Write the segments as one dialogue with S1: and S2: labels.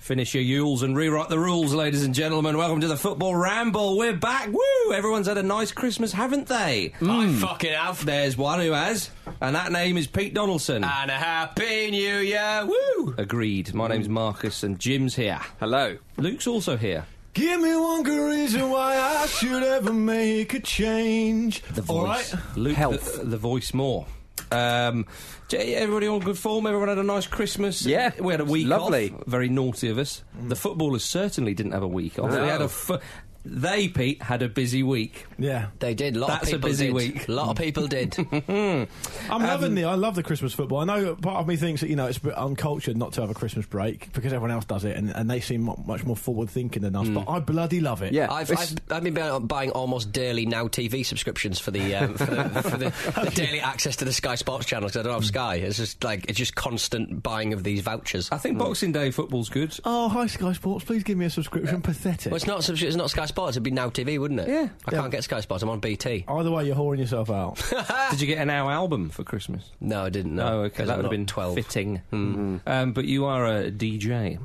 S1: Finish your yules and rewrite the rules, ladies and gentlemen. Welcome to the Football Ramble. We're back. Woo! Everyone's had a nice Christmas, haven't they? Hmm.
S2: I fucking have.
S1: There's one who has, and that name is Pete Donaldson.
S2: And a happy new year. Woo!
S1: Agreed. My name's Marcus, and Jim's here.
S2: Hello.
S1: Luke's also here.
S3: Give me one good reason why I should ever make a change.
S1: The voice. Luke,
S4: Health.
S1: The, the voice more. Um, j- everybody all good form? Everyone had a nice Christmas?
S4: Yeah.
S1: We had a week
S4: Lovely.
S1: off. Very naughty of us.
S2: Mm.
S1: The footballers certainly didn't have a week off. They, had a fu- they, Pete, had a busy week.
S3: Yeah,
S2: They did. A lot Mm-hmm.
S1: That's a
S2: of people
S1: busy
S2: did.
S1: week. Hmm. Um,
S2: A lot of people did.
S3: I'm loving the. I love the Christmas football. I know part of me thinks that you know it's a bit uncultured not to have a Christmas break because everyone else does it, and, and they seem mu- much more forward thinking than us. But I bloody love it.
S4: Yeah.
S2: I've,
S4: it's-
S2: I've, I've been bu- buying almost daily now TV subscriptions for the um, for, the, for the, the daily access to the Sky Sports channel 'cause I
S1: Mm.
S2: don't have Sky. It's just like it's just constant buying of these vouchers. Mm.
S1: I think Boxing Day football's good.
S3: Oh, hi Sky Sports. Please give me a subscription. Pathetic.
S2: Well, it's not subs- it's not Sky Sports. It'd be Now TV, wouldn't it?
S1: Yeah.
S2: I can't get Sky Sports. I'm on BT.
S1: Oh.
S3: Either way, you're whoring yourself out.
S1: Did you get an hour album for Christmas?
S2: Ah. No, I didn't.
S1: Oh,
S2: know.
S1: okay. That would have been
S2: twelve. Mm-hmm.
S1: fitting. Um, but you are a DJ.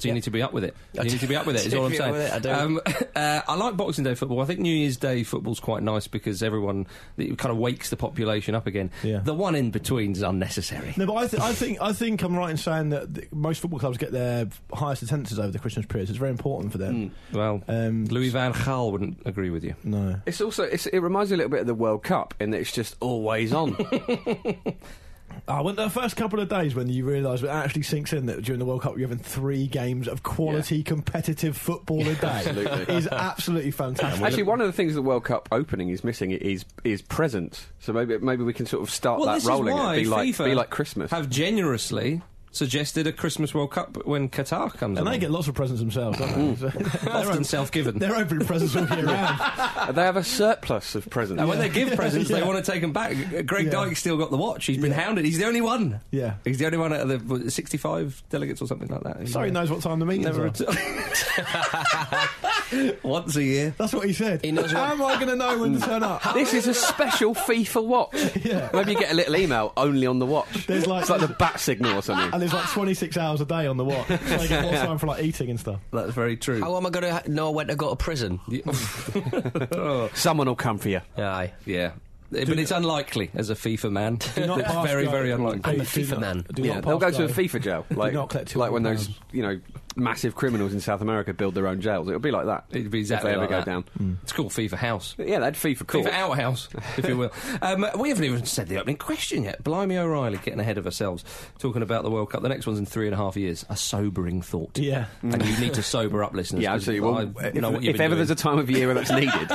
S1: So you need to be up with it. You need to be up with it. Is all I'm
S2: Be up
S1: saying.
S2: with it, I do.
S1: Um, uh, I like Boxing Day football. I think New Year's Day football's quite nice because everyone it kind of wakes the population up again.
S3: Yeah.
S1: The one in between's unnecessary.
S3: No, but I, th- I think I think I'm right in saying that th- most football clubs get their highest attendances over the Christmas period. So it's very important for them.
S1: Well,
S3: Um,
S1: Louis Van Gaal wouldn't agree with you.
S3: No,
S5: It's also it's, it reminds me a little bit of the World Cup in that it's just always on.
S3: I went the first couple of days when you realise it actually sinks in that during the World Cup you're having three games of quality competitive football a day.
S5: Absolutely.
S3: is absolutely fantastic.
S5: Actually, one of the things the World Cup opening is missing is is presents. So maybe maybe we can sort of start
S1: Well,
S5: that
S1: this
S5: rolling.
S1: is why
S5: and be like
S1: FIFA
S5: be like Christmas.
S1: have generously suggested a Christmas World Cup when Qatar comes.
S3: And they
S1: along.
S3: get lots of presents themselves, don't they? So-
S1: often self-given.
S3: They're opening presents all year round.
S5: they have a surplus of presents.
S1: And when they give presents,
S3: Yeah.
S1: they want to take them back. Greg
S3: Yeah.
S1: Dyke still got the watch. He's been
S3: Yeah.
S1: hounded. He's the only one.
S3: Yeah.
S1: He's the only one out of the 65 delegates or something like that. He's
S3: So he knows what time the meeting's
S1: Never
S3: are.
S1: retu- Once a year.
S3: That's what he said.
S2: He knows
S3: How am
S2: what-
S3: I going to know when to turn up?
S5: This is a special FIFA watch.
S3: Yeah.
S5: Maybe you get a little email only on the watch.
S3: There's like-
S5: it's like the bat signal or something.
S3: And there's like 26 hours a day on the watch. So you get more time for like eating and stuff.
S1: That's very true.
S2: How am I going to ha- know when to go to prison?
S5: Someone will come for you.
S2: Aye.
S1: Oh. yeah. But it's unlikely as a FIFA man.
S3: not
S1: it's
S3: pass
S1: very,
S3: go.
S1: very unlikely.
S3: I'm a Do FIFA not-
S2: man.
S3: do
S5: Yeah,
S3: not
S5: they'll go
S3: pass
S5: to a
S3: go.
S5: FIFA jail, like
S3: not collect two
S5: like when
S3: hundred
S5: those you know massive criminals in South America build their own jails. It'll be like that.
S1: It'd be exactly
S5: if they ever
S1: like
S5: go
S1: that.
S5: down.
S1: It's called FIFA House.
S5: But yeah, they'd FIFA court.
S1: FIFA Outhouse, if you will. um, we haven't even said the opening question yet. Blimey O'Reilly getting ahead of ourselves, talking about the World Cup. The next one's in three and a half years. A sobering thought.
S3: Yeah.
S1: And you need to sober up, listeners.
S5: Yeah,
S1: 'cause
S5: absolutely. Well,
S1: I
S5: if,
S1: know what you've
S5: if
S1: been
S5: ever
S1: doing.
S5: there's a time of year where that's needed,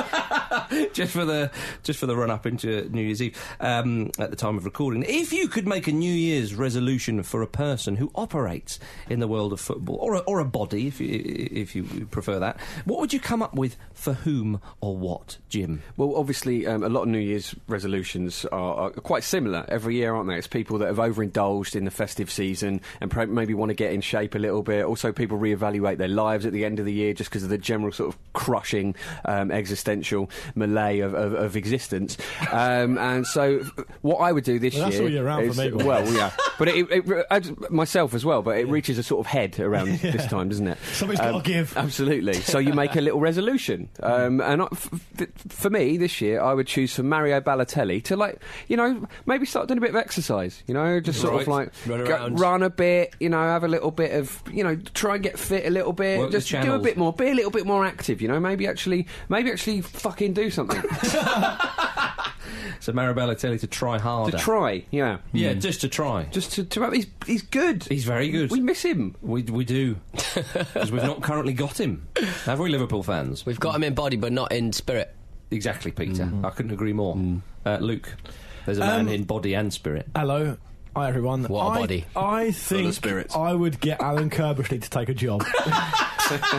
S1: just for the just for the run up into New Year's Eve um, at the time of recording. If you could make a New Year's resolution for a person who operates in the world of football or a, or a body, if you, if you prefer that, what would you come up with for whom or what, Jim?
S5: Well, obviously, um, a lot of New Year's resolutions are, are quite similar every year, aren't they? It's people that have overindulged in the festive season and pro- maybe want to get in shape a little bit. Also, people reevaluate their lives at the end of the year just because of the general sort of crushing um, existential malaise of, of, of existence. Um, and so, what I would do this
S3: Well, that's
S5: year,
S3: all year round for
S5: is,
S3: me, Gordon.
S5: well, yeah, but it, it, it adds myself as well. But it reaches a sort of head around this time, doesn't it? Um,
S3: Somebody's gotta give.
S5: Absolutely. So you make a little resolution, um, and I f f for me this year, I would choose for Mario Balotelli to like, you know, maybe start doing a bit of exercise. You know, just sort of
S2: Right.
S5: like
S2: Run around.
S5: run a bit. You know, have a little bit of, you know, try and get fit a little bit.
S1: Work the
S5: just do a
S1: channels.
S5: bit more. Be a little bit more active. You know, maybe actually, maybe actually fucking do something
S1: So Mario Balotelli to try
S5: to
S1: harder.
S5: try. Yeah, Hmm.
S1: yeah, just to try.
S5: just to, to he's he's good.
S1: He's very good.
S5: We miss him.
S1: we, we do. Because we've not currently got him. Have we, Liverpool fans?
S2: We've got him in body, but not in spirit.
S1: Exactly, Peter.
S5: Hmm.
S1: I couldn't agree more. Uh, Luke, there's a
S5: Um,
S1: man in body and spirit.
S3: Hello. Hi, everyone.
S2: What a
S3: I,
S2: body.
S3: I
S5: of
S3: think
S5: spirits.
S3: I would get Alan Kirbishley to take a job.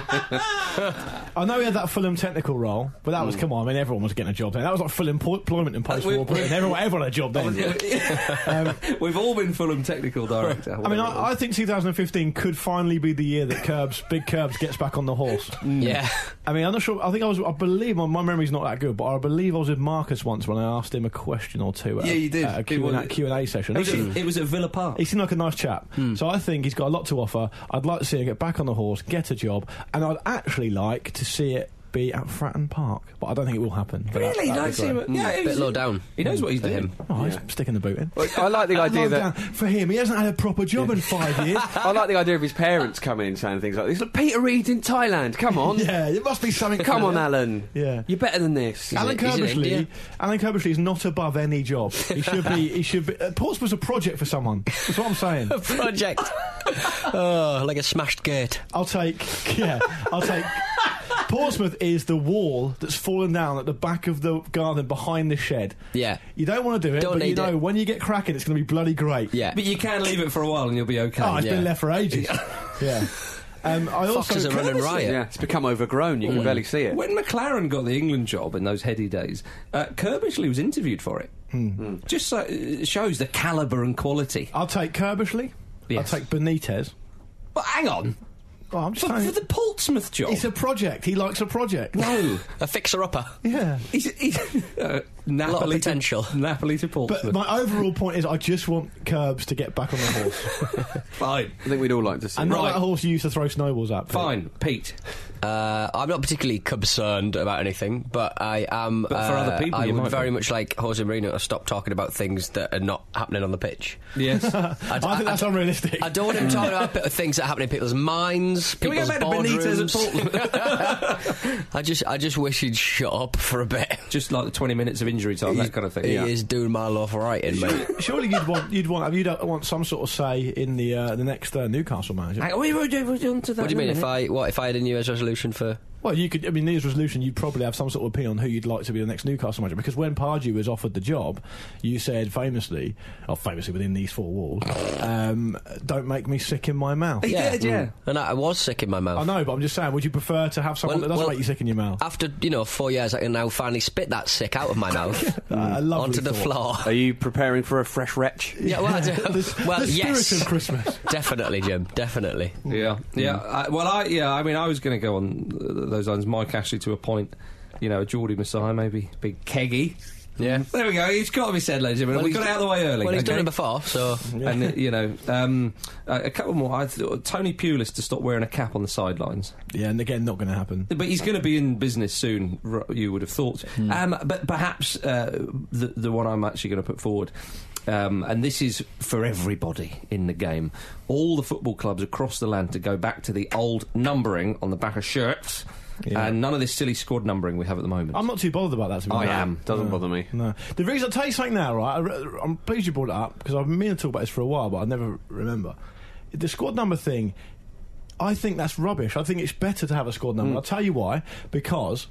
S3: I know he had that Fulham technical role, but that was, come on, I mean, everyone was getting a job then. That was like full empo- employment in post war
S1: Mm. Uh, we-
S3: Britain. Everyone, everyone had a job then.
S5: Um,
S1: We've all been Fulham technical director.
S3: I mean, I, I think 2015 could finally be the year that Curbs, Big Curbs, gets back on the horse.
S1: Mm.
S2: Yeah.
S3: I mean, I'm not sure. I think I was. I believe my, my memory's not that good, but I believe I was with Marcus once when I asked him a question or two. At,
S1: Yeah,
S3: a-
S1: you did.
S3: At a
S1: It
S3: uh, Q and A,
S1: was-
S3: Q&A session.
S1: it, was at, it was at Villa Park. Hmm.
S3: He seemed like a nice chap. So I think he's got a lot to offer. I'd like to see him get back on the horse, get a job, and I'd actually like to see it be at Fratton Park. But I don't think it will happen. But that- that'd
S1: Really?
S3: be
S1: Don't see
S3: great.
S1: him. Yeah, it
S2: Bit
S1: was-
S2: low down.
S1: He knows what he's doing.
S3: Oh, he's sticking the boot in.
S5: Well, I like the idea
S3: Lie
S5: that.
S3: down. for him, he hasn't had a proper job in five years.
S5: I like the idea of his parents coming in saying things like this. Look, Peter Reed in Thailand. Come on.
S3: yeah, it must be something.
S5: Come on,
S3: Yeah.
S5: Alan.
S3: Yeah.
S5: You're better than this.
S3: Alan
S2: in- he's in
S3: Kirbishley,
S2: India.
S3: Alan Kirbishley is not above any job. He should be. He should be. Uh, Portsmouth's a project for someone. That's what I'm saying.
S2: Project. oh, like a smashed gate.
S3: I'll take. Yeah, I'll take. Portsmouth is the wall that's fallen down at the back of the garden behind the shed.
S2: Yeah.
S3: You don't want to do it,
S2: Don't
S3: but you
S2: need
S3: know
S2: it.
S3: when you get cracking, it's going to be bloody great.
S2: Yeah.
S1: But you can leave it for a while and you'll be okay.
S3: Oh, it's
S2: Yeah.
S3: been left for ages. yeah. Um, I
S2: Foxes
S3: also
S2: are running riot.
S5: Yeah, it's become overgrown. You can barely see it.
S1: When McLaren got the England job in those heady days, uh, Kirbishley was interviewed for it.
S2: Hmm.
S1: Just so, uh, it shows the calibre and quality.
S3: Hmm. I'll take Kirbishley.
S1: Yes.
S3: I'll take Benitez.
S1: But hang on,
S3: Oh, I'm just
S1: for, for
S3: saying.
S1: the Portsmouth job.
S3: It's a project. He likes a project.
S1: no,
S2: A fixer upper.
S3: Yeah.
S1: he's, he's, uh, Napoli
S2: potential.
S1: To, Napoli to
S3: But
S1: Portsmouth.
S3: my overall point is, I just want Curbs to get back on the horse,
S1: fine,
S5: I think we'd all like to see
S3: and
S5: it.
S3: not
S1: Right.
S3: that horse you used to throw snowballs at. Pete.
S1: fine, Pete.
S2: Uh, I'm not particularly concerned about anything, but I am.
S1: But for
S2: uh,
S1: other people,
S2: I
S1: you
S2: would
S1: might
S2: very
S1: be.
S2: much like Jose Mourinho to stop talking about things that are not happening on the pitch.
S1: Yes.
S3: I,
S2: d- I-
S3: think that's
S2: I-
S3: unrealistic.
S2: I don't want him talking about bit- things that happen in people's minds.
S1: Can we go back
S2: people's
S1: to Benitez at
S2: boardrooms. I just, I just wish he'd shut up for a bit.
S1: Just like the 20 minutes of injury time, that kind of thing.
S2: He is doing my life right in me.
S3: Surely you'd want you'd want you'd want some sort of say in the uh, the next uh, Newcastle manager.
S1: oh, Hang on, we- we- we- we'll do- we'll do on to that
S2: What do you
S1: in a
S2: mean? If
S1: minute.
S2: I, what if I had a New Year's resolution for?
S3: Well, you could. I mean, New Year's resolution. You'd probably have some sort of opinion on who you'd like to be the next Newcastle manager. Because when Pardew was offered the job, you said famously, or famously within these four walls, um, "Don't make me sick in my mouth."
S1: He did, yeah.
S2: Mm. And I, I was sick in my mouth.
S3: I know, but I'm just saying. Would you prefer to have someone that doesn't make you sick in your
S1: uh,
S3: mouth?
S2: After you know four years, I can now finally spit that sick out of my mouth
S3: I love
S2: onto the floor.
S5: Are you preparing for a fresh retch?
S2: Yeah, well, I do-
S3: the,
S2: well
S3: the
S2: yes,
S3: spirit of Christmas.
S2: definitely, Jim, definitely.
S1: Yeah, yeah. I, well, I yeah. I mean, I was going to go on uh, those lines. Mike Ashley to a point. You know, Geordie Messiah, maybe big keggy.
S2: Yeah.
S1: There we go. It's got to be said, ladies and gentlemen.
S2: Well,
S1: we
S2: he's-
S1: got it out of the way early.
S2: Well, he's done
S1: okay?
S2: it before, so
S1: And uh, you know, um, uh, a couple more. I thought Tony Pulis to stop wearing a cap on the sidelines,
S3: yeah, and again, not going to happen.
S1: but he's going to be in business soon. r- You would have thought. Um, but perhaps uh, the the one I'm actually going to put forward, um, and this is for everybody in the game. All the football clubs across the land to go back to the old numbering on the back of shirts,
S3: Yeah.
S1: and none of this silly squad numbering we have at the moment. Hmm.
S3: I'm not too bothered about that. To be
S1: I
S3: honest.
S1: am.
S5: Doesn't bother me.
S3: No, the reason I tell you something now, right? I, re- I'm pleased you brought it up because I've been meaning to talk about this for a while, but I never remember the squad number thing. I think that's rubbish. I think it's better to have a squad number. I'll tell you why. Because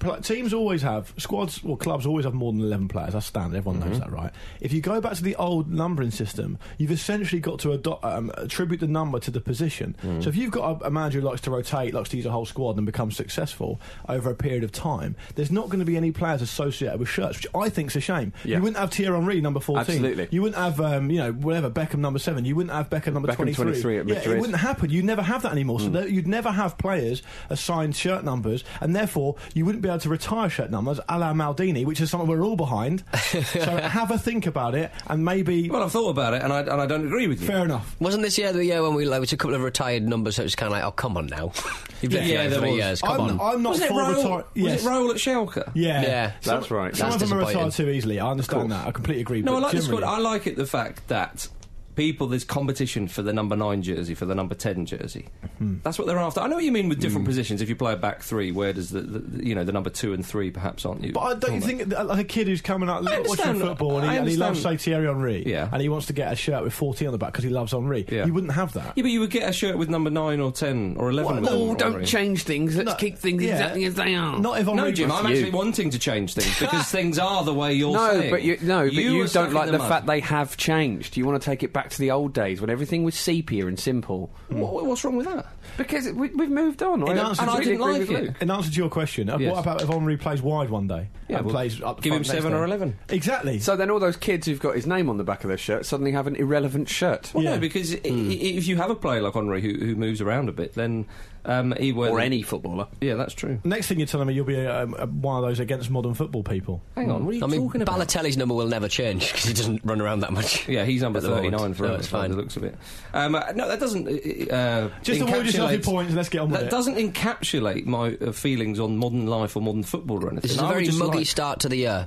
S3: pl- teams always have squads, or clubs always have more than eleven players. That's standard. Everyone knows that, right? If you go back to the old numbering system, you've essentially got to ado- um, attribute the number to the position.
S5: Mm.
S3: So if you've got a, a manager who likes to rotate, likes to use a whole squad, and becomes successful over a period of time, there's not going to be any players associated with shirts, which I think's a shame.
S5: Yeah.
S3: You wouldn't have Thierry Henry number fourteen.
S5: Absolutely.
S3: You wouldn't have um, you know whatever Beckham number seven. You wouldn't have Beckham number
S5: Beckham
S3: 23.
S5: 23 at
S3: yeah, it
S5: Madrid. Mm.
S3: wouldn't happen. You'd never have that anymore. So there- you'd never have players assigned shirt numbers, and therefore you wouldn't be able to retire shirt numbers a la Maldini, which is something we're all behind. so have a think about it, and maybe
S1: well, I've thought about it, and I and I don't agree with you.
S3: fair enough.
S2: Wasn't this year the year when we like it was a couple of retired numbers? So it was kind of like, oh come on now, you've been
S1: Yeah,
S2: here
S1: there
S2: three
S1: was.
S2: years. Come
S3: I'm,
S2: on.
S3: I'm not
S1: Wasn't it
S3: for
S1: Raul?
S3: retire- yes.
S1: Was it Raul at Schalke?
S3: Yeah,
S2: Yeah.
S3: Some-
S5: That's right.
S3: Some
S2: That's
S3: of them are retired
S2: disappointing.
S3: too easily. I understand that. I completely agree.
S1: No, I
S3: but
S1: like this one.
S3: generally-
S1: I like it the fact that people there's competition for the number nine jersey, for the number ten jersey.
S3: Hmm.
S1: That's what they're after. I know what you mean with different positions. If you play a back three, where does the, the you know the number two and three perhaps aren't you?
S3: But I don't you think that, like a kid who's coming up watching
S1: understand.
S3: football and he,
S1: I
S3: and he loves say
S1: understand.
S3: Thierry Henry
S1: Yeah.
S3: and he wants to get a shirt with 40 on the back because he loves Henri.
S1: Yeah.
S3: You wouldn't have that.
S1: yeah, but you would get a shirt with number nine or ten or eleven. with
S6: Oh,
S1: on- on
S6: don't
S1: it.
S6: change things. Let's
S3: No,
S6: keep things
S3: yeah.
S6: exactly as they are.
S3: Not if Henri
S1: No, Jim,
S3: was-
S1: I'm actually wanting to change things because things are the way you're
S5: No,
S1: saying.
S5: but you no, but you,
S1: are stuck
S5: don't
S1: in
S5: like the,
S1: mud.
S5: fact they have changed. You want to take it back to the old days when everything was sepia and simple.
S1: What, what's wrong with that?
S5: Because we, we've moved on.
S3: In
S5: I,
S3: answer
S5: and
S3: to-
S5: I didn't
S1: I didn't
S5: like
S1: like
S5: it.
S1: it.
S3: In answer to your question, uh, what
S1: Yes.
S3: about if Henri plays wide one day
S1: Yeah,
S3: and
S1: well,
S3: plays up
S1: give him
S3: front next
S1: seven or
S3: day?
S1: 11.
S3: Exactly.
S5: So then all those kids who've got his name on the back of their shirt suddenly have an irrelevant shirt.
S1: Well,
S3: Yeah.
S1: no, because i-
S5: Hmm.
S1: i- if you have a player like Henri who, who moves around a bit, then um, he will.
S5: Or any footballer.
S1: Yeah, that's true.
S3: Next thing you're telling me, you'll be um, uh, one of those against modern football people.
S1: Hang on, what are you
S2: I mean,
S1: talking about?
S2: Balotelli's number will never change because he doesn't run around that much.
S1: Yeah, he's number
S2: At the moment.
S1: 39 for
S2: No,
S1: us
S2: it's
S1: by
S2: fine.
S1: the looks of it. Um, uh, no, that doesn't. uh, Uh,
S3: Just avoid yourself your
S1: encapsulates-
S3: points and let's get on with
S1: That
S3: it.
S1: doesn't encapsulate my uh, feelings on modern life or modern football or anything.
S2: This is
S1: I
S2: a
S1: would
S2: very
S1: just
S2: muggy
S1: like- Hmm.
S2: start to the year.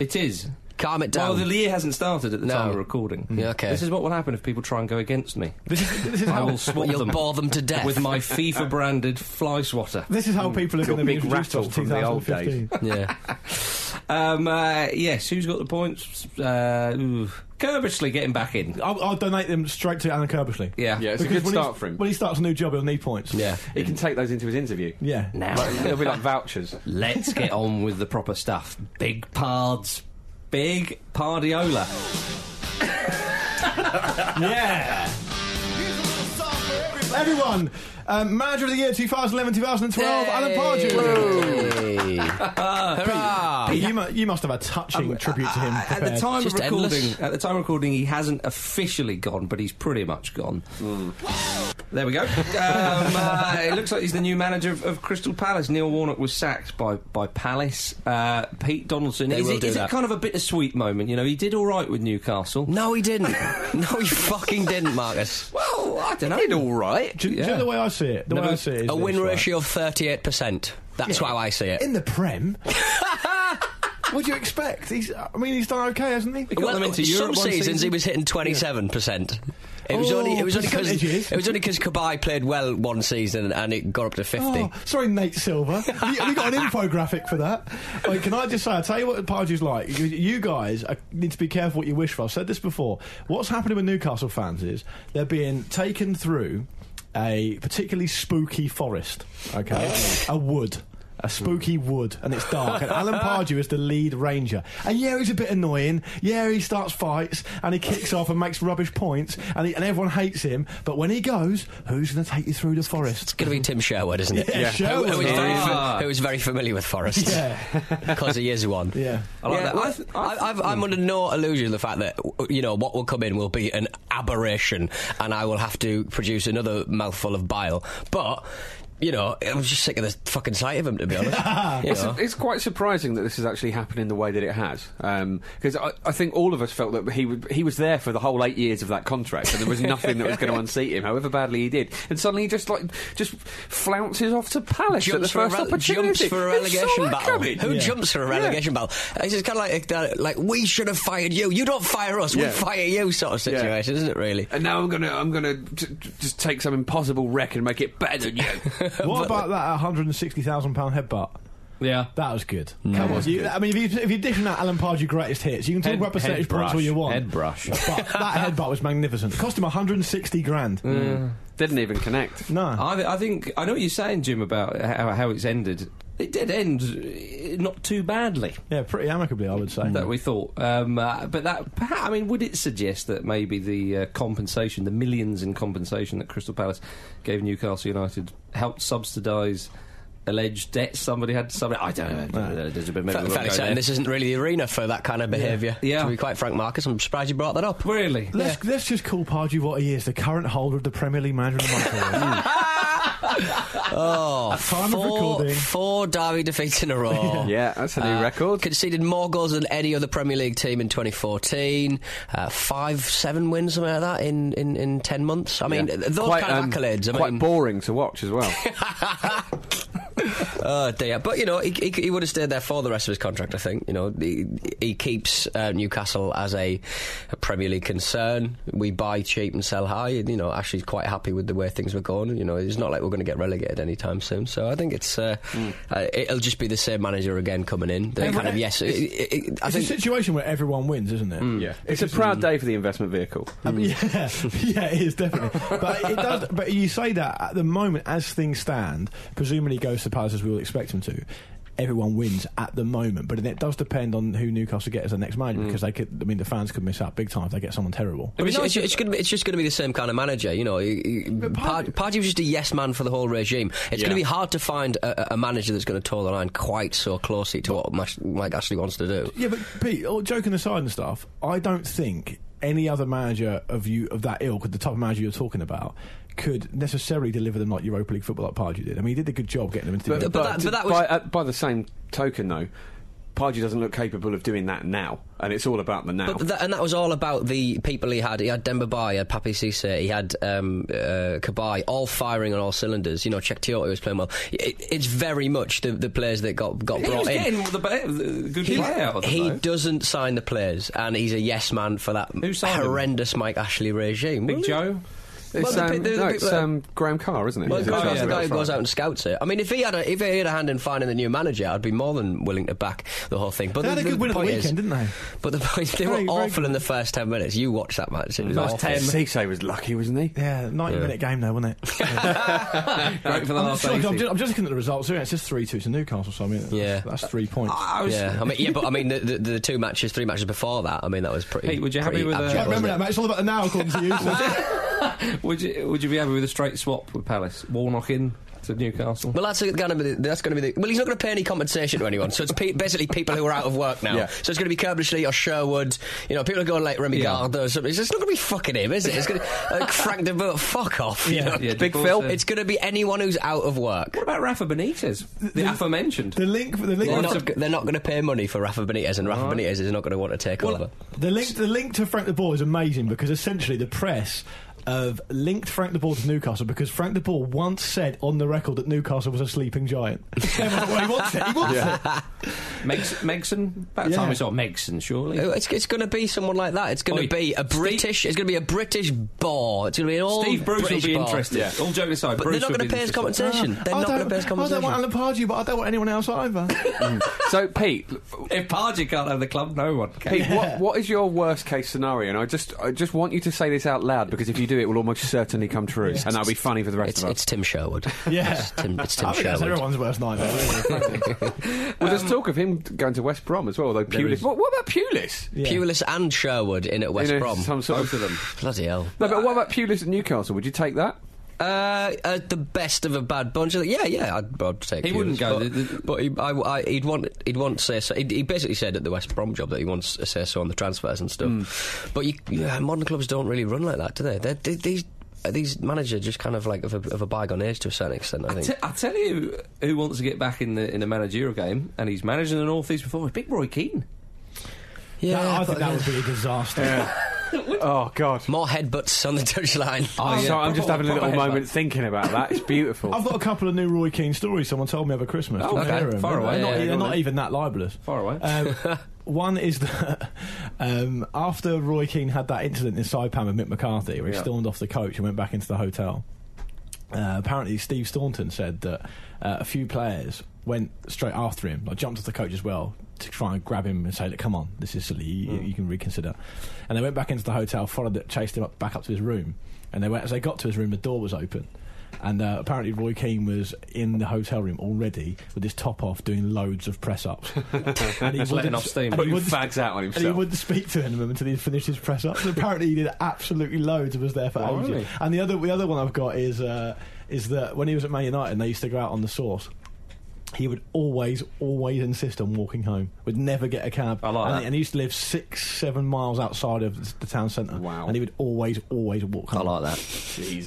S1: It is.
S2: Calm it
S1: Well,
S2: down.
S1: the year hasn't started at the
S2: No.
S1: time of recording.
S2: Yeah, okay.
S1: This is what will happen if people try and go against me.
S3: This is, this is
S1: I
S3: how
S1: will swat
S2: You'll
S1: them.
S2: bore them to death.
S1: With my FIFA branded fly swatter. Hmm.
S3: This is how people are
S5: Got
S3: going to be
S5: big
S3: introduced to us in
S5: rattle from the old
S3: 2015.
S2: yeah.
S1: Um, uh, yes, who's got the points? Uh, ooh. Kerbishley getting back in.
S3: I'll, I'll donate them straight to Alan Kirbishley.
S1: Yeah.
S5: Yeah, it's a
S3: Because
S5: good
S3: when he's-
S5: start for him.
S3: When he starts a new job, he'll need points.
S2: Yeah.
S5: He can take those into his interview.
S3: Yeah.
S5: Like, it'll be like vouchers.
S1: Let's get on with the proper stuff. Big pards. Big Pardiola.
S3: Yeah. Everyone, um, manager of the year 2011-2012, Alan Pardew.
S2: Hey.
S1: Ah,
S2: Hurrah!
S3: You, mu- you must have a touching tribute to him.
S1: At the
S3: prepared.
S1: time
S2: Just
S1: of recording,
S2: endless.
S1: at the time of recording, he hasn't officially gone, but he's pretty much gone.
S2: Mm.
S1: There we go. Um, uh, it looks like he's the new manager of, of Crystal Palace. Neil Warnock was sacked by by Palace. Uh, Pete Donaldson.
S2: They
S1: is
S2: will
S1: it,
S2: do
S1: is it
S2: that.
S1: kind of a bittersweet moment? You know, he did all right with Newcastle.
S2: No, he didn't. No, he fucking didn't, Marcus.
S1: Well, I don't know. He did all right.
S3: Do, you- do you know the way I see it? The way I see it is
S2: a win
S3: this, right?
S2: ratio of 38%. That's how I see it.
S3: uh, in the Prem. what do you expect? He's, I mean, he's done okay, hasn't he?
S1: got them into
S2: some
S1: Europe one
S2: seasons
S1: season.
S2: he was hitting 27%. It was
S3: Oh,
S2: only it was only because
S3: percentages.
S2: it was only because Kabai played well one season and it got up to 50.
S3: Oh, sorry, Nate Silver. we, we got an infographic for that. Wait, can I just say, I tell you what Pardew's like. You, you guys uh, need to be careful what you wish for. I've said this before. What's happening with Newcastle fans is they're being taken through a particularly spooky forest, okay, a wood. A spooky wood, and it's dark. And Alan Pardew is the lead ranger. And yeah, he's a bit annoying. Yeah, he starts fights and he kicks off and makes rubbish points, and, he, and everyone hates him. But when he goes, who's going to take you through the
S2: It's
S3: forest?
S2: going to be Tim Sherwood, isn't it?
S3: Yeah, Yeah. Sherwood.
S2: Who, who is very
S1: Ah.
S2: fa- who is very familiar with forests.
S3: Yeah.
S2: Because he is one.
S3: Yeah.
S1: I like that.
S2: well,
S1: I th- I
S2: I- I've, I'm under no illusion of the fact that w- you know what will come in will be an aberration, and I will have to produce another mouthful of bile. But you know, I'm just sick of the fucking sight of him, to be honest. You
S5: It's,
S2: know?
S5: it's quite surprising that this is actually happening the way that it has, because I, I think all of us felt that he would, he was there for the whole eight years of that contract, and there was nothing that was going to unseat him, however badly he did. And suddenly, he just like just flounces off to Palace at the
S2: Jumps for, a
S5: first
S2: rele-
S5: opportunity.
S2: jumps for
S5: Who
S2: a
S5: saw
S2: relegation
S5: that
S2: battle.
S5: coming?
S2: Who
S3: Yeah.
S2: jumps for a relegation battle? It's just kind of like uh, like we should have fired you. You don't fire us. We
S5: Yeah.
S2: fire you. Sort of
S5: Yeah.
S2: situation, isn't it? Really.
S5: And now I'm gonna I'm gonna t- t- just take some impossible wreck and make it better than you.
S3: What about that £160,000 headbutt?
S1: Yeah.
S3: That was good. That was you, I mean, if you, if you dish that Alan Pardew greatest hits, you can talk
S1: Head-
S3: about percentage
S1: head
S3: points all
S1: brush.
S3: you want.
S1: Head brush.
S3: But that headbutt was magnificent. It cost him 160 grand.
S5: Didn't even connect.
S3: No.
S1: I, th- I think I know what you're saying, Jim, about how, how it's ended. It did end eh, not too badly
S3: yeah, pretty amicably, I would say.
S1: that we thought, um, uh, but that perha I mean, would it suggest that maybe the uh, compensation, the millions in compensation that Crystal Palace gave Newcastle United, helped subsidise alleged debts somebody had to somebody? I don't know. There's a bit maybe
S2: Fa-
S1: we'll
S2: fairly
S1: go
S2: certain
S1: there.
S2: this isn't really the arena for that kind of behaviour.
S1: Yeah.
S2: To be quite frank, Marcus, I'm surprised you brought that up.
S1: really.
S3: Let's, let's just call Pardew what he is, the current holder of the Premier League Manager of the Month award.
S2: Oh,
S3: time of
S2: four,
S3: recording.
S2: four derby defeats in a row.
S5: Yeah, that's a new
S2: Uh,
S5: record.
S2: Conceded more goals than any other Premier League team in 2014. Uh, five, seven wins, something like that, in, in, in 10 months. I mean,
S5: Yeah.
S2: th- those kind of
S5: um,
S2: accolades. I
S5: quite
S2: mean,
S5: boring to watch as well.
S2: Oh dear! But you know, he, he, he would have stayed there for the rest of his contract. I think you know he, he keeps uh, Newcastle as a, a Premier League concern. We buy cheap and sell high. And, you know, Ashley's quite happy with the way things were going. You know, it's not like we're going to get relegated anytime soon. So I think it's uh, uh, it'll just be the same manager again coming in. The
S3: Every-
S2: kind of yes, it- it- it- I
S3: It's a
S2: think
S3: situation where everyone wins, isn't
S2: Mm.
S1: Mm.
S3: it?
S5: yeah, it's a proud day for the investment vehicle.
S3: I mean, yeah, yeah, it is definitely. But it does. But you say that at the moment, as things stand, presumably goes to Palace as we all expect him to. Everyone wins at the moment, but it does depend on who Newcastle get as their next manager because they could. I mean, the fans could miss out big time if they get someone terrible.
S2: But it's, it's, it's, gonna be, it's just going to be the same kind of manager, you know. he- he- Par- Pardew was just a yes man for the whole regime. It's going to be hard to find a, a- a manager that's going to toe the line quite so closely to what Mas- Mike Ashley wants to do.
S3: Yeah, but Pete, all joking aside and stuff, I don't think any other manager of you of that ilk, the type of manager you're talking about, could necessarily deliver them like Europa League football like Pardew did. I mean, he did a good job getting them into. the
S2: But-
S3: Europa
S2: but that- but that was-
S5: Mm. by, uh, by the same token, though, Pardew doesn't look capable of doing that now, and it's all about the now.
S2: But that, and that was all about the people he had. He had Demba Ba, he had Papi Cisse, he had um, uh, Kabay, all firing on all cylinders. You know, Chektioti was playing well. It, it's very much the, the players that got, got
S1: He
S2: brought
S1: was
S2: in.
S1: getting the, ba- the good
S2: He,
S1: play out of them,
S2: he
S1: though.
S2: doesn't sign the players, and he's a yes man for that
S1: Who signed him?
S2: horrendous Mike Ashley regime.
S1: Big
S2: Well,
S1: Joe.
S5: it's
S2: well, the
S5: um,
S2: pe- the- the
S5: no,
S2: people
S5: it's
S2: that-
S5: um, Graham Carr, isn't it?
S2: Well,
S5: Is
S2: the
S5: it
S2: guy,
S5: Charles
S2: the guy
S5: Graham
S2: who
S5: Carr?
S2: goes out and scouts it. I mean, if he had a, if he had a hand in finding the new manager, I'd be more than willing to back the whole thing. But
S3: They
S2: the,
S3: had a
S2: the
S3: good win at the
S2: point
S3: weekend,
S2: is-
S3: didn't they?
S2: But the point, they
S3: Very,
S2: were
S3: very
S2: awful in the first ten minutes. You watched that match. It was
S1: Last
S2: awful.
S1: 10.
S5: Cisse was lucky, wasn't he?
S3: Yeah, 90 minute game though, wasn't it?
S1: Great for the
S3: I'm,
S1: last
S3: just, I'm,
S1: 80.
S3: just, I'm just looking at the results here. It says 3 2 to Newcastle, so I mean, that's,
S2: Yeah.
S3: that's three points.
S1: I was-
S2: Yeah, I mean, yeah, but I mean, the, the, the two matches, three matches before that. I mean, that was pretty.
S1: Pete, would you happy
S2: pretty
S1: with, uh,
S2: abject,
S3: I remember that,
S2: wasn't
S3: mate. It's all about the now, according to you. so-
S1: Would you would you be happy with a straight swap with Palace? Warnock in to Newcastle.
S2: it? Well, that's going to be the, that's going to be the. Well, he's not going to pay any compensation to anyone, so it's pe- basically people who are out of work now.
S5: Yeah.
S2: So it's going to be Kerbishley or Sherwood. You know, people are going like Remy
S1: Yeah.
S2: Garda or something. It's just not going to be fucking him, is it? It's going to uh, Frank de Boer. Fuck off. you know?
S1: Yeah,
S5: Big
S1: Dick
S5: Phil.
S1: Orson.
S2: It's going to be anyone who's out of work.
S1: what about Rafa Benitez? The, aforementioned.
S3: the link, the link,
S2: They're
S3: was-
S2: not, they're not going to pay money for Rafa Benitez, and Rafa Benitez is not going to want to take over.
S3: The link, the link to Frank de Boer is amazing because essentially the press have linked Frank de Boer to Newcastle because Frank de Boer once said on the record that Newcastle was a sleeping giant. Everyone, well, he wants it. He wants it.
S1: Megs- Megson. About
S3: Yeah.
S1: time we saw Megson, surely.
S2: Uh, It's, it's going to be someone like that. It's going
S1: Oi,
S2: to be a
S1: Steve-
S2: British. It's going to be a British bore. It's going to be an old
S1: Steve Bruce
S2: British
S1: will be
S2: bar.
S1: interested. All joking aside,
S2: But
S1: Bruce
S2: they're not
S1: will
S2: going
S1: be
S2: to pay his
S1: interested.
S2: compensation. they're
S3: Ah, I
S2: not going
S3: don't-
S2: to pay his
S3: I don't
S2: compensation.
S3: want Alan Pardew, but I don't want anyone else either.
S5: So, Pete,
S1: If Pardew can't have the club, no one can.
S5: Pete, what, what is your worst case scenario? And I just, I just want you to say this out loud because if you do it will almost certainly come true, and that'll be funny for the rest
S2: It's,
S5: of us.
S2: it's Tim Sherwood.
S3: Yeah.
S2: It's Tim, it's Tim
S3: I think that's Um,
S2: Sherwood.
S3: everyone's worst nightmare. really, frankly.
S5: Well, there's talk of him going to West Brom as well, though Pulis. What, what about Pulis?
S3: Yeah.
S2: Pulis and Sherwood in at West
S5: You know,
S2: Brom.
S5: Some sort of them.
S2: Bloody hell.
S5: No, but what about Pulis at Newcastle? Would you take that?
S2: Uh, uh, the best of a bad bunch. Yeah, yeah, I'd, I'd take.
S1: He
S2: Pulis,
S1: wouldn't go.
S2: but,
S1: The- the-
S2: but he, I, I, he'd want, he'd want say so. He, he basically said at the West Brom job that he wants a say so on the transfers and stuff.
S1: Mm.
S2: But you, yeah, modern clubs don't really run like that, do they? They're, they these these managers just kind of like of a, of a bygone age to a certain extent. I
S1: I
S2: think.
S1: te- I tell you who wants to get back in the in the managerial game, and he's managed in the North East before. Big Roy Keane.
S2: yeah,
S3: That- I think
S2: but,
S3: that
S2: yeah.
S3: would be a disaster.
S5: Oh God!
S2: more headbutts on the touchline.
S5: I'm
S1: yeah.
S5: sorry, I'm just
S1: Proper-
S5: having a little
S1: proper
S5: moment thinking about that. It's beautiful.
S3: I've got a couple of new Roy Keane stories someone told me over Christmas.
S1: Oh,
S3: Can I
S1: okay.
S3: hear 'em?
S1: Far
S3: They're
S1: away.
S3: Not,
S1: Yeah,
S3: they're
S1: go on
S3: not
S1: then.
S3: even that libelous.
S1: Far away.
S3: Um, one is that um, after Roy Keane had that incident in Saipan with Mick McCarthy, where he
S1: Yeah.
S3: stormed off the coach and went back into the hotel. Uh, apparently, Steve Staunton said that uh, a few players went straight after him, like jumped off the coach as well, to try and grab him and say, "Look, come on, this is silly. You, you can reconsider." And they went back into the hotel, followed it, chased him up back up to his room, and they went, as they got to his room, the door was open. And uh, apparently, Roy Keane was in the hotel room already with his top off, doing loads of press ups. and he
S1: letting
S3: wouldn't-
S1: off steam.
S3: and he
S1: Putting
S3: wouldn't-
S5: fags out on
S3: and he
S5: himself.
S3: wouldn't speak to him until he'd finished his press ups. Apparently, he did absolutely loads and was there for
S5: Oh,
S3: ages.
S5: really?
S3: And the other, the other one I've got is uh, is that when he was at Man United and they used to go out on the source. He would always, always insist on walking home. Would never get a cab.
S1: I like
S3: and,
S1: that.
S3: and he used to live six, seven miles outside of the- the town centre.
S5: Wow.
S3: And he would always, always walk home.
S1: that.
S5: Jesus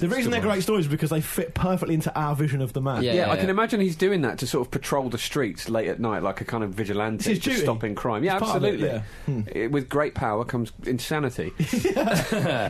S3: The reason they're
S5: Christ.
S3: great stories is because they fit perfectly into our vision of the man.
S2: Yeah.
S5: Yeah, I can imagine he's doing that to sort of patrol the streets late at night, like a kind of vigilante,
S3: It's his
S5: just
S3: duty.
S5: stopping crime. Yeah,
S3: It's part of it, Hmm.
S5: absolutely. It- with great power comes insanity.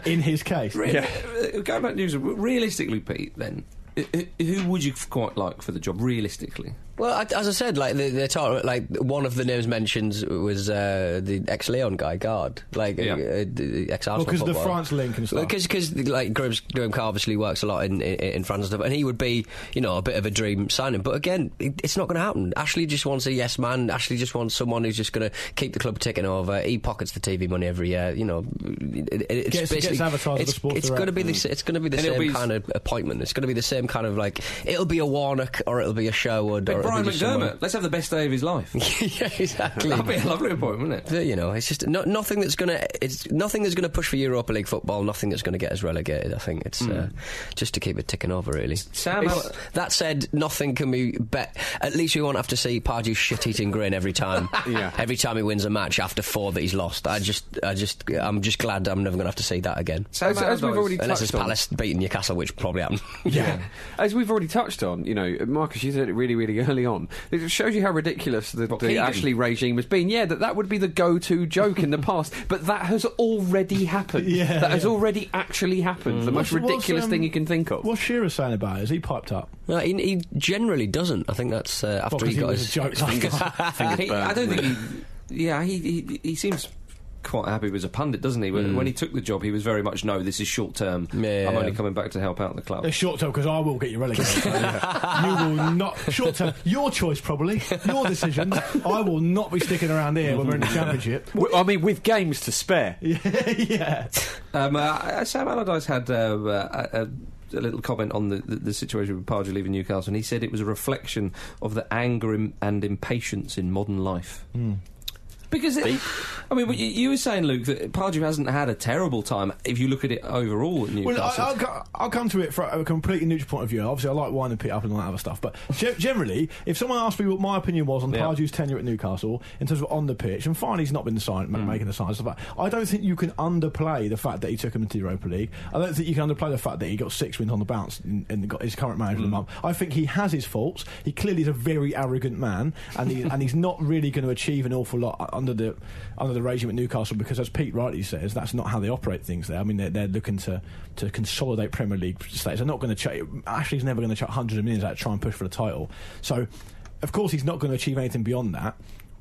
S3: In his case.
S1: Uh, Going back to news, realistically, Pete, then, uh, uh, who would you f- quite like for the job, realistically?
S2: Well, I, as I said, like they, they talk, like one of the names mentioned was uh, the ex Leon guy, guard, like
S1: Yeah.
S2: uh, the ex Arsenal.
S3: Well, 'cause of the France link and stuff.
S2: Because like Graham's, Graham Carr obviously works a lot in, in in France and stuff, and he would be you know a bit of a dream signing. But again, it, it's not going to happen. Ashley just wants a yes man. Ashley just wants someone who's just going to keep the club ticking over. He pockets the TV money every year. You know, it, it- it's
S3: Gets- gets
S2: basically
S3: advertised at the
S2: it's,
S3: Sports
S2: it's going to
S3: Direct.
S2: be the s- it's going to be the
S1: And it'll
S2: same
S1: be s-
S2: kind of appointment. It's going to be the same kind of like it'll be a Warnock or it'll be a Sherwood
S1: Big
S2: or it'll
S1: Brian
S2: be
S1: McDermott.
S2: just someone-
S1: Let's have the best day of his life.
S2: yeah, exactly.
S1: That'd be a lovely appointment, wouldn't it?
S2: you know, it's just no, nothing that's gonna it's nothing that's gonna push for Europa League football. Nothing that's gonna get us relegated. I think it's uh, just to keep it ticking over, really.
S1: Hmm. Sam
S2: It's-
S1: Allar-
S2: that said, nothing can be bet. At least we won't have to see Pardew's shit-eating grin every time.
S5: Yeah.
S2: Every time he wins a match after four that he's lost, I just, I just, I'm just glad I'm never gonna have to see that again.
S1: Sam
S5: As- as we've
S1: Allardyce.
S5: already-
S2: Unless it's
S5: touched on-
S2: Palace beating Newcastle, which probably happened.
S5: Yeah. As we've already touched on, you know, Marcus, you said it really, really early on. It shows you how ridiculous the, the
S1: Keegan?
S5: Ashley regime has been. Yeah, that, that would be the go to joke in the past, but that has already happened.
S3: Yeah,
S5: that has
S3: yeah.
S5: already actually happened. The
S3: What's-
S5: most
S3: what's,
S5: ridiculous
S3: um,
S5: thing you can think of.
S3: What's Shearer saying about it? Is he piped up?
S2: no, he, he generally doesn't. I think that's uh, after
S3: Well,
S2: he
S3: 'cause he
S2: got
S3: was
S2: his
S3: a joke like that.
S1: He- I don't think he. Yeah, he, he he seems quite happy as a pundit, doesn't he? When, when he took the job, he was very much no. This is short term.
S2: Hmm. Yeah.
S1: I'm only coming back to help out the club.
S3: A Oh. short term, because I will get you relegated. you will not. Short term, your choice probably, your decision. I will not be sticking around here when we're in the championship.
S5: W- I mean, with games to spare.
S3: yeah.
S1: Um, uh, uh, Sam Allardyce had uh, uh, a, a, a little comment on the, the, the situation with Pardew leaving Newcastle, and he said it was a reflection of the anger im- and impatience in modern life.
S3: Hmm.
S1: Because, it, I mean, but you, you were saying, Luke, that Pardew hasn't had a terrible time if you look at it overall at
S3: Well, I,
S1: Newcastle.
S3: I'll, co- I'll come to it from a completely neutral point of view. Obviously, I like wine and pit up and all that other stuff. But ge- generally, if someone asked me what my opinion was on
S1: Yeah.
S3: Pardew's tenure at Newcastle in terms of on the pitch, and fine, he's not been sign-
S1: Mm.
S3: ma- making the signs. But I don't think you can underplay the fact that he took him into the Europa League. I don't think you can underplay the fact that he got six wins on the bounce and, and got his current manager
S1: Mm.
S3: of the month. I think he has his faults. He clearly is a very arrogant man, and he, and he's not really going to achieve an awful lot u- under the under the regime at Newcastle because, as Pete rightly says, that's not how they operate things there. I mean, they're, they're looking to, to consolidate Premier League status. They're not going to chuck. Ashley's never going to chuck hundreds of millions out to try and push for the title. So, of course, he's not going to achieve anything beyond that.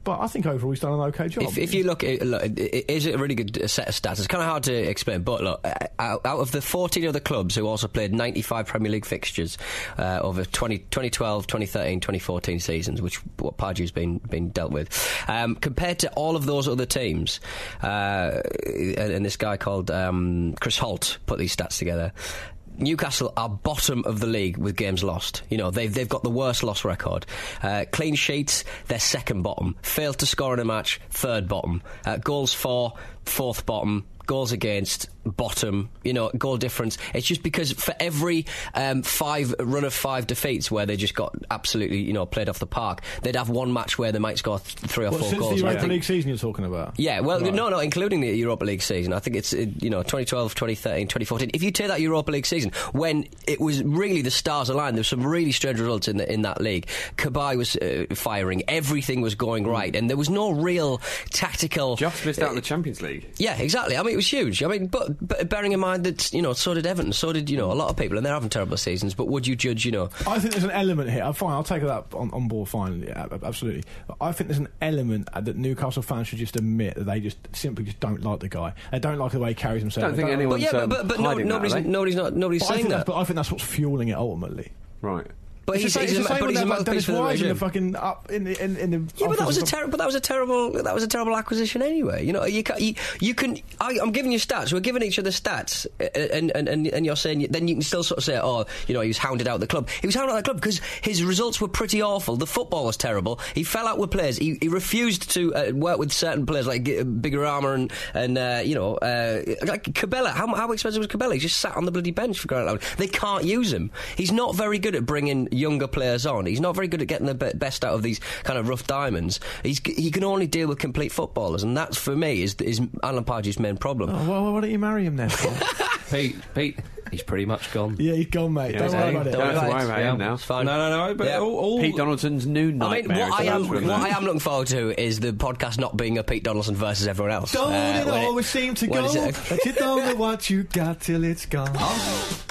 S3: But I think overall he's done an okay job.
S2: If, if you look, at, look, it- it is it a really good uh, set of stats? It's kind of hard to explain, but look, uh, out, out of the 14 other clubs who also played 95 Premier League fixtures uh, over 20, 2012, 2013, 2014 seasons, which what Pardew's been been dealt with, um, compared to all of those other teams, uh, and, and this guy called um, Chris Holt put these stats together. Newcastle are bottom of the league with games lost. You know, they've, they've got the worst loss record. Uh, clean sheets, they're second bottom. Failed to score in a match, third bottom. Uh, goals for, fourth bottom. Goals against, bottom. You know, goal difference. It's just because for every um, five run of five defeats where they just got absolutely, you know, played off the park, they'd have one match where they might score th- three or
S3: Well,
S2: four
S3: since
S2: goals.
S3: the
S2: And I
S3: Europa
S2: think-
S3: League season you're talking about.
S2: yeah, well,
S3: Right.
S2: no, no, including the Europa League season. I think it's, uh, you know, 2012, 2013, 2014. If you take that Europa League season, when it was really the stars aligned, there were some really strange results in, the, in that league. Kabay was uh, firing, everything was going right, and there was no real tactical.
S5: Hmm.
S2: uh,
S5: Just missed out on the Champions League.
S2: Yeah, exactly. I mean, it was huge. I mean, but, but bearing in mind that, you know, so did Everton, so did, you know, a lot of people, and they're having terrible seasons, but would you judge, you know,
S3: I think there's an element here. uh, Fine, I'll take that on, on board. Fine, yeah, ab- absolutely. But I think there's an element uh, that Newcastle fans should just admit that they just simply just don't like the guy. They don't like the way he carries himself.
S5: Don't
S3: They
S5: think anyone-
S2: but yeah,
S5: um,
S2: but, but, but no,
S5: hiding that,
S2: nobody's,
S5: are they?
S2: nobody's not, nobody's
S3: But I,
S2: saying
S3: think that's,
S2: that.
S3: but I think that's what's fueling it ultimately.
S5: Right.
S2: But
S3: it's
S2: he's,
S3: the same,
S2: he's, a,
S3: it's the same
S2: but
S3: with
S2: he's a
S3: that, like,
S2: mouthpiece
S3: Dennis
S2: for the
S3: Wise in the
S2: regime.
S3: fucking up in the in, in the.
S2: Yeah, but that was a
S3: offensive-
S2: terrible. But that was a terrible. That was a terrible acquisition anyway. You know, you can. You, you can I, I'm giving you stats. We're giving each other stats, uh, and and, and and you're saying then you can still sort of say, oh, you know, he was hounded out of the club. He was hounded out of the club because his results were pretty awful. The football was terrible. He fell out with players. He, he refused to uh, work with certain players like uh, Bigarama and and uh, you know uh, like Cabela. How, how expensive was Cabela? He just sat on the bloody bench for crying out loud. They can't use him. He's not very good at bringing younger players on. He's not very good at getting the be- best out of these kind of rough diamonds. He's he can only deal with complete footballers, and that's for me is is Alan Pardew's main problem.
S3: Oh, well, why don't you marry him then? Paul?
S1: Pete, Pete, he's pretty much gone.
S3: yeah, he's gone, mate. don't
S5: he's
S3: worry
S5: out.
S3: about it.
S5: Don't
S3: Don't
S5: have to
S3: worry.
S5: worry about him
S2: Yeah,
S5: now.
S2: it's fine.
S1: No, no, no. But
S2: Yeah.
S1: all, all
S5: Pete Donaldson's new
S2: I mean,
S5: nightmare.
S2: what
S5: is
S2: I
S5: the
S2: am
S5: Lansbury
S2: what I
S5: Man.
S2: am looking forward to is the podcast not being a Pete Donaldson versus everyone else.
S3: Don't
S2: Uh,
S3: it
S2: when it-
S3: always seem to
S2: when
S3: go?
S2: is it-
S3: But you don't know what you got till it's gone.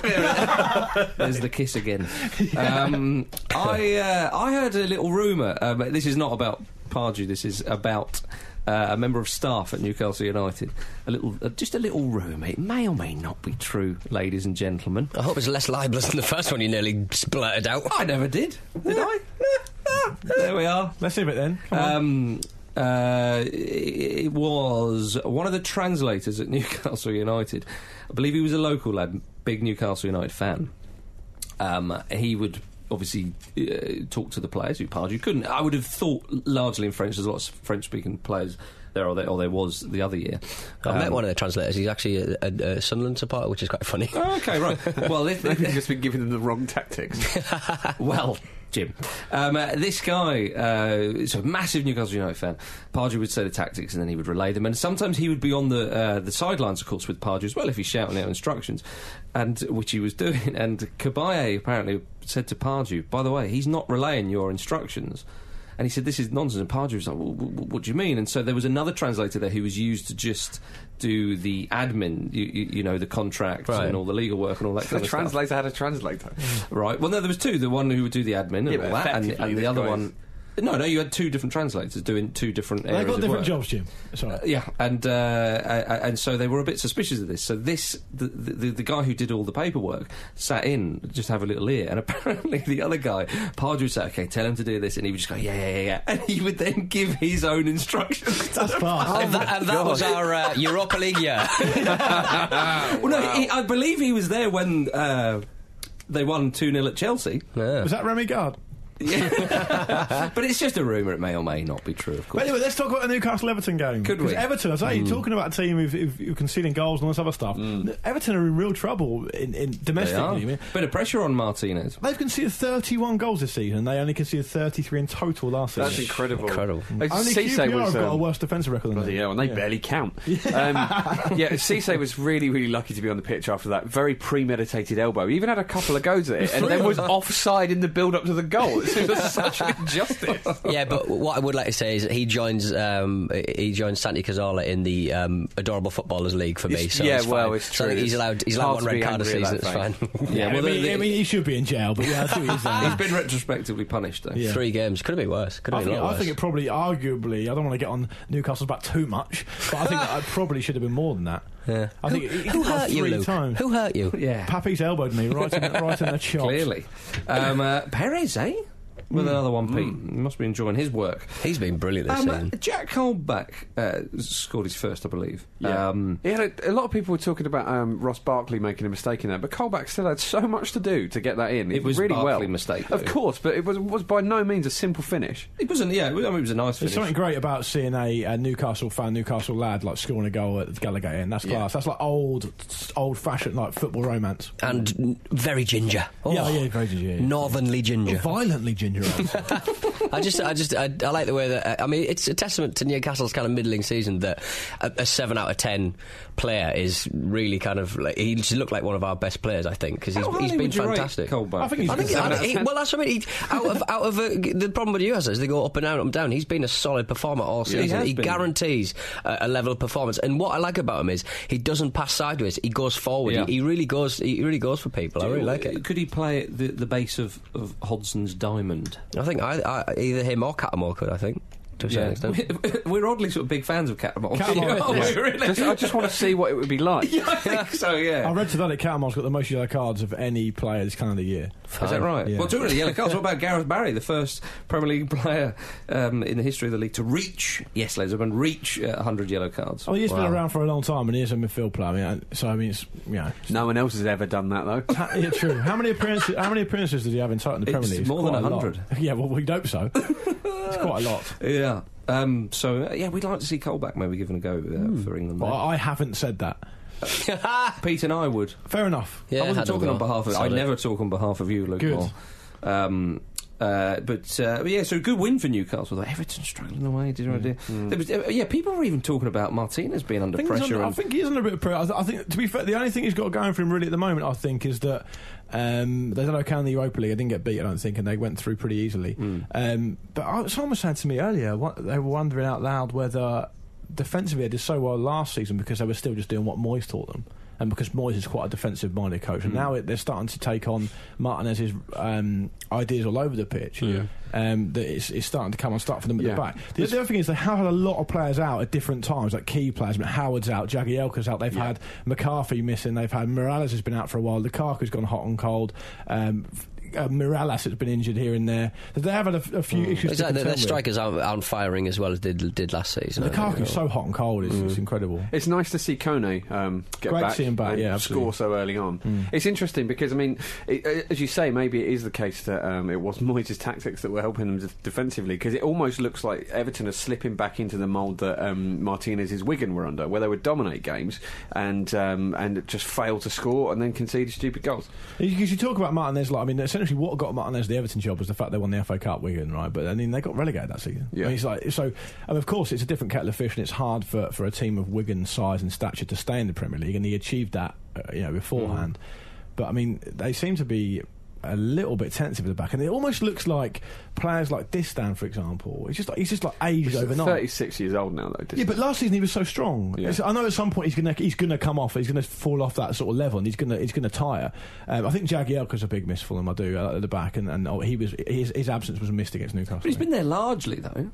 S1: There's the kiss again. um, I uh, I heard a little rumor. Um, this is not about Pardew. This is about. Uh, a member of staff at Newcastle United. A little, uh, just a little rumor. It may or may not be true, ladies and gentlemen.
S2: I hope it's less libelous than the first one you nearly blurted out.
S1: I never did, did I? there we are.
S3: Let's leave it then. Come on.
S1: Um, uh, it was one of the translators at Newcastle United. I believe he was a local lad, big Newcastle United fan. Um, he would obviously uh, talk to the players who Pardew couldn't. I would have thought largely in French. There's lots of French-speaking players there, or there, or there was the other year.
S2: I met
S1: Um,
S2: one of the translators. He's actually a, a, a Sunderland supporter, which is quite funny.
S1: Oh, okay, right. well, if,
S5: Maybe he's just been giving them the wrong tactics.
S1: Well, Jim, um, uh, this guy uh, is a massive Newcastle United fan. Pardew would say the tactics, and then he would relay them. And sometimes he would be on the uh, the sidelines, of course, with Pardew as well if he's shouting out instructions, and which he was doing. And Kabaye apparently said to Pardew, "By the way, he's not relaying your instructions." And he said, "This is nonsense." And Pardew was like, well, wh- wh- "What do you mean?" And so there was another translator there who was used to just do the admin, you, you, you know, the contracts
S2: Right.
S1: and all the legal work and all that.
S5: the
S1: kind of stuff.
S5: translator had a translator.
S1: Right. Well, no, there was two. The one who would do the admin and
S5: Yeah, but
S1: all that, and,
S5: effectively
S1: and
S5: this
S1: the other
S5: guy's-
S1: one. No, no, you had two different translators doing two different areas
S3: They've got
S1: of
S3: different
S1: work.
S3: jobs, Jim. Sorry.
S1: Yeah, and uh, uh, and so they were a bit suspicious of this. So this the, the the guy who did all the paperwork sat in just have a little ear, and apparently the other guy Pardew said, "Okay, tell him to do this," and he would just go, "Yeah, yeah, yeah,", yeah," and he would then give his own instructions. To
S3: That's fast.
S2: and that, and that was our uh, Europa League year.
S1: well, no, he, I believe he was there when uh, they won two 0 at Chelsea.
S3: Was that Remy Gard?
S1: Yeah. but it's just a rumour. It may or may not be true, of
S3: But
S1: course.
S3: anyway, let's talk about the Newcastle Everton game.
S1: Could
S3: Because
S1: we?
S3: Everton, I
S5: Mm.
S3: say, you're talking about a team who've, who've, who've conceding goals and all this other stuff. Everton are in real trouble in, in
S1: They are.
S3: domestically. I mean,
S1: Bit of pressure on Martinez.
S3: they've conceded 31 goals this season. and They only conceded 33 in total last
S5: That's
S3: season.
S5: incredible.
S2: Incredible.
S5: Like,
S3: Only
S5: Cisse
S3: QPR
S5: was,
S3: have got a
S5: um,
S3: worse defensive record than
S5: Bloody
S3: them.
S5: hell, and they barely count. Um, yeah, Cisse was really, really lucky to be on the pitch after that. Very premeditated elbow. He even had a couple of goes at it, and then was offside in the build up to the goal. It's this is such an injustice.
S2: yeah, but what I would like to say is that he joins um, he joins Santi Cazorla in the um, adorable footballers league for me.
S5: It's-
S2: So
S5: yeah,
S2: it's
S5: well,
S2: fine.
S5: it's
S2: So I think
S5: true.
S2: he's
S5: It's
S2: allowed he's allowed
S5: hard
S2: one
S5: to be
S2: red card a
S5: angry
S2: season.
S5: about
S2: It's
S5: that.
S2: fine.
S5: Yeah,
S3: I,
S5: well,
S3: mean,
S5: the-
S3: I mean, he should be in jail, but yeah, I see what you're saying.
S1: He's uh, been retrospectively punished, though.
S3: Yeah.
S2: Three games could have been worse. Could
S3: I
S2: have been
S3: think,
S2: a lot
S3: I think it
S2: worse.
S3: probably, arguably, I don't want to get on Newcastle's back too much, but I think that I probably should have been more than that.
S2: Yeah.
S3: I think it- it
S2: Who
S3: got
S2: hurt you,
S3: three
S2: Luke?
S3: times.
S2: Who hurt you?
S1: Yeah.
S3: Papi's elbowed me right in, right in the chops.
S1: Clearly. Um, uh, Perez, eh? With another one, Pete. You Mm, must be enjoying his work.
S2: He's been brilliant this
S1: Um,
S2: season.
S1: Jack Holdback uh, scored his first, I believe. Um,
S5: He had a, a lot of people were talking about um, Ross Barkley making a mistake in that, but Colback still had so much to do to get that in. He
S1: It was
S5: did really
S1: Barkley
S5: well.
S1: mistake,
S5: of
S1: though.
S5: course, but it was was by no means a simple finish.
S1: it wasn't, yeah, it was, I mean, it was a nice
S3: There's
S1: finish.
S3: something great about seeing a, a Newcastle fan, Newcastle lad, like scoring a goal at the Gallagher end. That's class. That's like old, old fashioned like football romance.
S2: And n- very ginger.
S1: Oh.
S2: Oh.
S3: Yeah, yeah, very ginger, yeah, yeah.
S2: Northernly ginger.
S3: Violently ginger. ale.
S2: I just, I just, I, I like the way that. uh, I mean, it's a testament to Newcastle's kind of middling season that a, a seven out of ten player is really kind of. Like, he just looked like one of our best players, I think, because he's,
S1: How highly
S2: he's been
S1: would you rate
S2: fantastic.
S1: Colback?
S3: I think he's
S2: I think, I
S3: Seven
S2: think he, well, that's what I mean. He, out of out of uh, the problem with you is they go up and down, up and down. He's been a solid performer all
S1: Yeah, he
S2: season.
S1: has
S2: he
S1: been.
S2: guarantees a, a level of performance. And what I like about him is he doesn't pass sideways. He goes forward.
S1: Yeah.
S2: He, he really goes. He really goes for people. I really like it.
S1: Could he play at the, the base of, of Hodson's diamond?
S2: I think I, I, either him or Catamore could. I think to a certain extent.
S1: We're oddly sort of big fans of Catamol.
S3: Catamol,
S1: Aren't we,
S3: yeah.
S1: really?
S5: Just- I just want to see what it would be like.
S1: yeah, I think so, yeah.
S3: I read today that Catamar's got the most yellow cards of any player this calendar year.
S1: Is that right?
S3: Yeah.
S1: Well, talking of the yellow cards, what about Gareth Barry, the first Premier League player um, in the history of the league to reach, yes, ladies and gentlemen, reach uh, 100 yellow cards?
S3: Oh, he's
S2: Wow.
S3: been around for a long time, and he is a midfield player. I mean, and- so I mean, it's you know,
S5: No one else has ever done that though.
S3: Ha- yeah, true. How many appearances? How many appearances did he have in total in the
S1: It's
S3: Premier League?
S1: more than
S3: quite a lot.
S1: 100.
S3: Yeah, well, we hope so. it's quite a lot.
S1: Yeah. Um, so, uh, yeah, we'd like to see Colback maybe given a go uh, for England.
S3: But
S1: there.
S3: Hmm. I I haven't said that.
S1: Pete and I would.
S3: Fair enough.
S2: Yeah,
S1: I wasn't
S2: had a
S1: talking
S2: go.
S1: on behalf of. I
S2: Solid.
S1: never talk on behalf of you, Luke.
S3: Good.
S1: Moore. Um, uh, but, uh, but yeah, so good win for Newcastle. Though. Everton struggling away, did you idea? There was, uh, yeah, people were even talking about Martinez being under
S3: Hmm. I think, he's
S1: pressure.
S3: under, I
S1: and-
S3: think he is under a bit of pressure. I, th- I think, to be fair, the only thing he's got going for him really at the moment, I think, is that um, they did okay in the Europa League. They didn't get beat, I don't think, and they went through pretty easily.
S1: Hmm.
S3: Um, but I, someone was saying to me earlier, what, they were wondering out loud whether defensively they did so well last season because they were still just doing what Moyes taught them. And because Moyes is quite a defensive-minded coach,
S1: Hmm.
S3: and now it, they're starting to take on Martinez's um, ideas all over the pitch. Um, that it's, it's starting to come and start for them at
S5: Yeah.
S3: the back. The, the other thing is they have had a lot of players out at different times, like key players. I mean, Howard's out, Jagielka's out. They've had McCarthy missing. They've had Morales has been out for a while. Lukaku's gone hot and cold. Um, f- uh, Morales has been injured here and there. They have had a, a few issues.
S2: Is
S3: to
S2: that- their,
S3: contend
S2: their
S3: with.
S2: strikers aren't, aren't firing as well as did did last season. I think.
S3: Lukaku's so hot and cold. It's, it's incredible.
S5: It's nice to see Kone um, get
S3: Great
S5: back,
S3: to see him back,
S5: and
S3: yeah, absolutely. Hmm.
S5: score so early on. It's interesting because I mean, it, uh, as you say, maybe it is the case that um, it was Moyes' tactics that were helping them def- defensively because it almost looks like Everton are slipping back into the mould that um, Martinez's Wigan were under, where they would dominate games and um, and just fail to score and then concede stupid goals.
S3: Because you talk about Martinez, like I mean, essentially what got Martinez the Everton job was the fact they won the FA Cup Wigan, right? But I mean, they got relegated that season. I
S5: Yeah.
S3: mean, it's like so, and of course, it's a different kettle of fish, and it's hard for, for a team of Wigan's size and stature to stay in the Premier League, and he achieved that, uh, you know, beforehand. But I mean, they seem to be a little bit tentative at the back, and it almost looks like players like Distan, for example, it's just like, he's just like aged overnight.
S5: Thirty-six years old now, though.
S3: Yeah, but last season he was so strong.
S5: Yeah.
S3: It's- I know at some point he's gonna he's gonna come off. He's gonna fall off that sort of level, and he's gonna he's gonna tire. Um, I think Jagielka's a big miss for them. I do uh, at the back, and, and oh, he was his, his absence was missed against Newcastle.
S1: but he's been there largely, though.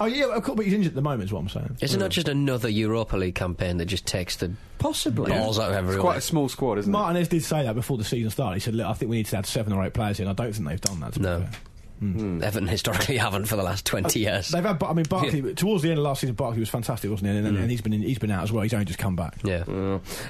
S3: oh yeah, of course, but he's injured at the moment. Is what I'm saying.
S2: Is it not just another Europa League campaign that just takes the
S1: Possibly.
S2: balls out of
S5: it's
S2: everyone?
S5: quite a small squad, isn't it?
S3: Martinez did say that before the season started. He said, "Look, I think we need to add seven or eight players in." I don't think they've done that. to be
S2: No.
S3: fair.
S5: Hmm.
S2: Everton historically haven't for the last 20 years.
S3: They've had, Bar- I mean, Barkley towards the end of last season, Barkley was fantastic, wasn't he? And,
S1: Mm.
S3: and, and he's been in, he's been out as well. He's only just come back.
S2: yeah.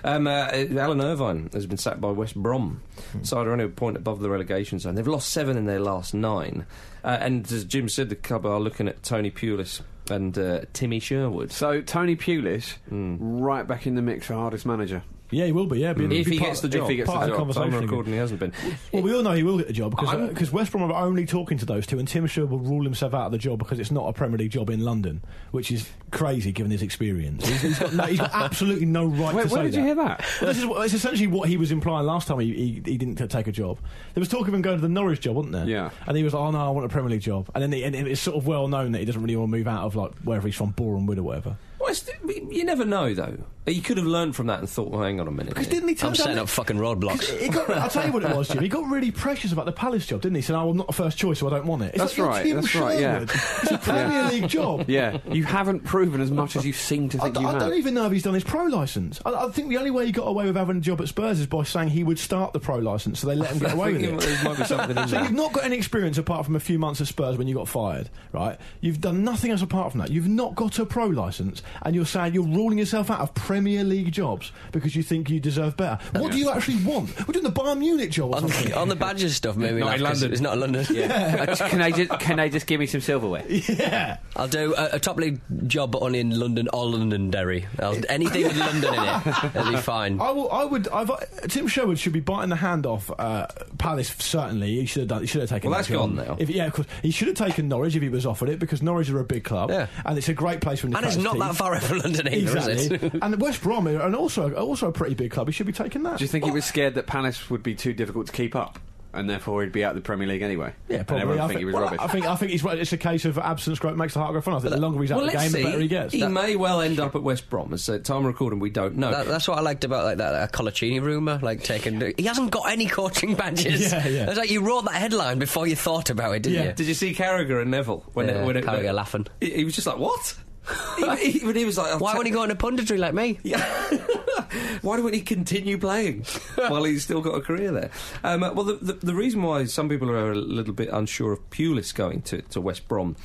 S1: Um, uh, Alan Irvine has been sacked by West Brom.
S3: Hmm.
S1: Side are only a point above the relegation zone. They've lost seven in their last nine. Uh, and as Jim said, the club are looking at Tony Pulis and uh, Timmy Sherwood.
S5: So Tony Pulis, right back in the mix for hardest manager.
S3: Yeah, he will be. Yeah, be,
S1: If
S3: be
S1: he
S3: part-
S1: gets the job.
S5: If he gets
S3: part
S5: the
S3: of
S5: job.
S3: the
S1: Time
S3: conversation.
S1: of
S3: again.
S1: recording, he hasn't been.
S3: Well, we all know he will get a job because
S1: I'm-
S3: because West Brom are only talking to those two, and Tim Sherwood will rule himself out of the job because it's not a Premier League job in London, which is crazy given his experience. He's, he's, got, no, he's got absolutely no right
S5: Where,
S3: to say
S5: where did
S3: that.
S5: you hear that?
S3: Well, this is what, it's essentially what he was implying last time he, he, he didn't t- take a job. There was talk of him going to the Norwich job, wasn't there?
S5: Yeah.
S3: And he was like, oh no, I want a Premier League job. And then the, and it's sort of well known that he doesn't really want to move out of like wherever he's from, Boreham Wood or whatever.
S1: Well, it's, you never know, though. He could have learned from that and thought, well, hang on a minute.
S3: Because didn't he turn
S2: I'm
S3: down
S2: setting up fucking roadblocks.
S3: He got, I'll tell you what it was, Jim. He got really precious about the Palace job, didn't he? He said, oh, well, I'm not a first choice, so I don't want it. It's
S5: That's
S3: like,
S5: right,
S3: You're Tim
S5: that's right, yeah.
S3: Sherwood. It's a Premier League job.
S5: Yeah, you haven't proven as much as you seem to
S3: I,
S5: think
S3: d-
S5: you
S3: I
S5: have.
S3: don't even know if he's done his pro license. I, I think the only way he got away with having a job at Spurs is by saying he would start the pro license, so they let him get away with
S1: think
S3: it.
S1: there might be something in
S3: so
S1: that.
S3: you've not got any experience apart from a few months at Spurs when you got fired, right? You've done nothing else apart from that. You've not got a pro license, and you're saying you're ruling yourself out of Premier League jobs because you think you deserve better. What do you actually want? We're doing the Bayern Munich job or
S2: on,
S3: something.
S2: the, on the badges stuff, maybe
S1: Not in London.
S2: It's not in London.
S5: Uh, just- can I just can they just give me some silverware?
S3: yeah.
S2: I'll do a, a top league job, but only in London or Londonderry. I'll, anything with London in it, it'll be fine.
S3: I, will, I would. I've, uh, Tim Sherwood should be biting the hand off uh, Palace. Certainly, he should have done. He should have taken.
S1: Well,
S3: that
S1: that's
S3: job.
S1: gone now.
S3: If, yeah, of course. He should have taken Norwich if he was offered it because Norwich are a big club.
S2: Yeah.
S3: and it's a great place for. him to
S2: And it's
S3: cut his
S2: not that
S3: teeth.
S2: far away from London either, is it?
S3: Exactly. and West Brom are and also also a pretty big club. He should be taking that.
S5: Do you think he was scared that Palace would be too difficult to keep up, and therefore he'd be out of the Premier League anyway?
S3: Yeah,
S5: And
S3: probably.
S5: everyone
S3: I
S5: think he was
S3: well,
S5: rubbish.
S3: I think I think he's right. It's a case of absence great makes the heart grow fonder. I think the longer he's out
S1: well,
S3: of the
S1: let's
S3: game,
S1: see.
S3: the better he gets.
S1: He
S3: That-
S1: may well end up at West Brom. As at time of recording, we don't know.
S2: That, that's what I liked about like that, that Colaccini rumor, like taking. He hasn't got any coaching badges.
S3: Yeah, yeah.
S2: It's like you wrote that headline before you thought about it, didn't
S3: Yeah.
S2: you?
S1: Did you see Carragher and Neville when
S2: Yeah,
S1: it, when it,
S2: Carragher
S1: when-
S2: laughing.
S1: He, he was just like, "What?" he, he- when he was like, I'll
S2: Why
S1: ta-
S2: won't he go into punditry like me?
S1: Yeah. why don't he continue playing while he's still got a career there? Um, uh, well, the, the, the reason why some people are a little bit unsure of Pulis going to, to West Brom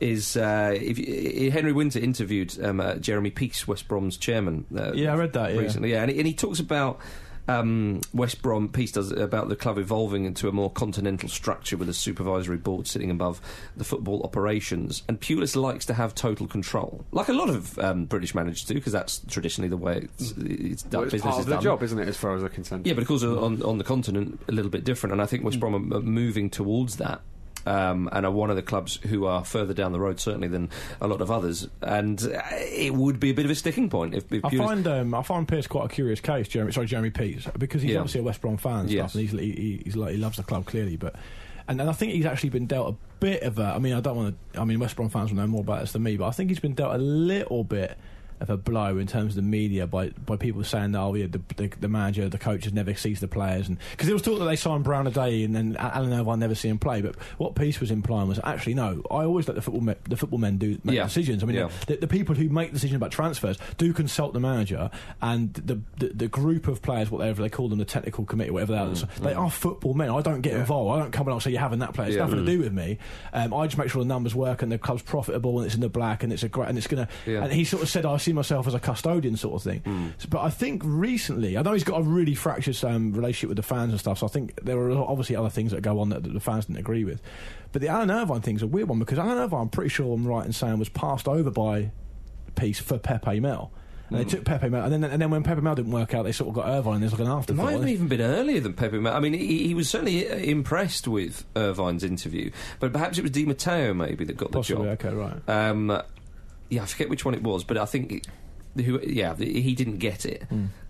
S1: is uh, if, y- Henry Winter interviewed um, uh, Jeremy Peace, West Brom's chairman. Uh,
S3: Yeah, I read that, yeah.
S1: recently. Yeah, and he, and he talks about. Um, West Brom piece does about the club evolving into a more continental structure with a supervisory board sitting above the football operations. And Pulis likes to have total control, like a lot of um, British managers do, because that's traditionally the way it's,
S3: Mm.
S1: it's done.
S5: Well, it's
S1: business
S5: part
S1: is
S5: of the
S1: done.
S5: job, isn't it? As far as I'm concerned.
S1: Yeah, but of course, uh, on, on the continent, a little bit different. And I think West Brom are m- moving towards that. Um, and are one of the clubs who are further down the road, certainly, than a lot of others. And uh, it would be a bit of a sticking point if, if
S3: I
S1: Pulis-
S3: find um, I find Pierce quite a curious case, Jeremy. Sorry, Jeremy Pease, because he's
S1: Yeah.
S3: obviously a West Brom fan and
S1: Yes.
S3: stuff, and he's, he, he- he's like, he loves the club clearly. But and, and I think he's actually been dealt a bit of a. I mean, I don't want to. I mean, West Brom fans will know more about this than me, but I think he's been dealt a little bit of a blow in terms of the media by by people saying that oh yeah, the, the, the manager, the coach has never sees the players, and because it was thought that they signed Brown a day and then Alan Irvine never see him play. But what Peace was implying was actually no, I always let the football me- the football men do make
S1: Yeah.
S3: decisions. I mean,
S1: Yeah.
S3: the, the people who make decisions about transfers do consult the manager and the the, the group of players, whatever they call them, the technical committee, whatever that is. They are football men. I don't get involved. I don't come along and say you're having that player. It's
S1: Mm-hmm. Yeah. Mm.
S3: nothing to do with me. Um, I just make sure the numbers work and the club's profitable and it's in the black and it's a great and it's gonna.
S1: Yeah.
S3: And he sort of said, I see myself as a custodian sort of thing.
S2: Hmm.
S3: So- but I think recently, I know he's got a really fractious um, relationship with the fans and stuff. So I think there are obviously other things that go on that, that the fans didn't agree with. But the Alan Irvine thing's a weird one because Alan Irvine, I'm pretty sure I'm right in saying, was passed over by piece for Pepe Mel. And
S1: Hmm.
S3: they took Pepe Mel, and then and then when Pepe Mel didn't work out, they sort of got Irvine. There's like an
S1: It
S3: afterthought.
S1: might have even been earlier than Pepe. Ma- I mean, he, he was certainly uh, impressed with Irvine's interview, but perhaps it was Di Matteo maybe that got the
S3: Possibly,
S1: job.
S3: okay, right.
S1: Um, yeah, I forget which one it was, but I think. it- who, yeah, the- he didn't get it,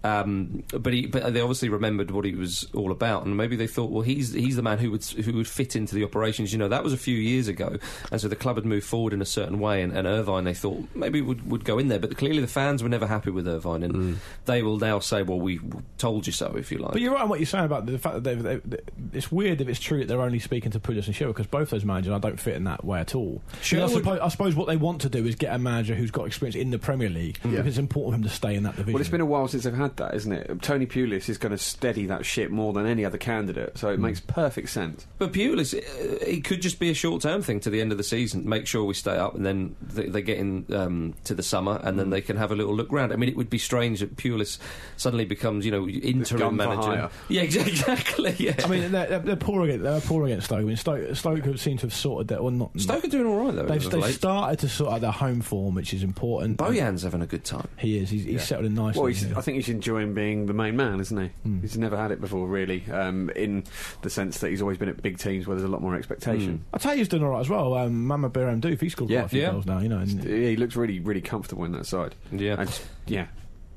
S1: um, but he, but they obviously remembered what he was all about, and maybe they thought, well, he's he's the man who would who would fit into the operations. You know, that was a few years ago, and so the club had moved forward in a certain way, and, and Irvine they thought maybe would would go in there, but clearly the fans were never happy with Irvine, and they will now say, well, we told you so, if you like.
S3: But you're right on what you're saying about the fact that they've, they they- it's weird if it's true that they're only speaking to Pulis and Sherwood because both those managers I don't fit in that way at all. You know, I,
S1: Sherwood-
S3: suppose, I suppose what they want to do is get a manager who's got experience in the Premier League because it's important for him to stay in that division.
S5: Well, it's been a while since they've had that, isn't it? Tony Pulis is going to steady that ship more than any other candidate,
S3: Hmm.
S5: so it makes perfect sense.
S1: But Pulis, uh, it could just be a short term thing to the end of the season. Make sure we stay up, and then they, they get in um, to the summer, and then they can have a little look round. I mean, it would be strange that Pulis suddenly becomes, you know,
S5: gun
S1: interim
S5: for
S1: manager.
S5: hire.
S1: Yeah, exa- exactly. Yeah.
S3: I mean, they're, they're, they're poor against they're poor against Stoke. I mean, Stoke, Stoke seem to have sorted that, or not.
S1: Stoke are doing all right though.
S3: They've,
S1: they
S3: they've started to sort out their home form, which is important.
S1: Bojan's having a good time.
S3: He is. He's, he's settled in nicely. Hmm.
S5: Well, he's,
S3: Yeah.
S5: I think he's in, enjoying being the main man, isn't he? He's never had it before, really, um, in the sense that he's always been at big teams where there's a lot more expectation.
S3: I tell you, he's doing all right as well. Um, Mama Biram Doof, he scored
S5: Yeah.
S3: quite a few
S1: Yeah.
S3: goals now, you know. And,
S5: He looks really, really comfortable in that side.
S1: Yeah.
S5: And just- yeah.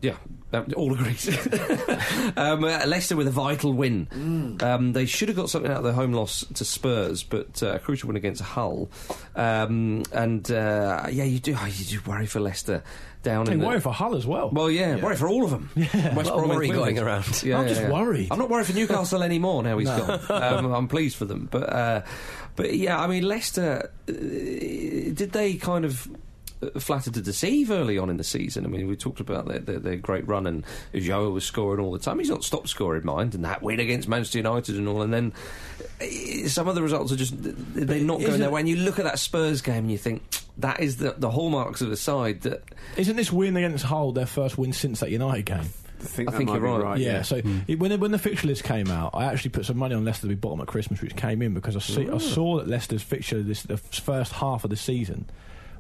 S1: Yeah, that all agrees. um, uh, Leicester with a vital win. Um, they should have got something out of their home loss to Spurs, but uh, a crucial win against Hull. Um, and uh, yeah, you do oh, you do worry for Leicester down in
S3: and
S1: the,
S3: worry for Hull as well.
S1: Well, yeah, worry for all of them. Yeah, West
S2: Lot of
S1: Brom and
S2: worry
S1: Wimbledon.
S2: going around.
S1: Yeah,
S3: I'm
S1: yeah,
S3: just
S1: yeah. Oh.
S3: worried.
S1: I'm not worried for Newcastle anymore. Now he's gone. Um, I'm pleased for them, but uh, but yeah, I mean Leicester. Uh, did they kind of? uh, Flatter to deceive early on in the season. I mean, we talked about their, their, their great run, and Joe was scoring all the time. He's not stopped scoring, mind, and that win against Manchester United and all. And then uh, some of the results are just they're not going
S3: isn't-
S1: their way. And you look at that Spurs game and you think that is the, the hallmarks of a side that
S3: Isn't this win against Hull their first win since that United game?
S5: I think,
S1: I
S5: that
S1: think
S5: might
S1: you're
S5: be
S1: right.
S5: right.
S3: yeah, so it, when, the- when the fixture list came out, I actually put some money on Leicester to be bottom at Christmas, which came in because I, see, I saw that Leicester's fixture, this the f- first half of the season,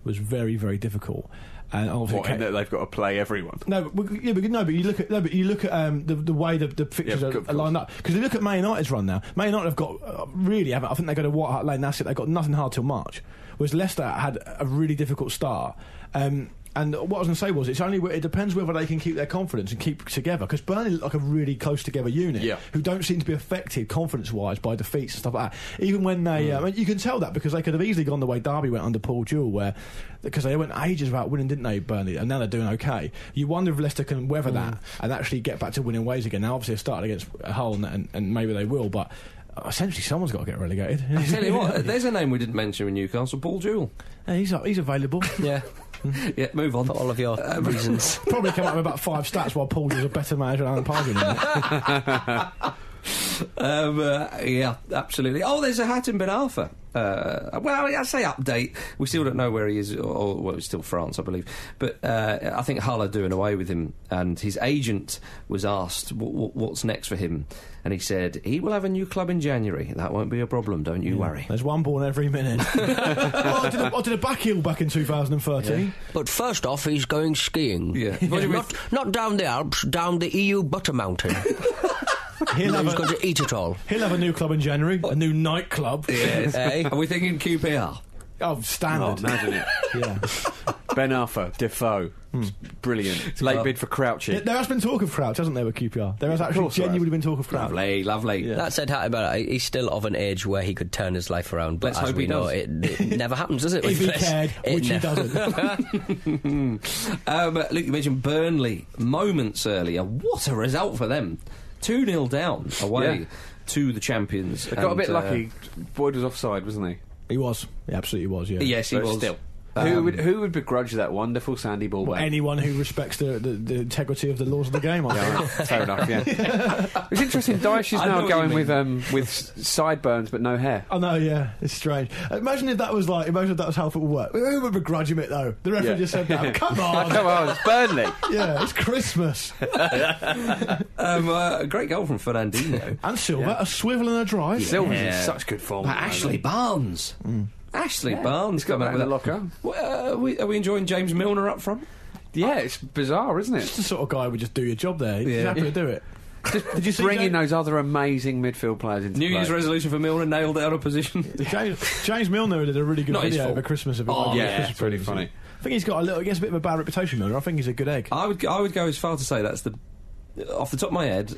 S3: was very, very difficult. And obviously,
S5: What,
S3: it
S5: in
S3: ca-
S5: that they've got to play everyone.
S3: No, but, we- yeah, but, no, but you look at no, but you look at um, the, the way the, the fixtures
S5: Yeah, of
S3: are,
S5: course.
S3: are lined up because you look at Man United's run now. Man United have got uh, really haven't. I think they go to White Hart Lane. That's it. They've got nothing hard till March. Whereas Leicester had a really difficult start. Um, and what I was going to say was, it's only it depends whether they can keep their confidence and keep together because Burnley look like a really close together unit
S5: Yeah.
S3: who don't seem to be affected confidence wise by defeats and stuff like that. Even when they, um, and you can tell that because they could have easily gone the way Derby went under Paul Jewell, where because they went ages without winning, didn't they, Burnley? And now they're doing okay. You wonder if Leicester can weather that and actually get back to winning ways again. Now, obviously, they started against Hull, and, and, and maybe they will, but essentially, someone's got to get relegated.
S1: I tell you what, there's a name we didn't mention in Newcastle, Paul Jewell.
S3: Yeah, he's he's available. Mm.
S1: Yeah. yeah, move on. Um,
S2: For all of your reasons.
S3: Probably come out with about five stats while Paul Jewell's a better manager than Alan Pardew. isn't it?
S1: Um, uh, yeah, absolutely. Oh, there's a Hatem Ben Arfa. Uh, well, I say update. We still don't know where he is, or, or well, it's still France, I believe. But uh, I think Hull are doing away with him, and his agent was asked what, what, what's next for him, and he said he will have a new club in January. That won't be a problem. Don't you worry.
S3: There's one born every minute. well, I, did a, I did a back heel back in 2013.
S2: But first off, he's going skiing.
S1: Yeah. What do you mean?
S2: Not, not down the Alps, down the EU butter mountain.
S3: He'll
S2: No,
S3: have
S2: he's
S3: a-
S2: going to eat it all.
S3: He'll have a new club in January, a new nightclub.
S2: Eh?
S1: Are we thinking QPR?
S3: Oh,
S5: Oh,
S3: standard.
S5: imagine it.
S3: yeah. Hmm.
S5: Ben Arthur, Defoe, brilliant. Late bid for Crouchy.
S3: There- There has been talk of Crouch, hasn't there, with QPR? There has actually
S5: course there
S3: genuinely been talk of Crouch.
S1: Lovely, lovely.
S2: That said, how about it? He's still of an age where he could turn his life around. But
S1: Let's
S2: as
S1: hope
S2: we
S1: he
S2: know,
S1: does.
S2: it, it never happens, does it?
S3: If
S2: with
S3: he
S2: Chris?
S3: cared,
S2: It
S3: which he
S2: never-
S3: doesn't.
S1: Um, Luke, you mentioned Burnley moments earlier. What a result for them. 2 0 down away
S5: Yeah.
S1: to the champions.
S5: Got a
S1: And,
S5: bit
S1: uh,
S5: lucky. Boyd was offside, wasn't he?
S3: he was. He absolutely was, yeah.
S1: Yes, he
S5: But
S1: was. Um,
S5: still. who would who would begrudge that wonderful sandy ball?
S3: Well,
S5: back?
S3: anyone who respects the, the, the integrity of the laws of the game, I think.
S5: Fair enough. Yeah. it's interesting. Daesh is
S1: I know
S5: now
S1: what
S5: going
S1: you mean.
S5: with um, with s- sideburns but no hair.
S3: I know, yeah, it's strange. Imagine if that was like, imagine if that was how football worked. Who would begrudge him it though? The referee
S5: Yeah.
S3: just said that. Come on,
S5: Oh, Come on, it's Burnley.
S3: yeah, it's Christmas.
S1: Um, uh, a great goal from Fernandinho.
S3: And Silver, a swivel and a drive.
S5: Silver's in such good form.
S1: But Ashley Barnes. Ashley Barnes
S5: He's got
S1: coming
S5: that
S1: out with
S5: in the
S1: that.
S5: locker.
S1: Wha- uh, are, we, are we enjoying James Milner up front?
S5: Yeah, it's bizarre, isn't
S3: It's
S5: it?
S3: the sort of guy who would just do your job there. He's happy to do it. Did you see
S5: Bringing
S3: James-
S5: those other amazing midfield players into
S1: New
S5: play.
S1: Year's resolution for Milner nailed out of position.
S3: James, James Milner did a really good
S1: Not his
S3: video
S1: fault.
S3: over Christmas of it.
S1: Oh,
S3: Like,
S5: yeah,
S3: Christmas
S5: it's really
S3: presents.
S5: funny.
S3: I think he's got a little. He gets a bit of a bad reputation, Milner. I think he's a good egg.
S1: I would I would go as far to say that's the off the top of my head.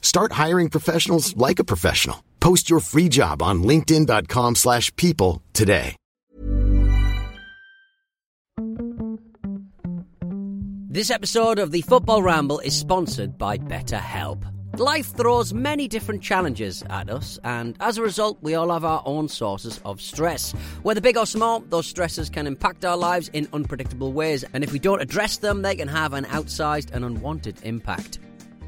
S7: Start hiring professionals like a professional. Post your free job on linkedin.com/people slash people today.
S8: This episode of the Football Ramble is sponsored by BetterHelp. Life throws many different challenges at us, and as a result, we all have our own sources of stress. Whether big or small, those stresses can impact our lives in unpredictable ways, and if we don't address them, they can have an outsized and unwanted impact.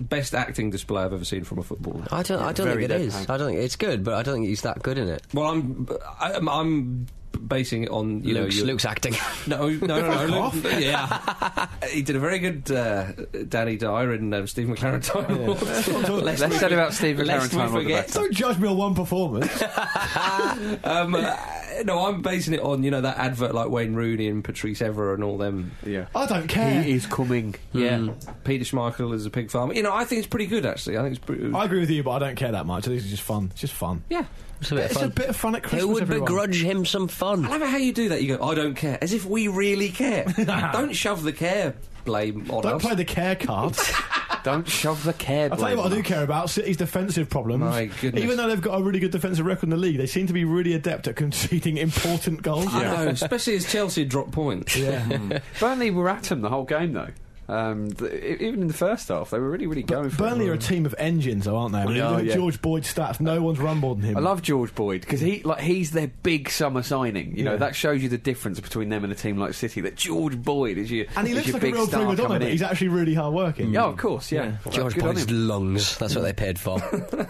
S1: Best acting display I've ever seen from a footballer.
S2: I don't. I don't think it is. I don't think it's good, but I don't think he's that good in it.
S1: Well, I'm, uh, I'm, I'm basing it on you
S2: Luke's,
S1: know your-
S2: Luke's acting.
S1: No, no, no, no.
S3: Fuck
S1: Luke- yeah, he did a very good uh, Danny Dyer and um, Steve McLaren time.
S5: Let's tell you about Steve McLaren
S1: Lest we
S5: time all the
S1: forget.
S5: better.
S3: Don't judge me on one performance.
S1: um, uh, no, I'm basing it on you know that advert like Wayne Rooney and Patrice Evra and all them.
S5: Yeah.
S3: I don't care.
S5: He is coming.
S1: Yeah, Peter Schmeichel as a pig farmer. You know, I think it's pretty good actually. I think it's pretty.
S3: I agree with you, but I don't care that much. I think it's just fun. It's just fun.
S1: yeah.
S2: It's a bit of
S3: It's
S2: fun.
S3: a bit of fun at Christmas.
S2: Who would
S3: everyone.
S2: begrudge him some
S1: I
S2: fun?
S1: love it how you do that. You go, I don't care, as if we really care. Don't shove the care blame on
S3: Don't
S1: us.
S3: play the care card.
S5: Don't shove the care.
S3: I'll tell you
S5: blame
S3: what I do
S5: on.
S3: care about City's defensive problems.
S1: My goodness.
S3: Even though they've got a really good defensive record in the league, they seem to be really adept at conceding important goals.
S1: I know, especially as Chelsea drop points.
S3: Yeah.
S5: Hmm. Burnley were at him the whole game though. Um, th- e- even in the first half, they were really, really going for
S3: Burnley
S5: it.
S3: are a team of engines, though, aren't they? I mean,
S5: Yeah,
S3: look at
S5: yeah.
S3: George Boyd's stats. No one's run more than him.
S5: I love George Boyd because he like he's their big summer signing. You know
S3: Yeah.
S5: that shows you the difference between them and a team like City. That George Boyd is your
S3: and he
S5: is
S3: looks
S5: your
S3: like a
S5: big
S3: real
S5: star
S3: prima donna,
S5: coming
S3: but
S5: in.
S3: he's actually really hard working.
S5: Yeah, of course, yeah. Well, that's
S2: George
S5: good on
S2: Boyd's
S5: him.
S2: lungs. That's what they paid for.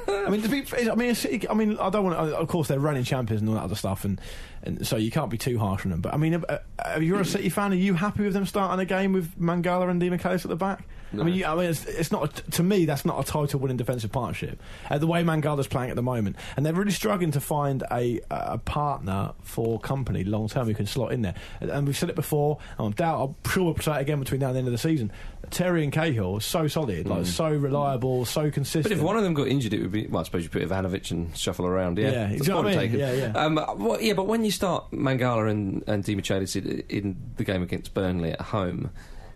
S3: I mean, to be, fair, I mean, a City, I mean, I don't want. to Of course, they're running champions and all that other stuff, and, and so you can't be too harsh on them. But I mean, uh, uh, you're a City fan. Are you happy with them starting a game with Mangala and Di Michaelis at the back? I mean, you, I mean, it's, it's not a, to me. That's not a title-winning defensive partnership. Uh, the way Mangala's playing at the moment, and they're really struggling to find a a partner for company long term who can slot in there. And, and we've said it before. And I'm doubt. I'm sure we'll say it again between now and the end of the season. Terry and Cahill are so solid, like so reliable, so consistent.
S1: Hmm. But if one of them got injured, it would be. Well, I suppose you put Ivanovic and shuffle around. Yeah,
S3: Yeah,
S1: That's
S3: exactly
S1: point
S3: what I mean.
S1: taken.
S3: Yeah, yeah.
S1: Um, well, yeah, but when you start Mangala and and Dimichalis in, in the game against Burnley at home,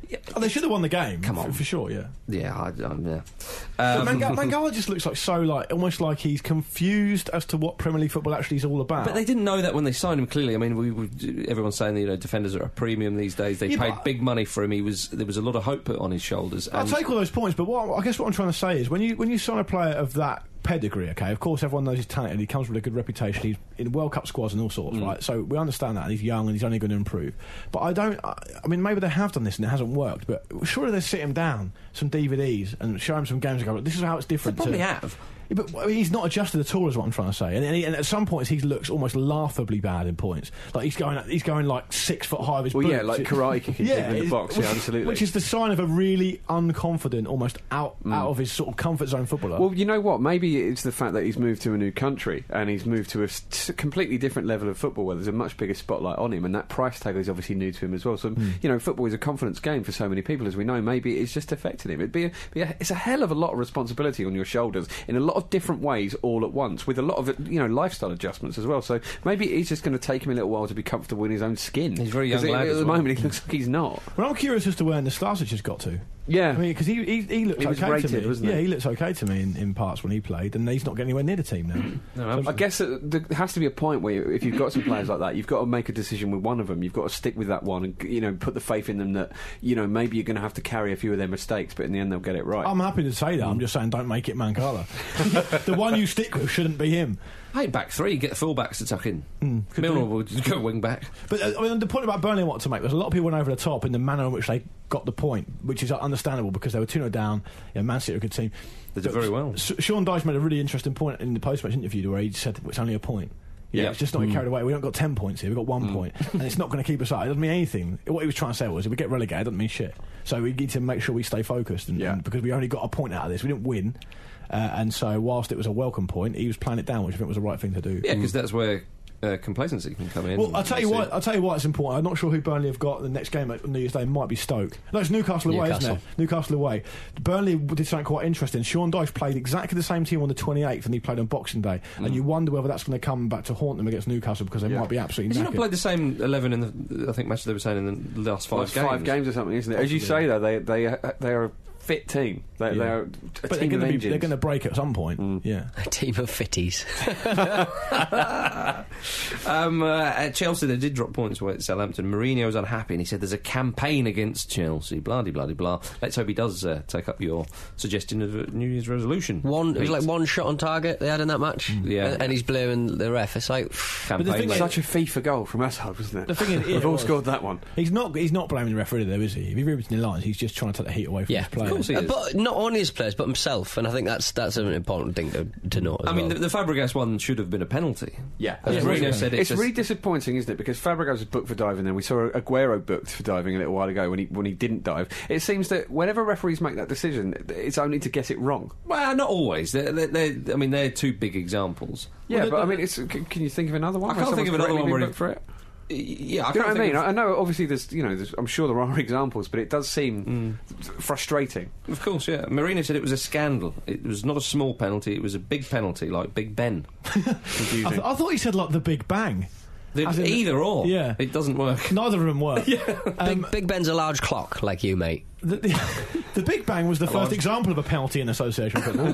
S1: yeah,
S3: Oh, they should have won the game.
S1: Come
S3: f-
S1: on.
S3: for sure, yeah.
S1: yeah, I, I'm, yeah.
S3: But
S1: Um,
S3: Manga- Mangala just looks like so like almost like he's confused as to what Premier League football actually is all about.
S1: But they didn't know that when they signed him. Clearly, I mean, we, we everyone's saying that you know defenders are a premium these days. They
S3: Yeah,
S1: paid
S3: but-
S1: big money for him. He was there was a lot of hope put on his shoulders.
S3: I
S1: and-
S3: take all those points, but what I guess what I'm trying to say is when you when you sign a player of that pedigree, okay, of course everyone knows he's talented, he comes with a good reputation, he's in World Cup squads and all sorts,
S5: Mm.
S3: right? So we understand that, and he's young and he's only going to improve. But I don't, I, I mean, maybe they have done this and it hasn't worked, but surely they sit him down, some DVDs, and show him some games and go, look, this is how it's different.
S1: probably
S3: to,
S1: have.
S3: Yeah, but I mean, he's not adjusted at all, is what I'm trying to say. And, and, he, and at some points, he looks almost laughably bad in points. Like he's going, he's going like six foot high. Of his
S5: Well, yeah,
S3: boots.
S5: like karate kicking people in the
S3: it's-
S5: box, yeah, absolutely.
S3: Which is the sign of a really unconfident, almost out out of his sort of comfort zone footballer.
S5: Mm. Well, you know what? Maybe it's the fact that he's moved to a new country and he's moved to a s- s- completely different level of football where there's a much bigger spotlight on him, and that price tag is obviously new to him as well. So,
S1: Hmm.
S5: you know, football is a confidence game for so many people, as we know. Maybe it's just affected him. It'd be, a, be a, it's a hell of a lot of responsibility on your shoulders in a lot of different ways, all at once, with a lot of you know lifestyle adjustments as well. So maybe it's just going to take him a little while to be comfortable in his own skin.
S1: He's a very
S5: 'Cause
S1: young
S5: at-
S1: lad
S5: At
S1: as
S5: the
S1: well.
S5: moment, he looks like he's not.
S3: but I'm curious as to where Nastasic has got to.
S5: Yeah,
S3: I mean, because he, he he looks
S5: He was
S3: okay to
S5: rated,
S3: me.
S5: wasn't he?
S3: yeah, he looks okay to me in, in parts when he played, and he's not getting anywhere near the team now.
S1: No,
S5: I guess that there has to be a point where you- if you've got some players like that, you've got to make a decision with one of them. You've got to stick with that one, and you know, put the faith in them that you know maybe you're going to have to carry a few of their mistakes, but in the end they'll get it right.
S3: I'm happy to say that.
S1: Hmm.
S3: I'm just saying, don't make it Mancala. the one you stick with shouldn't be him. Hmm,
S1: Hey, back three, get the fullbacks to tuck in. Milner would go wing back.
S3: But uh, I mean, the point about Burnley, I want to make was a lot of people went over the top in the manner in which they got the point, which is understandable because they were 2 0 down. You know, Man City are a good team.
S1: They did
S3: But
S1: very well.
S3: S- Sean Dyche made a really interesting point in the post match interview where he said it's only a point. Yeah,
S1: Yeah.
S3: it's just not get carried away. We don't got ten points here. We have got one point, and it's not going to keep us up. It doesn't mean anything. What he was trying to say was, if we get relegated, it doesn't mean shit. So we need to make sure we stay focused, and,
S5: Yeah.
S3: and because we only got a point out of this, we didn't win. Uh, and so, whilst it was a welcome point, he was playing it down, which I think was the right thing to do.
S1: Yeah, because that's where uh, complacency can come in.
S3: Well, I'll tell you
S1: So-
S3: what. I'll tell you why it's important. I'm not sure who Burnley have got. The next game at New Year's Day might be Stoke. No, it's Newcastle away, isn't
S2: Newcastle.
S3: it? Newcastle away. Burnley did something quite interesting. Sean Dyche played exactly the same team on the 28th, and he played on Boxing Day.
S5: Mm.
S3: And you wonder whether that's going to come back to haunt them against Newcastle because they might be absolutely.
S1: Has he not
S3: knackered.
S1: played the same 11 in the, I think, match they were saying in the last five
S5: Like
S1: games?
S5: five games or something, isn't it? As you say, though, they they they are a fit team.
S3: Yeah.
S5: They, they are a
S3: But they're
S5: team
S3: going
S5: of
S3: to be.
S5: engines.
S3: They're going to break at some point.
S5: Mm.
S3: Yeah.
S2: A team of fitties.
S1: um, uh, at Chelsea, they did drop points away at Southampton. Mourinho's unhappy, and he said there's a campaign against Chelsea. Blah de blah de blah. Let's hope he does uh, take up your suggestion of a New Year's resolution.
S2: One, it was
S1: Pete.
S2: like one shot on target they had in that match.
S1: Mm, Yeah.
S2: and, and he's blaming the ref. It's like,
S1: campaign.
S3: thing
S1: like-
S3: is-
S5: Such a FIFA goal from Assad, wasn't
S3: The
S5: it?
S3: thing is- yeah, it
S5: we've all
S3: was.
S5: scored that one.
S3: He's not. He's not blaming the referee though, is he? If he reads the lines, he's just trying to take the heat away from
S2: yeah,
S3: his players.
S1: he
S2: Uh,
S1: is.
S2: but not only his players, but himself. And I think that's that's an important thing to, to note. As
S1: I mean,
S2: well.
S1: the, the Fabregas one should have been a penalty.
S5: Yeah,
S1: As
S3: Yeah,
S1: Mourinho
S3: yeah.
S1: said,
S5: It's,
S1: it's, a-
S5: really disappointing, isn't it? Because Fabregas was booked for diving, then we saw Aguero booked for diving a little while ago when he when he didn't dive. It seems that whenever referees make that decision, it's only to get it wrong.
S1: Well, not always. They're, they're, they're, I mean, they're two big examples.
S5: Yeah,
S3: Well,
S5: but
S3: the-
S5: I mean, it's, c- can you think of another one?
S1: I
S5: where
S1: can't think of
S5: someone's
S1: another
S5: correctly been
S1: one where
S5: booked for it.
S1: Y- Yeah, I
S5: Do you know
S1: can't
S5: what I
S1: think
S5: mean?
S1: of-
S5: I know obviously there's you know there's, I'm sure there are examples, but it does seem frustrating.
S1: Mm. Of course, yeah. Marina said it was a scandal. It was not a small penalty, it was a big penalty, like Big Ben.
S3: I, th- I thought he said like the Big Bang.
S1: The-
S3: As in-
S1: either or.
S3: Yeah.
S1: It doesn't work.
S3: Neither of them Um, were.
S2: Big, Big Ben's a large clock, like you, mate.
S3: The, the, the Big Bang was the first example of a penalty in association football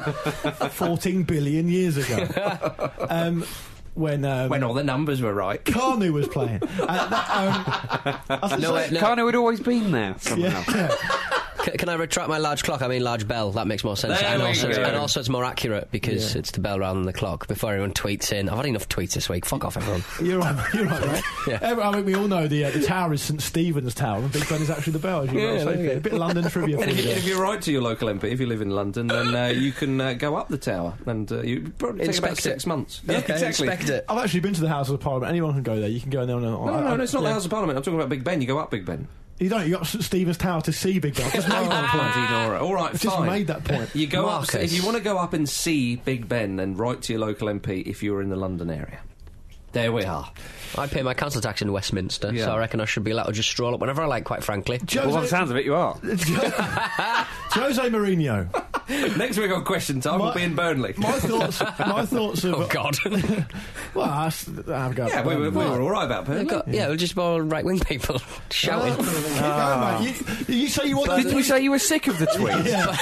S3: 14 billion years ago. Um, when um,
S1: When all the numbers were right.
S3: Carnu was playing. Uh, that, um, I was
S2: No,
S3: gonna say-
S2: no.
S5: Carno had always been there. somehow.
S3: yeah, yeah.
S2: C- can I retract my large clock? I mean, large bell. That makes more sense.
S1: There
S2: And
S1: we
S2: also,
S1: go.
S2: and also, it's more accurate because it's the bell rather than the clock. Before everyone tweets in, I've had enough tweets this week. Fuck off, everyone.
S3: You're right, you're right, right?
S2: Yeah.
S3: Every- I think we all know the, uh, the tower is St Stephen's Tower, and Big Ben is actually the bell, as you
S2: Yeah,
S3: yeah,
S2: there you go.
S3: A bit of London trivia for
S1: And
S3: you
S1: if, you,
S3: there.
S1: if you write to your local MP, if you live in London, then uh, you can uh, go up the tower and uh, you probably take about
S2: Inspect
S1: six
S2: it.
S1: months.
S2: Okay, Expect it.
S3: I've actually been to the House of Parliament. Anyone can go there. You can go there on. a- on
S1: No, no,
S3: a-
S1: no, no, it's not
S3: yeah.
S1: the House of Parliament. I'm talking about Big Ben. You go up Big Ben.
S3: You don't. You got St Stephen's Tower to see Big Ben. I've just made that point.
S1: Bloody Nora. All right,
S3: I've just
S1: fine.
S3: made that point.
S1: You go up
S2: Marcus.
S1: if you want to go up and see Big Ben, then write to your local MP if you're in the London area. There we are.
S2: I pay my council tax in Westminster,
S1: Yeah.
S2: so I reckon I should be allowed to just stroll up whenever I like. Quite frankly,
S3: Jose,
S5: Well, by the sounds of it, you are.
S3: Jose Mourinho.
S1: Next week on Question Time,
S3: My-
S1: we'll be in Burnley.
S3: My thoughts. My thoughts of.
S2: oh God.
S3: Well, I s- I've got.
S1: yeah, we were, we were all right about Burnley.
S2: yeah. we're just all right wing people shouting.
S3: Ah. Keep going, mate. You, you say you want.
S5: Did you say you were sick of the tweet?
S3: Yeah.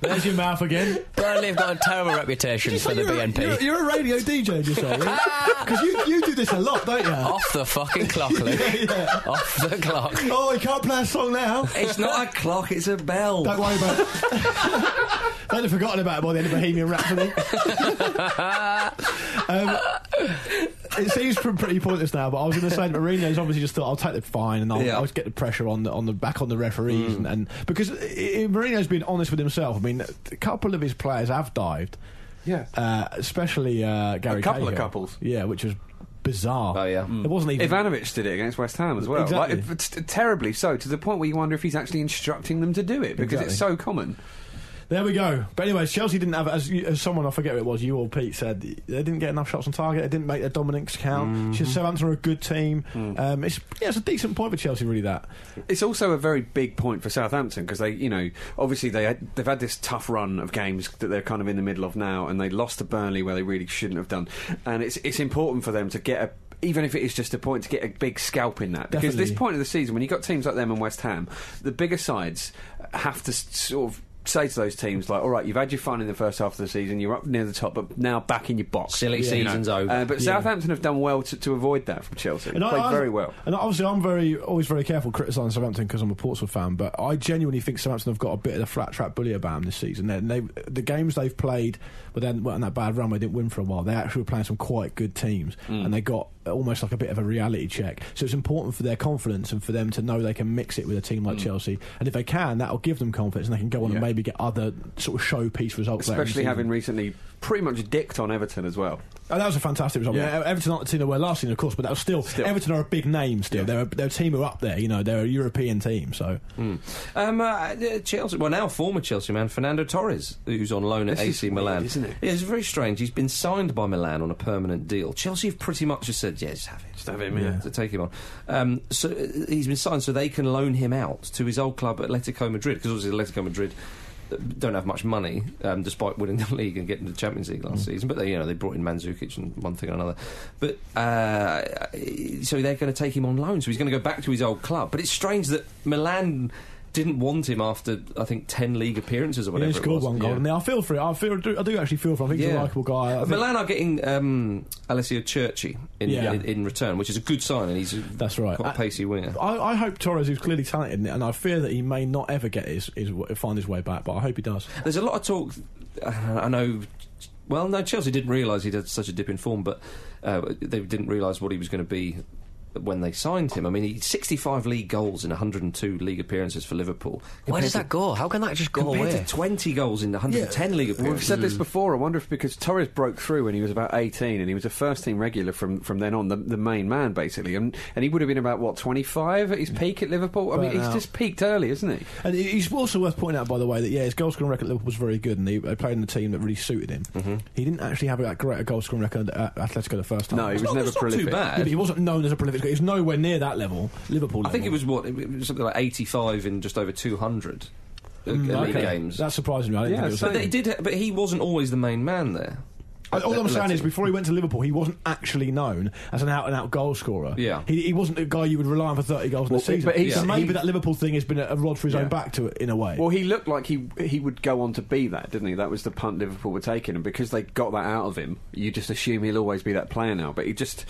S3: There's your mouth again.
S2: Burnley have got a terrible reputation for the
S3: you're, a-
S2: BNP.
S3: You're, you're a radio DJ, you say, because you you do this a lot, don't you?
S2: Off the fucking clock, Luke.
S3: yeah.
S2: Off the clock.
S3: Oh, you can't play a song now.
S1: It's not a clock, it's a bell.
S3: Don't worry about it. They'd have forgotten about it by the end of Bohemian Rhapsody. Um, it seems pr- pretty pointless now, but I was going to say that Mourinho's obviously just thought I'll take the fine and I'll,
S1: Yeah. Mm.
S3: I'll get the pressure on the on the back on the referees and, and because i i Mourinho's been honest with himself. I mean, a couple of his players have dived.
S5: Yeah.
S3: uh, especially uh, Gary.
S5: couple of
S3: Cahill.
S5: couples.
S3: Yeah, which was bizarre.
S1: Oh, yeah. Mm.
S3: it wasn't even
S5: Ivanovic did it against West Ham as well.
S3: Exactly.
S5: Like, it's terribly so, to the point where you wonder if he's actually instructing them to do it because it's so common.
S3: There we go. But anyway, Chelsea didn't have as, you- as someone I forget who it was you or Pete said they didn't get enough shots on target. They didn't make their dominance count. Just Southampton are a good team. Um, it's yeah, it's a decent point for Chelsea, really. That
S5: It's also a very big point for Southampton because they, you know, obviously they had, they've had this tough run of games that they're kind of in the middle of now, and they lost to Burnley where they really shouldn't have done, and it's it's important for them to get a. Even if it is just a point to get a big scalp in that, because this
S3: Definitely.
S5: point of the season, when you've got teams like them and West Ham, the bigger sides have to s- sort of say to those teams like, "All right, you've had your fun in the first half of the season, you're up near the top, but now back in your box."
S1: Silly season's over.
S5: Uh, but Southampton have done well to, to avoid that from Chelsea. Played very well.
S3: And obviously, I'm very always very careful criticising Southampton because I'm a Portsmouth fan. But I genuinely think Southampton have got a bit of the flat trap bully about them this season. They, they, the games they've played, but then weren't on that bad run. They didn't win for a while. They actually were playing some quite good teams,
S5: Mm.
S3: and they got almost like a bit of a reality check. So it's important for their confidence and for them to know they can mix it with a team like Chelsea. And if they can, that'll give them confidence, and they can go on
S5: Mm. Yeah.
S3: and maybe get other sort of showpiece results. later in the
S5: Especially
S3: season.
S5: having recently pretty much dicked on Everton as well.
S3: Oh, that was a fantastic result.
S5: Yeah.
S3: I mean, Everton aren't the team they were last season, of course, but that was still, Everton are a big name still. They're, a, they're a team who are up there. You know, they're a European team. So
S1: Um, uh, uh, Chelsea. Well, now former Chelsea man Fernando Torres, who's on loan at
S5: This is
S1: AC
S5: weird,
S1: Milan,
S5: isn't it?
S1: Yeah, it's very strange. He's been signed by Milan on a permanent deal. Chelsea have pretty much just said, "Yeah, just have it, just
S5: have him, yeah.
S1: to take him on." Um, so uh, he's been signed, so they can loan him out to his old club, Atletico Madrid, because obviously Atletico Madrid. uh, Don't have much money, um, despite winning the league and getting to the Champions League last
S3: Mm.
S1: season. But they, you know, they brought in Mandzukic and one thing or another. But uh, so they're going to take him on loan. So he's going to go back to his old club. But it's strange that Milan didn't want him after I think ten league appearances
S3: yeah,
S1: or whatever.
S3: he
S1: it
S3: scored
S1: was.
S3: one goal.
S1: Yeah.
S3: And I feel for it. I feel I do, I do actually feel for. Him. I think he's a likable guy. I think-
S1: Milan are getting um, Alessio Churchy in,
S3: Yeah.
S1: in, in return, which is a good sign, and he's a
S3: That's right.
S1: quite a pacey winger.
S3: I, I hope Torres, who's clearly talented, and I fear that he may not ever get his, his find his way back. But I hope he does.
S1: There's a lot of talk. uh, I know. Well, no, Chelsea didn't realise he'd had such a dip in form, but uh, they didn't realise what he was going to be when they signed him. I mean, he 65 league goals in 102 league appearances for Liverpool.
S2: Where
S1: compared
S2: does that
S1: to-
S2: go? How can that just go
S1: compared
S2: away?
S1: to 20 goals in 110 league appearances.
S5: We've said
S3: Mm.
S5: this before. I wonder if because Torres broke through when he was about 18 and he was a first team regular from, from then on, the, the main man basically. And, and he would have been about, what, 25 at his peak at Liverpool? I mean,
S3: Mm. Burnt
S5: he's
S3: out.
S5: just peaked early, isn't he?
S3: And he- he's also worth pointing out, by the way, that yeah, his goal scoring record at Liverpool was very good, and he uh, played in a team that really suited him.
S5: Mm-hmm.
S3: He didn't actually have a great goal scoring record at Atletico the first time.
S5: No, he was
S1: not-
S5: never
S1: it's not too
S5: prolific.
S1: bad.
S3: Yeah, but he wasn't known as a prolific. He's nowhere near that level. Liverpool.
S1: I think
S3: level.
S1: it was what it was something like 85 in just over 200
S3: Mm,
S1: league
S3: okay.
S1: games.
S3: That surprised me. I didn't
S5: Yeah,
S3: think it was.
S5: so-
S1: but they did, but he wasn't always the main man there.
S3: I- all I'm
S1: Atletico.
S3: saying is, before he went to Liverpool, he wasn't actually known as an out-and-out goal scorer.
S1: Yeah.
S3: he, he wasn't a guy you would rely on for 30 goals in
S5: Well,
S3: the season.
S5: but he's-
S3: so maybe
S5: he-
S3: that Liverpool thing has been a, a rod for his
S5: Yeah.
S3: own back to it in a way.
S5: Well, he looked like he he would go on to be that, didn't he? That was the punt Liverpool were taking, and because they got that out of him, you just assume he'll always be that player now. But he just,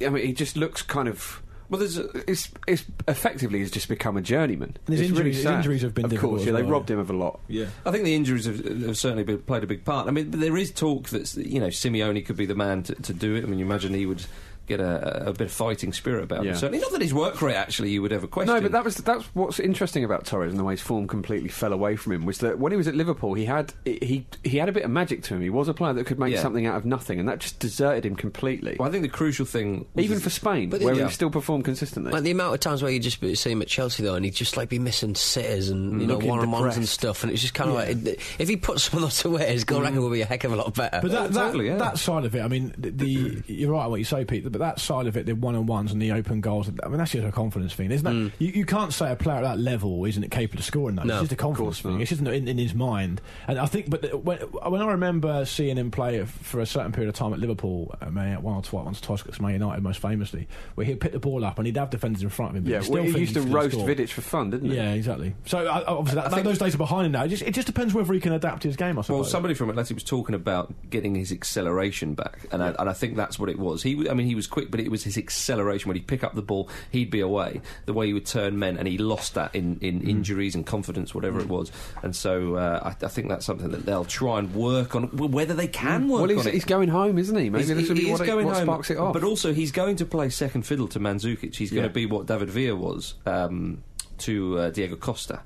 S5: I mean, he just looks kind of. Well, there's it's, it's effectively he's just become a journeyman.
S3: And his
S5: It's
S3: injuries- his
S5: sad.
S3: injuries have been
S5: of
S3: difficult
S5: course,
S3: as
S5: yeah, they
S3: well,
S5: robbed
S3: yeah.
S5: him of a lot.
S3: yeah.
S1: I think the injuries have, have certainly been, played a big part. I mean, but there is talk that you know Simeone could be the man to, to do it. I mean, you imagine he would get a, a bit of fighting spirit about
S5: Yeah.
S1: him. Certainly, not that his work rate actually you would ever question.
S5: No, but that was that's what's interesting about Torres and the way his form completely fell away from him was that when he was at Liverpool, he had he he had a bit of magic to him. He was a player that could make
S1: Yeah.
S5: something out of nothing, and that just deserted him completely.
S1: Well, I think the crucial thing, was-
S5: Even for Spain,
S2: But
S5: where
S2: yeah.
S5: he still performed consistently.
S2: Like the amount of times where you just see him at Chelsea though, and he'd just like be missing sitters and you know
S5: Looking
S2: one on ones and
S5: depressed.
S2: stuff, and it's just kind of like if he put some of those away, his goal record would be a heck of a lot better.
S3: Mm. But that, that,
S1: totally, yeah.
S3: that side of it, I mean, the, the you're right what you say, Pete. But that side of it, the one on ones and the open goals, I mean, that's just a confidence thing, isn't it? You, you can't say a player at that level isn't capable of scoring. Though.
S2: No,
S3: it's just a confidence thing. It's just not in, in his mind. And I think, but the- when, when I remember seeing him play f- for a certain period of time at Liverpool, I mean, one or twice, once or twice against Man United, most famously, where he'd pick the ball up and he'd have defenders in front of him. But
S5: yeah,
S3: he'd still
S5: well, he
S3: think
S5: used to
S3: he's gonna
S5: roast
S3: score.
S5: Vidic for fun, didn't he?
S3: Yeah, exactly. So I, I- obviously, that,
S1: think-
S3: those days are behind him now. It just, it just depends whether he can adapt his game. I suppose.
S1: Well, somebody from Atleti was talking about getting his acceleration back, and I, and I think that's what it was. He, w- I mean, he was was quick, but it was his acceleration. When he'd pick up the ball, he'd be away. The way he would turn men, and he lost that in, in injuries and confidence, whatever it was. And so uh, I, I think that's something that they'll try and work on, w- whether they can work
S5: well, he's,
S1: on it.
S5: he's going home, isn't he? Maybe
S1: He's-
S5: this will
S1: he
S5: be
S1: is
S5: what, it,
S1: going
S5: what
S1: home,
S5: sparks it off.
S1: But also, he's going to play second fiddle to Mandzukic. He's going
S5: Yeah.
S1: to be what David Villa was um, to uh, Diego Costa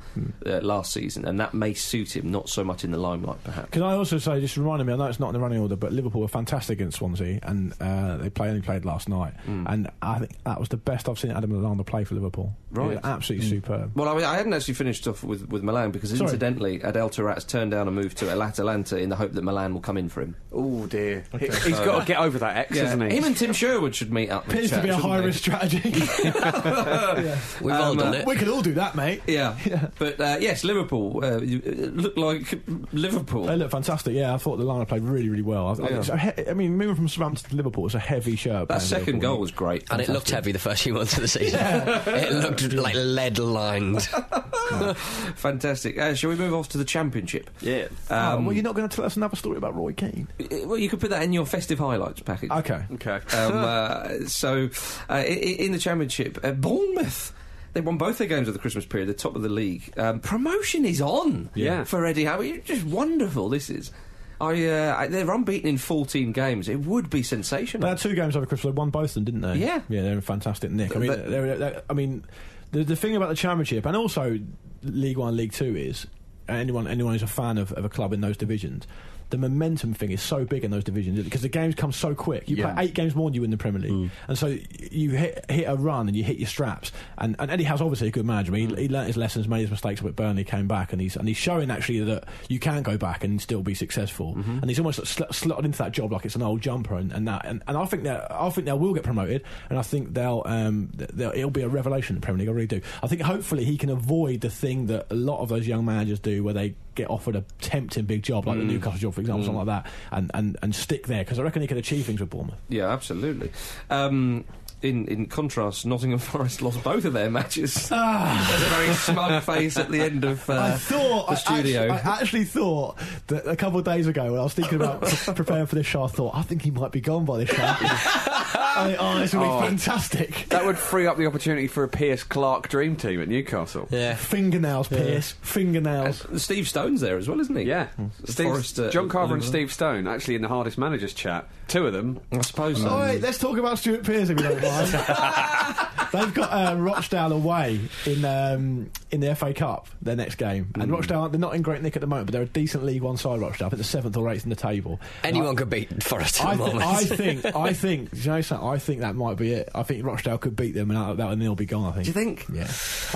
S1: uh, last season, and that may suit him not so much in the limelight, perhaps.
S3: Can I also say, just reminded me, I know it's not in the running order, but Liverpool were fantastic against Swansea, and uh, they play, only played last night.
S1: Hmm.
S3: And I think that was the best I've seen Adam Lallana play for Liverpool. He was
S1: Right.
S3: absolutely superb.
S1: Well, I, mean, I hadn't actually finished off with, with Milan because,
S3: Sorry.
S1: incidentally, Adel Tarat's turned down a move to Atalanta in the hope that Milan will come in for him.
S5: oh dear, He- he's got to get over that ex,
S1: Yeah.
S5: isn't he?
S1: Him and Tim Sherwood should meet up. and
S3: Appears to
S1: chat,
S3: be a
S1: shouldn't
S3: high
S1: they?
S3: risk strategy.
S2: We've all
S1: Um,
S2: done
S1: uh,
S2: it.
S3: we could all do that, mate.
S1: Yeah. but uh, yes, Liverpool uh, you- it looked like Liverpool.
S3: They look fantastic. Yeah, I thought the lineup played really, really well. I, I, it's a he- I mean, moving from Southampton to Liverpool, it's a heavy shirt.
S1: That
S3: playing
S1: second
S3: Liverpool.
S1: goal was great,
S2: And it looked heavy the first few months of the season. it looked like lead lined.
S1: fantastic. Uh, shall we move off to the Championship?
S5: yeah.
S3: Oh,
S1: Um,
S3: well, you're not going to tell us another story about Roy Keane.
S1: Uh, Well, you could put that in your festive highlights package.
S3: Okay.
S5: Okay.
S1: Um, uh, so, uh, i- i- in the Championship, uh, Bournemouth. They won both their games of the Christmas period. They're top of the league. Um, promotion is on
S5: Yeah.
S1: for Eddie Howe. It's Just wonderful this is. I, uh, I, they're unbeaten in 14 games. It would be sensational.
S3: They had two games over Christmas. They won both of them, didn't they?
S1: Yeah.
S3: Yeah, they're in fantastic nick. I mean,
S1: But-
S3: they're, they're- I mean, the, the thing about the Championship and also League One, League Two is anyone anyone who's a fan of, of a club in those divisions. The momentum thing is so big in those divisions because the games come so quick. You
S5: Yeah.
S3: play eight games more than you win the Premier League,
S1: Mm.
S3: and so you hit hit a run and you hit your straps. And, and Eddie Howe's obviously a good manager. I
S1: Mm.
S3: mean, he, he learnt his lessons, made his mistakes, but Burnley came back, and he's and he's showing actually that you can go back and still be successful. And he's almost sl- slotted into that job like it's an old jumper, and, and that. And, and I think that I think they will get promoted, and I think they'll, um, th- they'll it'll be a revelation in the Premier League. I really do. I think hopefully he can avoid the thing that a lot of those young managers do, where they get offered a tempting big job like the Newcastle job, for example, something like that, and, and, and stick there because I reckon he could achieve things with Bournemouth.
S1: Yeah, absolutely. Um, in, in contrast, Nottingham Forest lost both of their matches. There's a very smug face at the end of uh,
S3: I thought
S1: the studio.
S3: I actually, I actually thought that a couple of days ago when I was thinking about preparing for this show, I thought I think he might be gone by this show. I, oh, this would be fantastic.
S5: That would free up the opportunity for a Pierce Clark dream team at Newcastle.
S2: Yeah.
S3: Fingernails, Pierce. Fingernails.
S1: Steve Stone's there as well, isn't he?
S5: Yeah, Steve,
S1: Forrest, uh,
S5: John Carver and
S1: uh,
S5: Steve Stone actually in the hardest managers chat. Two of them.
S1: I suppose.
S3: All
S1: so.
S3: right, let's talk about Stuart Pearce if you don't mind. They've got uh, Rochdale away in um, in the FA Cup their next game, and Rochdale they're not in great nick at the moment, but they're a decent League One side. Rochdale, I think they're seventh or eighth in the table.
S2: Anyone could beat Forest at
S3: I,
S2: the
S3: th-
S2: moment.
S3: I think, I think, do you know something? I think that might be it. I think Rochdale could beat them, and that, that and they'll be gone. I think.
S1: Do you think?
S3: Yeah.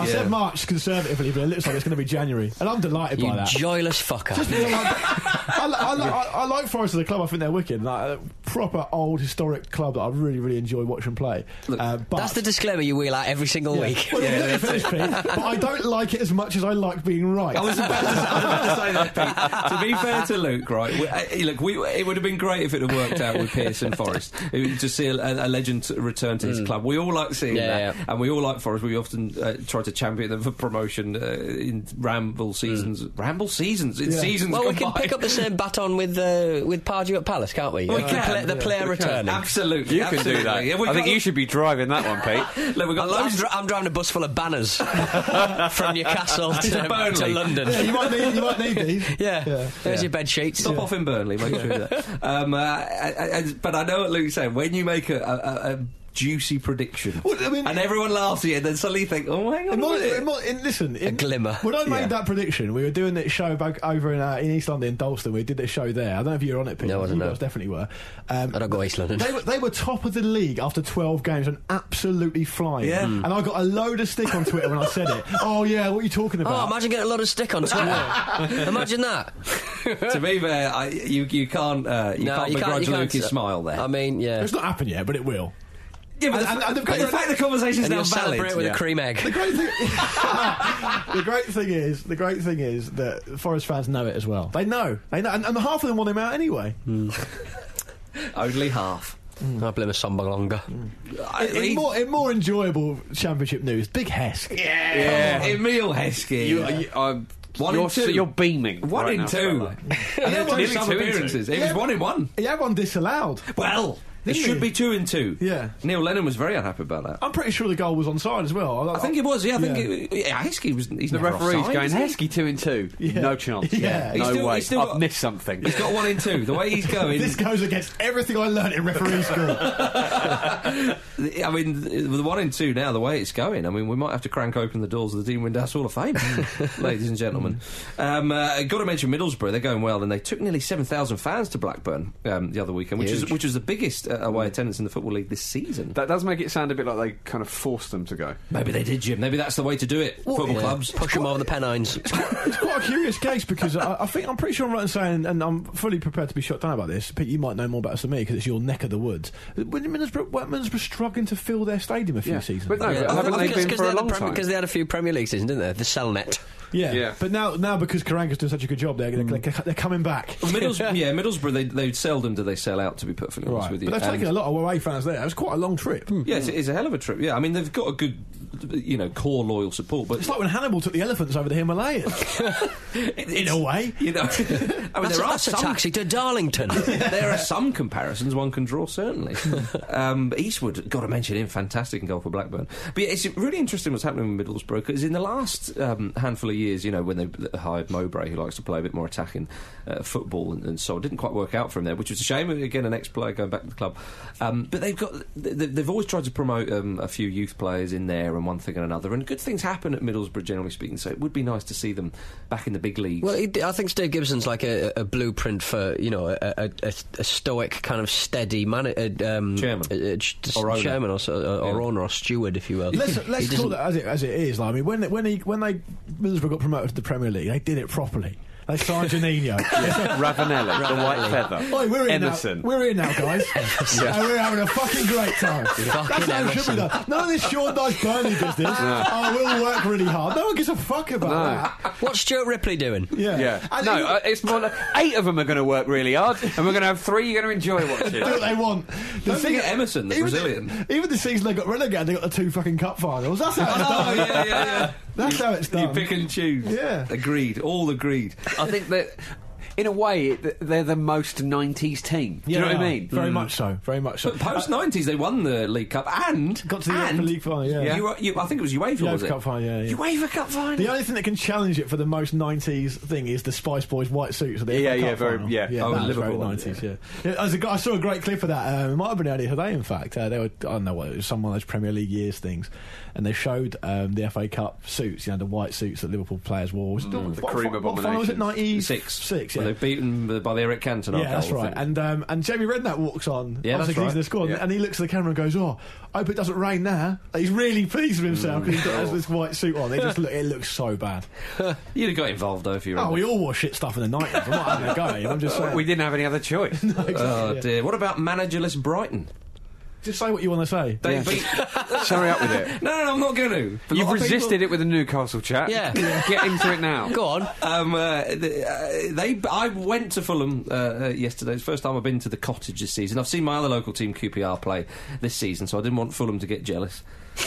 S3: I said March conservatively, but it looks like it's going to be January, and I'm delighted
S2: you
S3: by that.
S2: joyless fucker.
S3: I, li- I, li- I, I like Forest as a club. I think they're wicked. Like, a proper old historic club that I really, really enjoy watching play. uh, but
S2: That's the disclaimer you wheel out every single
S3: yeah.
S2: week.
S3: Well, let me finish, Pete. but I don't like it as much as I like being right.
S1: I was about to, I was about to say that, Pete. To be fair to Luke, right? We, uh, look, we, it would have been great if it had worked out with Pierce and Forrest It would- to see a, a, a legend return to his club. We all like seeing
S2: Yeah,
S1: that,
S2: yeah.
S1: and we all like Forrest. We often uh, try to champion them for promotion uh, in ramble seasons. Ramble seasons. In
S3: Yeah.
S1: seasons.
S2: Well, we
S1: gone
S2: can
S1: by.
S2: pick up the same baton with uh, with Pardew at Palace, can't we?
S1: We
S2: Uh,
S1: can,
S2: The, play, the
S1: yeah.
S2: player
S1: We can.
S2: returning.
S1: Absolutely,
S5: You can do that.
S1: absolutely. Yeah, we
S5: I think
S1: got-
S5: you should be driving that one, Pete.
S1: Look, we've got
S2: I'm, I'm,
S1: loads.
S2: dri- I'm driving a bus full of banners from Newcastle to,
S1: To Burnley.
S2: to
S3: yeah,
S2: London.
S3: you might need, you might need these.
S2: Yeah,
S3: Yeah.
S2: there's your bed sheets.
S1: Stop off in Burnley, make sure of that. Um, uh, I- I- I- but I know what Luke's saying. When you make a, a, a- a juicy prediction,
S3: Well, I mean-
S1: and everyone laughs at you, and then suddenly you think, oh, hang on.
S3: In
S1: a
S3: my,
S1: minute.
S3: in my, in, listen, in,
S2: glimmer.
S3: When I made
S1: Yeah.
S3: that prediction, we were doing this show back over in, uh, in East London, in Dalston. We did this show there. I don't know if you were on it, Pete.
S2: No, I wasn't,
S3: You
S2: no.
S3: guys definitely were. Um,
S2: I don't go East London.
S3: They were, they were top of the league after 12 games and absolutely flying.
S1: Yeah.
S3: And I got a load of stick on Twitter when I said it. Oh, yeah, what are you talking
S2: Oh,
S3: about?
S2: imagine getting a lot of stick on Twitter. imagine that.
S1: to be fair, I, you, you can't, uh, you
S2: No,
S1: can't
S2: you can't-
S1: begrudge
S2: you can't
S1: Luke his
S2: s-
S1: smile there.
S2: I mean, yeah.
S3: it's not happened yet, but it will.
S1: yeah, but the,
S3: and-
S1: fa-
S3: and they've
S1: but
S3: got-
S1: the fact the conversation's
S2: And
S1: now
S2: you'll celebrate
S1: valid.
S2: with
S1: Yeah.
S2: a cream
S3: The
S2: egg.
S3: great, thing, the great thing is, the great thing is that Forest fans know it as well. They know, they know, and, and half of them want him out anyway.
S2: Hmm.
S1: Only half.
S2: I Mm. blame a Samba Longa.
S1: I-
S3: In,
S1: he-
S3: more, in more enjoyable championship news, Big Hesk.
S1: yeah, Emil Heskey.
S5: You, uh, you, I'm-
S1: One in
S5: you're,
S1: two.
S5: you're beaming.
S1: one
S5: right
S1: in
S5: now,
S1: two.
S5: Stella.
S1: and then
S5: one in
S1: some
S5: two in two.
S1: appearances. It was
S3: Yeah.
S1: one in one.
S3: He had one disallowed.
S1: Well, It
S3: Didn't
S1: should
S3: he?
S1: be two and two.
S3: Yeah.
S1: Neil Lennon was very unhappy about that.
S3: I'm pretty sure the goal was onside as well.
S1: I think it was. Yeah, I think it, yeah, Heskey was. He's
S5: The
S1: never
S5: referee's
S1: offside,
S5: going,
S1: is he?
S5: Heskey two and two.
S3: Yeah.
S5: No chance.
S3: Yeah.
S5: No
S1: He's still-
S5: way.
S1: he's still
S5: I've
S1: got-
S5: missed something.
S1: He's got one in two. The way he's going,
S3: this goes against everything I learned in referee school.
S1: I mean, the one in two now, the way it's going, I mean, we might have to crank open the doors of the Dean Windass Hall of Fame, ladies and gentlemen. Um, uh, got to mention Middlesbrough, they're going well, and they took nearly 7,000 fans to Blackburn um, the other weekend, which is,
S2: Huge.
S1: which was the biggest uh,
S3: Mm.
S1: away attendance in the Football League this season.
S5: That does make it sound a bit like they kind of forced them to go.
S1: Maybe they did, Jim. Maybe that's the way to do it. Football clubs.
S2: Push them over the Pennines.
S3: it's quite a curious case because I, I think I'm pretty sure I'm right in saying, and I'm fully prepared to be shot down about this. Pete, you might know more about this than me because it's your neck of the woods. When Middlesbrough, weren't Middlesbrough struggling to fill their stadium a few
S5: Yeah.
S3: seasons
S5: But no,
S3: ago?
S5: but
S2: I
S5: haven't
S2: think
S5: they
S2: it's
S5: been
S2: 'cause
S5: for
S2: they
S5: a
S2: had
S5: long
S2: Prem-
S5: time?
S2: Because they had a few Premier League seasons, didn't they? The Cellnet.
S3: yeah.
S5: Yeah.
S3: But now, now because Karanga's doing such a good job, they're,
S1: Mm.
S3: they're, they're, coming back.
S1: Middles- yeah, Middlesbrough, they, they seldom do they sell out, to be perfectly honest
S3: Right.
S1: with
S3: But
S1: you.
S3: they've
S1: And-
S3: taken a lot of away fans there. It was quite a long trip.
S1: Yeah, it's, it's a hell of a trip. Yeah, I mean, they've got a good, you know, core loyal support, but
S3: It's like when Hannibal took the elephants over the Himalayas. in a way.
S1: You know, I mean,
S2: That's,
S1: there
S2: a,
S1: are
S2: that's a
S1: some
S2: taxi to Darlington.
S1: there are some comparisons one can draw, certainly. um, but Eastwood, got to mention him, fantastic in goal for Blackburn. But yeah, it's really interesting what's happening with Middlesbrough because in the last um, handful of years, you know, when they hired Mowbray, who likes to play a bit more attacking uh, football, and, and so it didn't quite work out for him there, which was a shame. uh, Again, an ex-player going back to the club. Um, but they've got th- th- they've always tried to promote um, a few youth players in there and one thing and another, and good things happen at Middlesbrough, generally speaking. So it would be nice to see them back in the big leagues.
S2: Well, it, I think Steve Gibson's like a, a blueprint for you know a, a, a, a stoic kind of steady man, uh, um,
S1: Chairman.
S2: uh, uh, ch-
S1: Or owner.
S2: chairman or, so, or, or
S1: Yeah.
S2: owner or steward, if you will.
S3: Let's,
S2: He
S3: let's
S2: doesn't-
S3: call that as it, as it is. Like, I mean, when when he when they Middlesbrough got promoted to the Premier League, they did it properly. They signed Janino.
S5: Ravenelli, the white feather.
S3: Oi, we're in
S5: Emerson.
S3: now. We're in now, guys. And we're having a fucking great time. That's how it should be
S2: Emerson.
S3: done. None of this Sean Dyche Burnley business. Oh, we'll work really hard. No one gives a fuck about that.
S2: What's Stuart Ripley doing?
S3: Yeah.
S5: Yeah.
S3: And
S5: no,
S3: even-
S5: uh, it's more like eight of them are going to work really hard, and we're going to have three you're going to enjoy
S3: do what
S5: watching.
S3: they want. The
S1: Don't forget Emerson, the
S3: even
S1: Brazilian.
S3: even the season they got relegated, they got the two fucking cup finals. That's how it's
S1: oh,
S3: done.
S1: yeah, yeah, yeah.
S3: That's how it's
S1: You
S3: done.
S1: pick and choose.
S3: Yeah.
S1: Agreed. All agreed.
S5: I think that, in a way, it- they're the most 90s team. Do you know
S3: Yeah,
S5: what
S3: they
S5: I
S3: are.
S5: mean? Mm.
S1: Mm.
S3: Very much so. Very much so.
S1: But post nineties, they won the League Cup and
S3: Got to the
S1: and
S3: Europa League final, yeah.
S1: You were- you- I think it was UEFA.
S3: UEFA
S1: was it?
S3: Cup final, yeah, yeah.
S1: UEFA Cup final.
S3: The only thing that can challenge it for the most '90s thing is the Spice Boys white suits. At the
S5: Yeah,
S3: FA
S5: yeah,
S3: Cup
S5: very-
S3: final.
S5: yeah.
S3: yeah
S1: Oh,
S3: that was very
S1: Liverpool one,
S3: '90s. Yeah, yeah. I, was a, I saw a great clip of that. Um, it might have been earlier today, in fact. Uh, they were, I don't know what it was, some of those Premier League years things, and they showed um, the FA Cup suits, you know, the white suits that Liverpool players wore.
S1: Mm.
S3: Was it- what,
S5: the
S3: what
S5: cream
S3: fi- what final was it? '96,
S5: abominations.
S1: six,
S3: six.
S1: Where
S3: Yeah.
S1: they've beaten by the Eric Cantona.
S3: Yeah, that's right. And um, and Jamie Redknapp walks on.
S1: Yeah, that's
S3: obviously 'cause he's in
S1: right.
S3: the squad,
S5: Yeah.
S3: and he looks at the camera and goes, "Oh, I hope it doesn't rain now." Like, he's really pleased with himself because he has this white suit on. It just look, it looks so bad.
S1: You'd have got involved though if you were.
S3: Oh, we all wore shit stuff in the 90s. I'm not having a go at you. I'm just saying.
S5: We didn't have any other choice.
S1: Oh
S3: yeah.
S1: dear! What about managerless Brighton?
S3: Just say what you want to say.
S1: They beat.
S5: Sorry up with it.
S1: no, no, no, I'm not going to.
S5: You've resisted it with the Newcastle chat.
S2: Yeah.
S5: Get into it now.
S2: Go on.
S1: Um, uh, th- uh, they, I went to Fulham uh, uh, yesterday. It's the first time I've been to the Cottage this season. I've seen my other local team, QPR, play this season, so I didn't want Fulham to get jealous.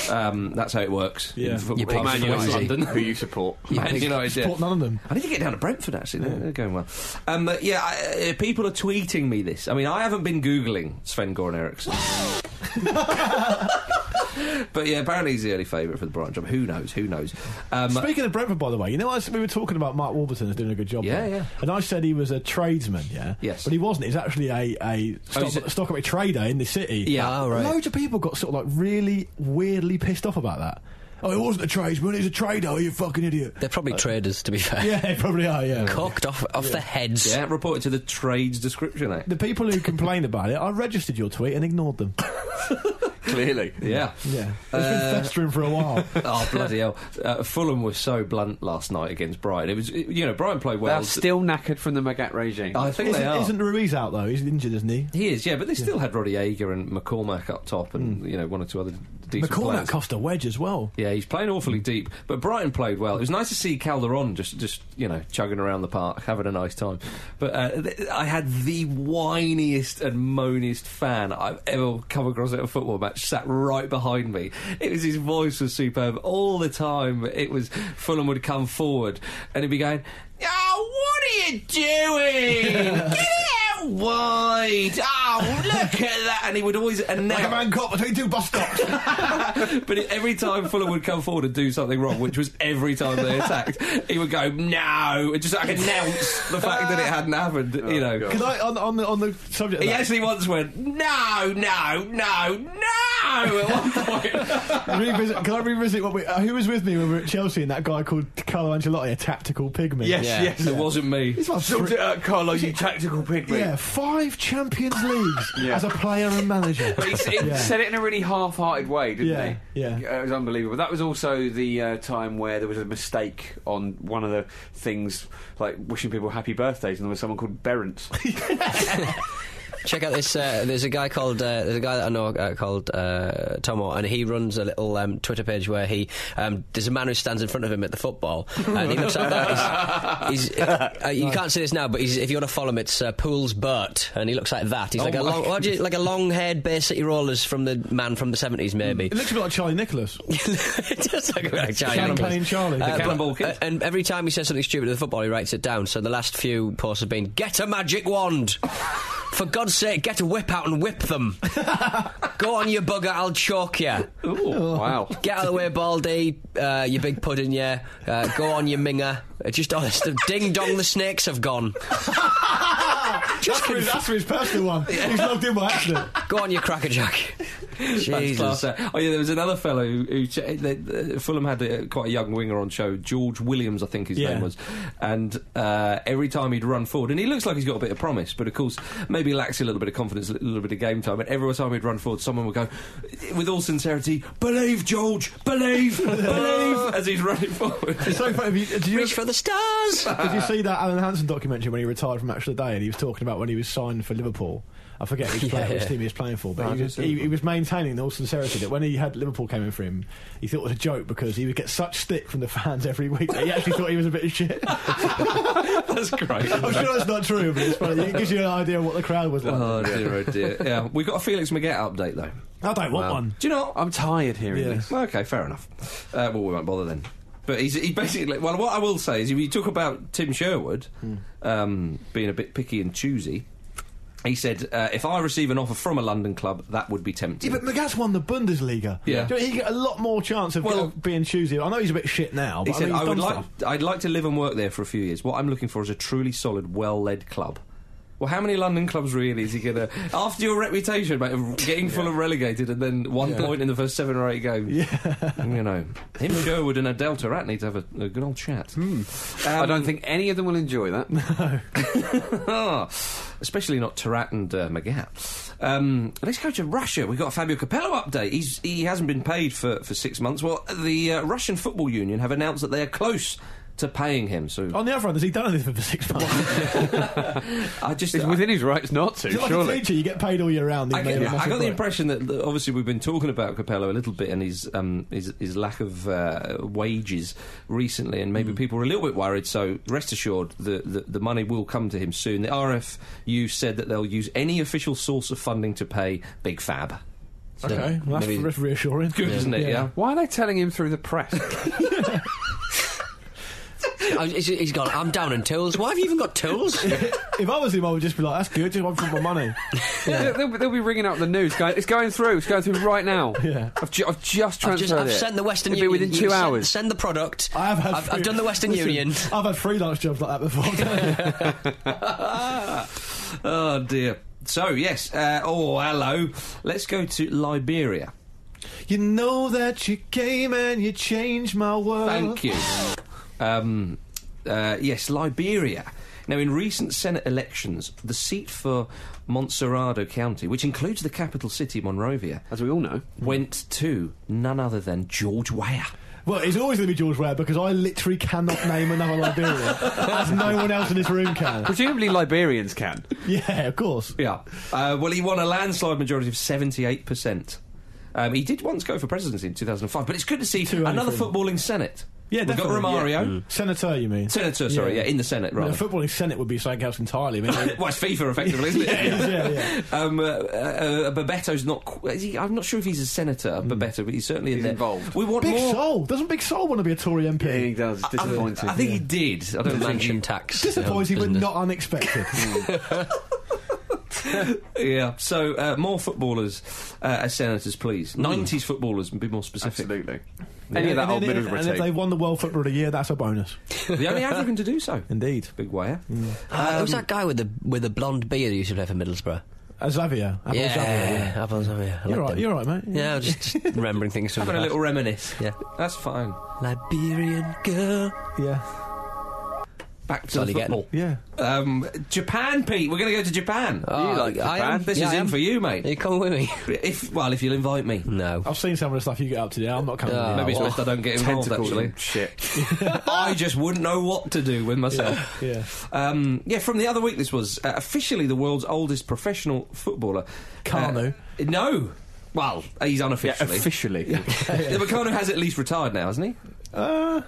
S1: Um, that's how it works.
S3: Yeah.
S1: in football
S2: You pick
S1: clubs in West
S2: United.
S1: London.
S5: Who you support.
S1: Man United, yeah.
S3: Support none of them.
S1: I need to get down to Brentford actually. They're, they're going well. Um, uh, yeah, I, uh, people are tweeting me this. I mean, I haven't been googling Sven Goran Eriksson. but yeah, apparently he's the early favourite for the Brighton job. Who knows? Who knows? Um,
S3: Speaking of Brentford, by the way, you know, I, s- we were talking about Mark Warburton as doing a good job.
S1: Yeah,
S3: there.
S1: yeah.
S3: And I said he was a tradesman, yeah?
S1: Yes.
S3: But he wasn't. He's actually a, a stock,
S1: he's a-
S3: stock up a trader in the city.
S1: Yeah,
S2: Ah, right.
S3: Loads of people got sort of like really weirdly pissed off about that. Oh, it wasn't a tradesman, it was a trader, you fucking idiot.
S2: They're probably
S1: uh,
S2: traders, to be fair.
S3: Yeah, they probably are, yeah.
S2: Cocked off off the heads.
S1: yeah, reported to the Trades Description eh? Act.
S3: The people who complained about it, I registered your tweet and ignored them.
S5: Clearly.
S1: Yeah. Uh,
S3: Yeah. It's been festering for a while.
S1: oh bloody hell! Uh, Fulham was so blunt last night against Brighton. It was it- you know Brighton played well.
S5: They're still knackered from the Magat regime.
S1: I think
S3: isn't,
S1: they are.
S3: isn't Ruiz out, though? He's injured, isn't he?
S1: he is, yeah, but they still had Roddy Ager and McCormack up top, and you know one or two other decent
S3: Hmm. McCormack
S1: players.
S3: cost a wedge as well.
S1: yeah, he's playing awfully deep, but Brighton played well. It was nice to see Calderon just, just you know, chugging around the park, having a nice time. But uh, th- I had the whiniest and moaniest fan I've ever come across at a football match sat right behind me. It was his voice was superb all the time. It was Fulham would come forward and he'd be going, "Oh, what are you doing? Get out!" wide. Oh, look at that. And he would always announce.
S3: Like a man caught between two bus stops.
S1: but every time Fuller would come forward and do something wrong, which was every time they attacked, he would go, no, and just like announce the fact that it hadn't happened, you know.
S3: Can I on, on the on the subject? Of
S1: He
S3: that,
S1: actually once went, no, no, no, no, at one point.
S3: revisit, can I revisit what we? Uh, who was with me when we were at Chelsea and that guy called Carlo Ancelotti, a tactical pigman?
S9: Yes, yes.
S1: It wasn't me.
S3: He's won
S9: Sort
S3: three-
S9: it
S5: uh,
S9: out, Carlo, you tactical pigment.
S3: yeah, five Champions Leagues
S5: Yeah.
S3: as a player and manager.
S5: But he s- he
S3: Yeah.
S5: said it in a really half-hearted way, didn't
S3: Yeah,
S5: he?
S3: yeah.
S5: It was unbelievable. That was also the uh, time where there was a mistake on one of the things, like wishing people happy birthdays, and there was someone called Berence.
S2: Check out this. Uh, there's a guy called uh, there's a guy that I know uh, called uh, Tomo, and he runs a little um, Twitter page where he um, there's a man who stands in front of him at the football, and he looks like that. He's, he's, uh, you can't see this now, but he's, if you want to follow him, it's uh, Pools Burt, and he looks like that.
S1: Oh
S2: He's like
S8: Oh,
S2: a long, what do you, like a long-haired Bay City Rollers from the man from the 70s, maybe.
S3: It looks a bit like Charlie Nicholas.
S2: It does look like Charlie
S3: Champagne
S2: Nicholas.
S3: Charlie. The
S2: but-
S1: Cannonball Kid.
S2: uh, and every time he says something stupid to the football, he writes it down. So the last few posts have been get a magic wand. For God's sake, get a whip out and whip them. Go on, you bugger, I'll chalk you.
S5: wow.
S2: Get out of the way, Baldy, uh, you big pudding, yeah. Uh, go on, you minger. Uh, just honest, ding dong, the snakes have gone.
S3: that's, for his, that's for his personal one. He's logged in by accident.
S2: Go on, you crackerjack.
S1: That's
S2: Jesus.
S1: class. Oh yeah, there was another fellow who, who ch- they, uh, Fulham had a, quite a young winger on show, George Williams, I think his
S3: Yeah.
S1: name was, and uh, every time he'd run forward, and he looks like he's got a bit of promise, but of course maybe lacks a little bit of confidence, a little bit of game time. And every time he'd run forward, someone would go, with all sincerity, "Believe, George, believe, believe," as he's running forward.
S3: It's so funny. Have you, did, you,
S2: Reach for the stars.
S3: did you see that Alan Hansen documentary when he retired from Match of the Day and he was talking about when he was signed for Liverpool? I forget which, player, which team he was playing for, but he, was, he, he was maintaining in all sincerity that when he had Liverpool came in for him, he thought it was a joke because he would get such stick from the fans every week that he actually thought he was a bit of shit.
S1: That's great.
S3: I'm sure that's not true, but it's funny. It gives you an idea of what the crowd was like.
S1: Oh dear, oh dear. Yeah, we got a Felix Maguette update though.
S3: I don't want one.
S1: Do you know? What?
S5: I'm tired hearing
S3: Yeah.
S5: this.
S1: Okay, fair enough. Uh, well, we won't bother then. But he's, he basically, well, what I will say is if you talk about Tim Sherwood
S5: Hmm.
S1: um, being a bit picky and choosy, he said, uh, if I receive an offer from a London club, that would be tempting.
S3: Yeah, but McGatt's won the Bundesliga.
S1: Yeah.
S3: Do you know, he got a lot more chance of
S1: Well-
S3: of being choosy. I know he's a bit shit now, but
S1: he
S3: I,
S1: said,
S3: mean,
S1: I
S3: he's
S1: would
S3: done
S1: like,
S3: stuff.
S1: I'd like to live and work there for a few years. What I'm looking for is a truly solid, well led club. Well, how many London clubs really is he going to. After your reputation, mate, of getting full of relegated and then one point in the first seven or eight games. Yeah. You know, him, Sherwood, and Adele Tarat need to have a, a good old chat.
S3: Hmm.
S5: I
S3: Um,
S5: don't think any of them will enjoy that.
S1: Ah, especially not Tarat and uh, Magat. Um, let's go to Russia. We've got a Fabio Capello update. He's, he hasn't been paid for, for six months. Well, the uh, Russian Football Union have announced that they are close to paying him. So
S3: On the other hand, has he done anything for six months?
S1: I just.
S5: It's
S1: I-
S5: within his rights not to,
S3: He's like a
S5: surely.
S3: teacher, you get paid all year round.
S1: I,
S3: you've made
S1: get-
S3: a
S1: I
S3: massive
S1: got the
S3: break.
S1: impression that, that obviously we've been talking about Capello a little bit and his um, his, his lack of uh, wages recently, and
S3: Mm.
S1: maybe people are a little bit worried. So rest assured, the, the the money will come to him soon. The RFU said that they'll use any official source of funding to pay Big Fab. So
S3: Okay, well, that's,
S1: maybe-
S3: that's reassuring.
S1: good, isn't it? Yeah.
S5: Why are they telling him through the press?
S2: I- Oh, he's- he's gone, I'm down in tools. Why have you even got tools?
S3: If I was him, I would just be like, that's good, just want my money.
S5: They'll- they'll, be- they'll be ringing up the news. Going, it's going through. It's going through right now.
S3: Yeah.
S5: I've, ju- I've just
S2: I've, just,
S5: transferred
S2: I've
S5: it.
S2: sent the Western
S5: It'll be
S2: Union.
S5: within
S2: you
S5: two
S2: sent-
S5: hours.
S2: Send, the product.
S3: I have had
S2: I've,
S3: free-
S2: I've done the Western
S3: Listen,
S2: Union.
S3: I've had freelance jobs like that before.
S1: Oh dear. So yes. Uh, oh hello. Let's go to Liberia.
S3: you know that you came and you changed my world.
S1: Thank you. Um, uh, yes, Liberia. Now, in recent Senate elections, the seat for Montserrado County, which includes the capital city, Monrovia,
S5: As we all know.
S1: went to none other than George Weah.
S3: Well, it's always going to be George Ware because I literally cannot name another Liberian, as no one else in this room
S1: Uh,
S3: can.
S5: Presumably Liberians can.
S3: Yeah, of course.
S1: Yeah. Uh, well, he won a landslide majority of 78%. Um, he did once go for presidency in 2005, but it's good to see
S3: Too early
S1: another
S3: for him.
S1: footballing Senate.
S3: Yeah,
S1: We've got
S3: definitely,
S1: Romario.
S3: yeah. Senator, you mean?
S1: Senator, sorry, yeah. in the Senate,
S3: No,
S1: rather.
S3: footballing Senate would be something else entirely. I mean, like-
S1: well, it's FIFA, effectively, isn't it?
S3: Mm. yeah, yeah.
S1: Um, uh, uh, uh, Babetto's not. Qu- is he, I'm not sure if he's a senator, Babetto, but he's certainly in there.
S5: involved.
S1: We want
S3: Mm. Big
S1: more.
S3: Sol. Doesn't Big Sol want to be a Tory
S5: He
S3: MP?
S5: does.
S1: I, I
S5: Disappointing.
S1: think he did. I don't um, think he-
S2: Mansion tax.
S3: Disappointing, but
S2: Business.
S3: not unexpected.
S1: yeah. So uh, more footballers uh, as senators, please. Nineties footballers, be more specific.
S5: Absolutely.
S1: Any of that
S3: And
S1: old
S3: then-
S1: Middlesbrough
S3: And if they
S1: team.
S3: won the World Football of the Year, that's a bonus.
S1: the only African to do so.
S3: Indeed.
S1: Big wire.
S3: Um,
S2: Ah, who's that guy with the with the blonde beard who used to play for Middlesbrough?
S3: Uh, Xavier. Abel
S2: yeah,
S3: Xavier, yeah.
S2: Abel Xavier. I
S3: You're
S2: like
S3: right,
S2: them.
S3: you're right, mate.
S2: Yeah, I'm just, just remembering things from
S1: Having
S2: the
S1: a
S2: past.
S1: little reminisce.
S2: Yeah.
S1: That's fine.
S2: Liberian girl.
S3: Yeah.
S1: Back to
S2: Bloody
S1: the
S2: getting-
S1: football.
S3: Yeah.
S1: Um, Japan, Pete. We're going to go to Japan.
S2: Oh,
S1: you like
S2: I
S1: Japan?
S2: am.
S1: This
S2: Yeah,
S1: is
S2: I
S1: in
S2: am.
S1: for you, mate.
S2: Are you coming with me?
S1: If well, if you'll invite me. Oh,
S2: No.
S3: I've seen some of the stuff you get up to there. I'm not coming.
S2: Uh,
S3: with you.
S1: Maybe it's
S2: well,
S1: best I don't get involved.
S5: Tentacles
S1: Actually,
S5: and shit.
S1: I just wouldn't know what to do with myself.
S3: Yeah.
S1: Um, yeah, from the other week, this was uh, officially the world's oldest professional footballer.
S3: Carno.
S1: Uh, no. Well, he's
S5: Yeah,
S1: unofficially.
S5: officially.
S1: Yeah, but Carno has at least retired now, hasn't he?
S3: Uh,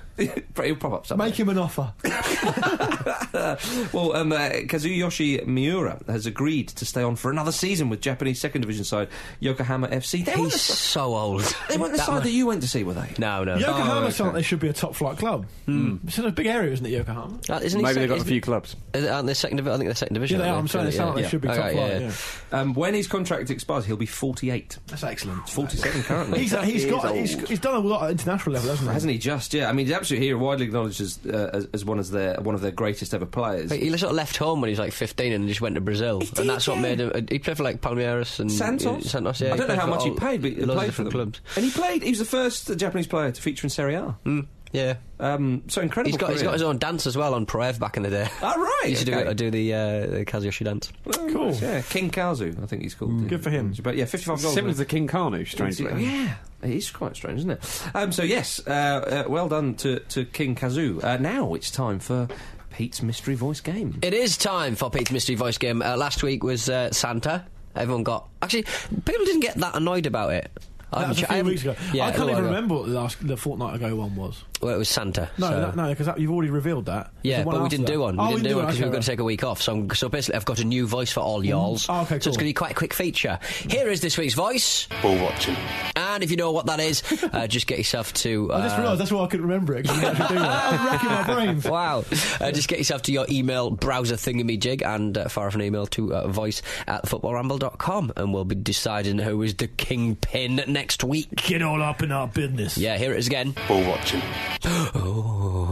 S1: But He'll pop up somewhere.
S3: make him an offer.
S1: well, um, uh, Kazuyoshi Miura has agreed to stay on for another season with Japanese second division side Yokohama FC. They weren't
S2: He's
S1: the,
S2: so old.
S1: they weren't the
S2: That
S1: side
S2: mu-
S1: that you went to see, were they?
S2: No, no.
S3: Yokohama
S1: okay.
S3: sounds like they should be a top flight club.
S2: Hmm.
S3: It's in a big area, isn't it, Yokohama?
S2: Uh, isn't he
S5: Maybe
S2: sec-
S5: they've got a
S2: isn't-
S5: few clubs.
S2: is- Aren't they second division? I think they're second division.
S3: Yeah, they are.
S2: aren't
S3: I'm saying they sound like they should be
S2: Okay,
S3: top flight.
S2: yeah,
S3: Yeah,
S2: yeah.
S1: Um, when his contract expires, he'll be 48.
S3: That's excellent.
S1: It's 47 currently.
S3: He's, uh, he's
S5: He is
S3: got he's,
S5: old.
S3: he's done a lot at international level, hasn't he?
S1: Hasn't he just? Yeah, I mean, he's absolutely here, widely acknowledged as, uh, as, as one of their one of their greatest ever players.
S2: He sort of left home when he was like 15 and just went to Brazil,
S1: did,
S2: and that's what
S1: yeah.
S2: made him. uh, He played for like Palmeiras and
S1: Santos,
S2: uh, Santos. Yeah,
S1: I don't know
S2: played
S1: how
S2: for
S1: much he
S2: all-
S1: paid, but he
S2: loads
S1: played
S2: of
S1: for
S2: different
S1: them.
S2: clubs.
S1: and he played. He was the first Japanese player to feature in Serie A.
S2: Mm, Yeah,
S1: Um, so incredible.
S2: he's got he's
S1: career.
S2: got his own dance as well on Parev back in the day.
S1: Oh, right,
S2: he used to do,
S1: okay.
S2: uh, do the, uh, the Kazuyoshi dance.
S1: Oh,
S3: Cool.
S1: nice, yeah, King Kazu, I think he's called. Mm.
S3: Good for him.
S1: But yeah, fifty-five goals.
S5: Similar to King Carnu, strangely.
S1: Yeah, it is quite strange, isn't it? Um, so yes, uh, uh, well done to, to King Kazu. Uh, now it's time for Pete's mystery voice game.
S2: It is time for Pete's Mystery Voice Game. Uh, last week was uh, Santa. Everyone got actually people didn't get that annoyed about it. I
S3: That was a
S2: haven't che- I
S3: few
S2: haven't-
S3: weeks ago.
S2: Yeah, uh,
S3: I
S2: a
S3: can't
S2: while
S3: even
S2: ago.
S3: remember what the last the fortnight ago one was.
S2: Well, it was Santa.
S3: No,
S2: so-
S3: no, no, because you've already revealed that.
S2: Yeah,
S3: The one
S2: but we
S3: after
S2: didn't
S3: that.
S2: do one. We
S3: Oh,
S2: didn't do one because we were
S3: okay,
S2: going to take a week off. So, I'm, so basically, I've got a new voice for all y'alls.
S3: Oh, okay,
S2: so it's
S3: cool.
S2: going to be quite a quick feature. Here is this week's voice. Ball watching. And if you know what that is, uh, just get yourself to. Uh,
S3: I just realised that's why I couldn't remember it. 'cause I didn't actually do one. I'm racking my brains.
S2: Wow. Uh, just get yourself to your email browser thingamajig and uh, fire off an email to uh, voice at footballramble.com and we'll be deciding who is the kingpin next week.
S3: Get all up in our business.
S2: Yeah, here it is again. Oh.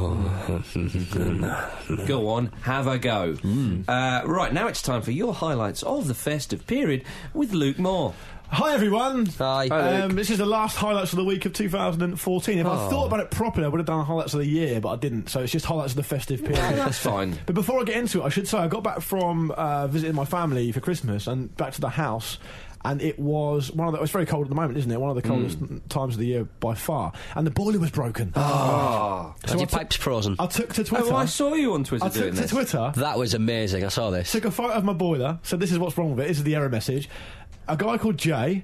S1: Go on, have a go. Uh, right now it's time for your highlights of the festive period with Luke Moore.
S3: Hi everyone.
S2: Hi. Hi,
S3: Um, this is the last highlights of the week of 2014. If I thought about it properly, I would have done highlights of the year, but I didn't. So it's just highlights of the festive period.
S1: That's fine.
S3: But before I get into it, I should say I got back from uh, visiting my family for Christmas and back to the house. And it was one of the. It's very cold at the moment, isn't it? One of the coldest
S1: Mm.
S3: times of the year by far. And the boiler was broken. Oh.
S1: Ah,
S2: Has
S3: I
S2: your
S3: took-
S2: pipe's frozen?
S3: I took to Twitter.
S1: oh, I saw you on Twitter
S3: I
S1: doing
S3: took to
S1: this.
S3: Twitter.
S2: that was amazing. I saw this.
S3: Took a photo of my boiler. So this is what's wrong with it. This is the error message. A guy called Jay,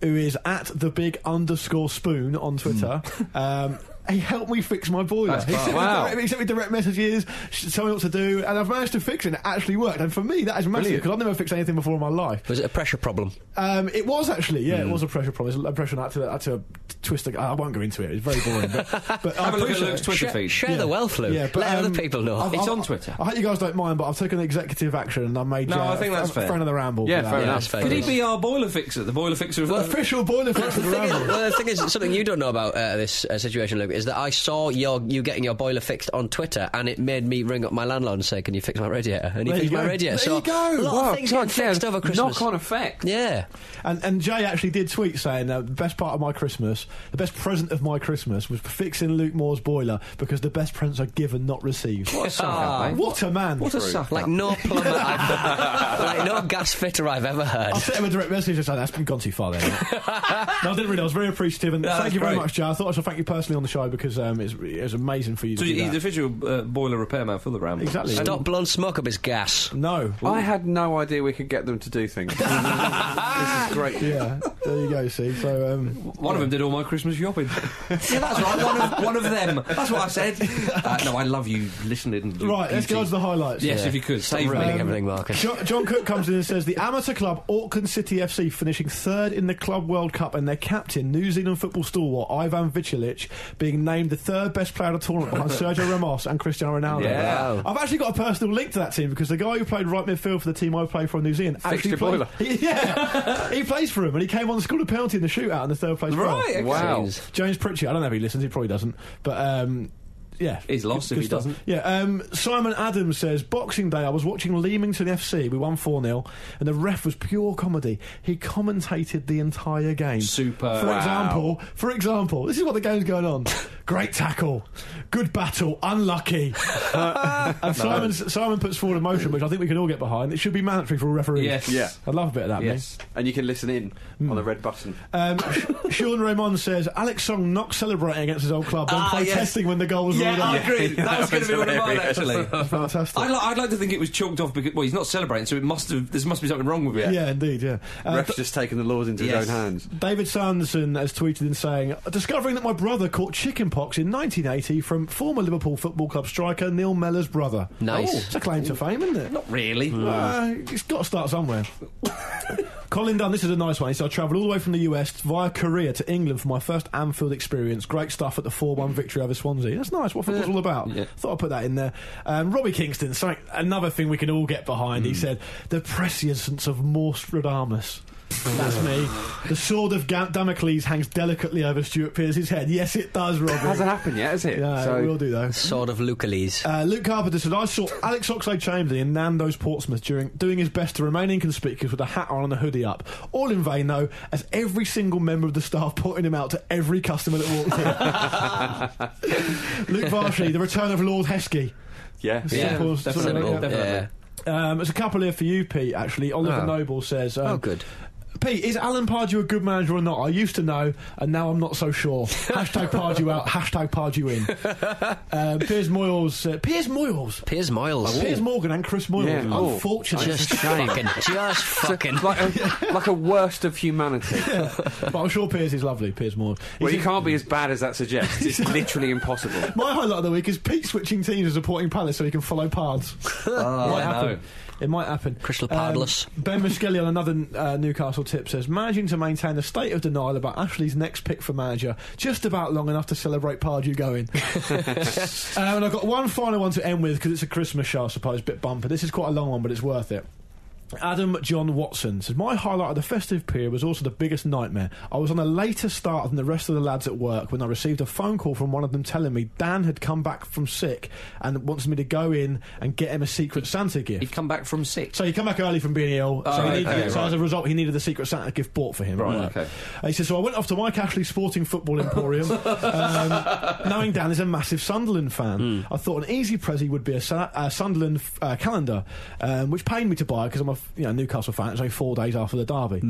S3: who is at the big underscore spoon on Twitter. um, he helped me fix my boiler.
S1: Hmm. That's
S3: he,
S1: class.
S3: sent me
S1: Wow.
S3: direct, he sent me direct messages, sh- telling me what to do, and I've managed to fix it. And it actually worked. And for me, that is massive
S5: Brilliant.
S3: because I've never fixed anything before in my life.
S2: Was it a pressure problem?
S3: Um, it was actually, yeah, it was a pressure problem. It was a pressure. I had to, I had to twist. The, I won't go into it. It's very boring. But, but I
S1: Have a look at
S3: appreciate
S1: Luke's
S3: it.
S1: Twitter
S2: Share-
S1: feed.
S2: share the wealth, Luke. Let other people know.
S3: um, I've-
S1: It's
S3: I've-
S1: on Twitter.
S3: I hope you guys don't mind, but I've taken executive action and I made
S1: No,
S3: uh,
S1: I think that's
S3: a
S1: fair.
S3: friend of the ramble. for
S5: Yeah,
S3: that.
S5: fair
S2: that's
S5: enough.
S2: fair
S1: Could he
S2: enough.
S1: be our boiler fixer? The boiler fixer of
S3: Official boiler for the
S2: thing is,
S3: ramble.
S2: well, the thing is, something you don't know about uh, this uh, situation, Luke, is that I saw your you getting your boiler fixed on Twitter, and it made me ring up my landlord and say, "Can you fix my radiator?" And he
S3: There you
S2: fixed my
S3: go.
S2: radiator.
S3: There
S2: so
S3: you go.
S2: a lot
S5: Wow,
S2: of things
S5: God,
S2: get fixed
S5: yeah,
S2: over Christmas.
S5: Knock-on effect.
S2: Yeah.
S3: And, and Jay actually did tweet saying uh, the best part of my Christmas, the best present of my Christmas was fixing Luke Moore's boiler because the best presents are given, not received.
S5: Oh,
S1: What a suck-up,
S2: eh?
S1: mate.
S3: What a man.
S1: What a suck.
S2: Like no plumber, I've, like no gas fitter I've ever heard.
S3: I sent him a direct message and said, that's been gone too far there. mate." no, I didn't really. I was very appreciative. And
S1: Yeah,
S3: thank
S1: that's
S3: you very
S1: great.
S3: much, Jay. I thought I should thank you personally on the show because um, it's, it was amazing for you
S1: So
S3: to do
S1: he's the
S3: that.
S1: official uh, boiler repairman for the Ramble.
S3: Exactly.
S2: Stop blowing smoke up his gas.
S3: No.
S5: I had no idea we could get them to do things. this is great.
S3: Yeah. there you go. See, so um,
S1: One of them did all my Christmas shopping. yeah, that's right. One of, one of them. That's what I said. Uh, no, I love you, listening. you
S3: Right, let's
S1: beauty.
S5: E
S3: go on to the highlights.
S1: Yes, if you could save me. Um,
S3: John, John Cook comes in and says the amateur club Auckland City FC finishing third in the Club World Cup and their captain, New Zealand football stalwart Ivan Vicilic, being named the third best player of the tournament behind Sergio Ramos and Cristiano Ronaldo.
S5: Yeah. Wow.
S3: I've actually got a personal link to that team because the guy who played right midfield for the team I play for in New Zealand
S5: Fixed
S3: actually
S5: the
S3: played,
S5: boiler.
S3: He, yeah, he plays for him and he came on and scored a penalty in the shootout in the third place. goal.
S5: Right, okay. Wow.
S3: James Pritchard. I don't know if he listens. He probably doesn't, but. Um, yeah,
S1: He's lost if
S3: Good
S1: he
S3: stuff.
S1: doesn't.
S3: Yeah, um, Simon Adams says Boxing Day. I was watching Leamington FC. We won four 0 and the ref was pure comedy. He commentated the entire game.
S1: Super.
S3: For
S1: Wow.
S3: example, for example, this is what the game's going on. Great tackle, good battle, unlucky. Uh,
S1: No.
S3: and Simon Simon puts forward a motion which I think we can all get behind. It should be mandatory for all referees.
S5: Yes. Yeah.
S3: I love a bit of that. mate. Hmm.
S5: And you can listen in on the red button.
S3: Um, Sean Raymond says Alex Song not celebrating against his old club, then
S1: Ah, yes.
S3: protesting when the goal was
S1: Yeah,
S3: ruled
S1: I
S3: out.
S1: agree. That was going to be one of mine,
S5: hilarious.
S1: actually.
S3: Fantastic.
S1: I'd, li- I'd like to think it was chalked off because well, he's not celebrating, so it must have. There must be something wrong with it.
S3: Yeah, indeed. Yeah. Uh,
S5: Ref's just taking the laws into
S1: Yes.
S5: his own hands.
S3: David Sanderson has tweeted in saying, discovering that my brother caught chickenpox in 1980 from former Liverpool Football Club striker Neil Mellor's brother.
S2: Nice.
S3: Oh, it's a claim to fame, isn't it?
S1: Not really.
S3: Uh, it's got to start somewhere. Colin Dunn, this is a nice one. He said, I travelled all the way from the US via Korea to England for my first Anfield experience. Great stuff at the 4 1 victory over Swansea. That's nice. What football's all about. Thought I'd put that in there. Um, Robbie Kingston, something, another thing we can all get behind. He said, The prescience of Morstradamus. That's me. The sword of Ga- Damocles hangs delicately over Stuart Pearce's head. Yes, it does, Robbie.
S5: Hasn't happened yet, has it?
S3: Yeah,
S5: So-
S3: it will do, though.
S2: Sort of Lucales.
S3: Uh, Luke Carpenter said, I saw Alex Oxlade Chamberlain in Nando's Portsmouth during, doing his best to remain inconspicuous with a hat on and a hoodie up. All in vain, though, as every single member of the staff pointed him out to every customer that walked in. Luke Varshy, the return of Lord Heskey.
S5: Yeah.
S3: Simple, sort of, uh,
S2: Simple,
S3: yeah.
S2: yeah.
S3: Um, there's a couple here for you, Pete, actually. Oliver
S2: Oh.
S3: Noble says, um,
S2: Oh, good.
S3: Pete, is Alan Pardew a good manager or not? I used to know, and now I'm not so sure. Hashtag Pardew out, hashtag Pardew in. Um, Piers Moyles. Uh, Piers Moyles.
S2: Piers Moyles.
S3: Piers Morgan and Chris Moyles.
S5: Yeah. Oh,
S3: Unfortunately.
S2: Just fucking. Just fucking.
S5: like, a, like a worst of humanity.
S3: but I'm sure Piers is lovely, Piers Morgan. He's
S5: Well, you
S3: in-
S5: can't be as bad as that suggests. It's literally impossible.
S3: My highlight of the week is Pete switching teams and supporting Palace so he can follow Pards.
S1: Oh,
S3: might
S1: I
S3: happen.
S1: know.
S3: It might happen. Um,
S2: Crystal Pardless.
S3: ben Muskelly on another uh, Newcastle tip says managing to maintain a state of denial about Ashley's next pick for manager just about long enough to celebrate Pardew going. um, and I've got one final one to end with because it's a Christmas show, I suppose, bit bumper. This is quite a long one, but it's worth it. Adam John Watson says, My highlight of the festive period was also the biggest nightmare. I was on a later start than the rest of the lads at work when I received a phone call from one of them telling me Dan had come back from sick and wants me to go in and get him a Secret Santa gift.
S1: He'd come back from six.
S3: So he come back early from being ill. so, he
S1: Oh,
S3: needed-
S1: okay,
S3: so
S1: right.
S3: as a result, he needed the Secret Santa gift bought for him.
S1: Right,
S5: Mm.
S3: Right.
S1: okay.
S3: Uh, he says, so I went off to Mike Ashley Sporting Football Emporium. um, knowing Dan is a massive Sunderland fan, I thought an easy prezi would be a Sa- uh, Sunderland uh, calendar, um, which pained me to buy because I'm a f- you know, Newcastle fan. It's only four days after the derby.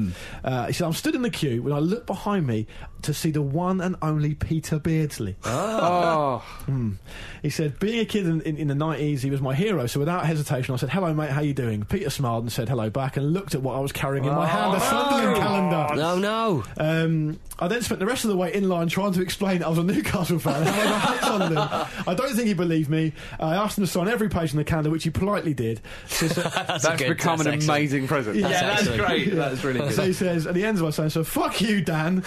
S3: Uh, he said, I'm stood in the queue when I looked behind me to see the one and only Peter Beardsley. Hmm.
S5: Oh,
S3: He said, being a kid in, in, in the 90s, he was my hero. So without hesitation, I said, hello, mate, how you doing? Peter smiled and said hello back and looked at what I was carrying in my hand, a Sunderland calendar.
S2: Oh, No, no.
S3: Um, I then spent the rest of the way in line trying to explain I was a Newcastle fan. and how I hate Sunderland. I don't think he believed me. I asked him to sign every page in the calendar, which he politely did. So- so-
S2: That's,
S5: that's
S2: good.
S5: become
S2: That's
S5: an
S2: excellent.
S5: amazing present.
S3: Yeah, that's
S2: excellent.
S1: great. That's really
S3: so he says, and he ends by saying, so fuck you, Dan.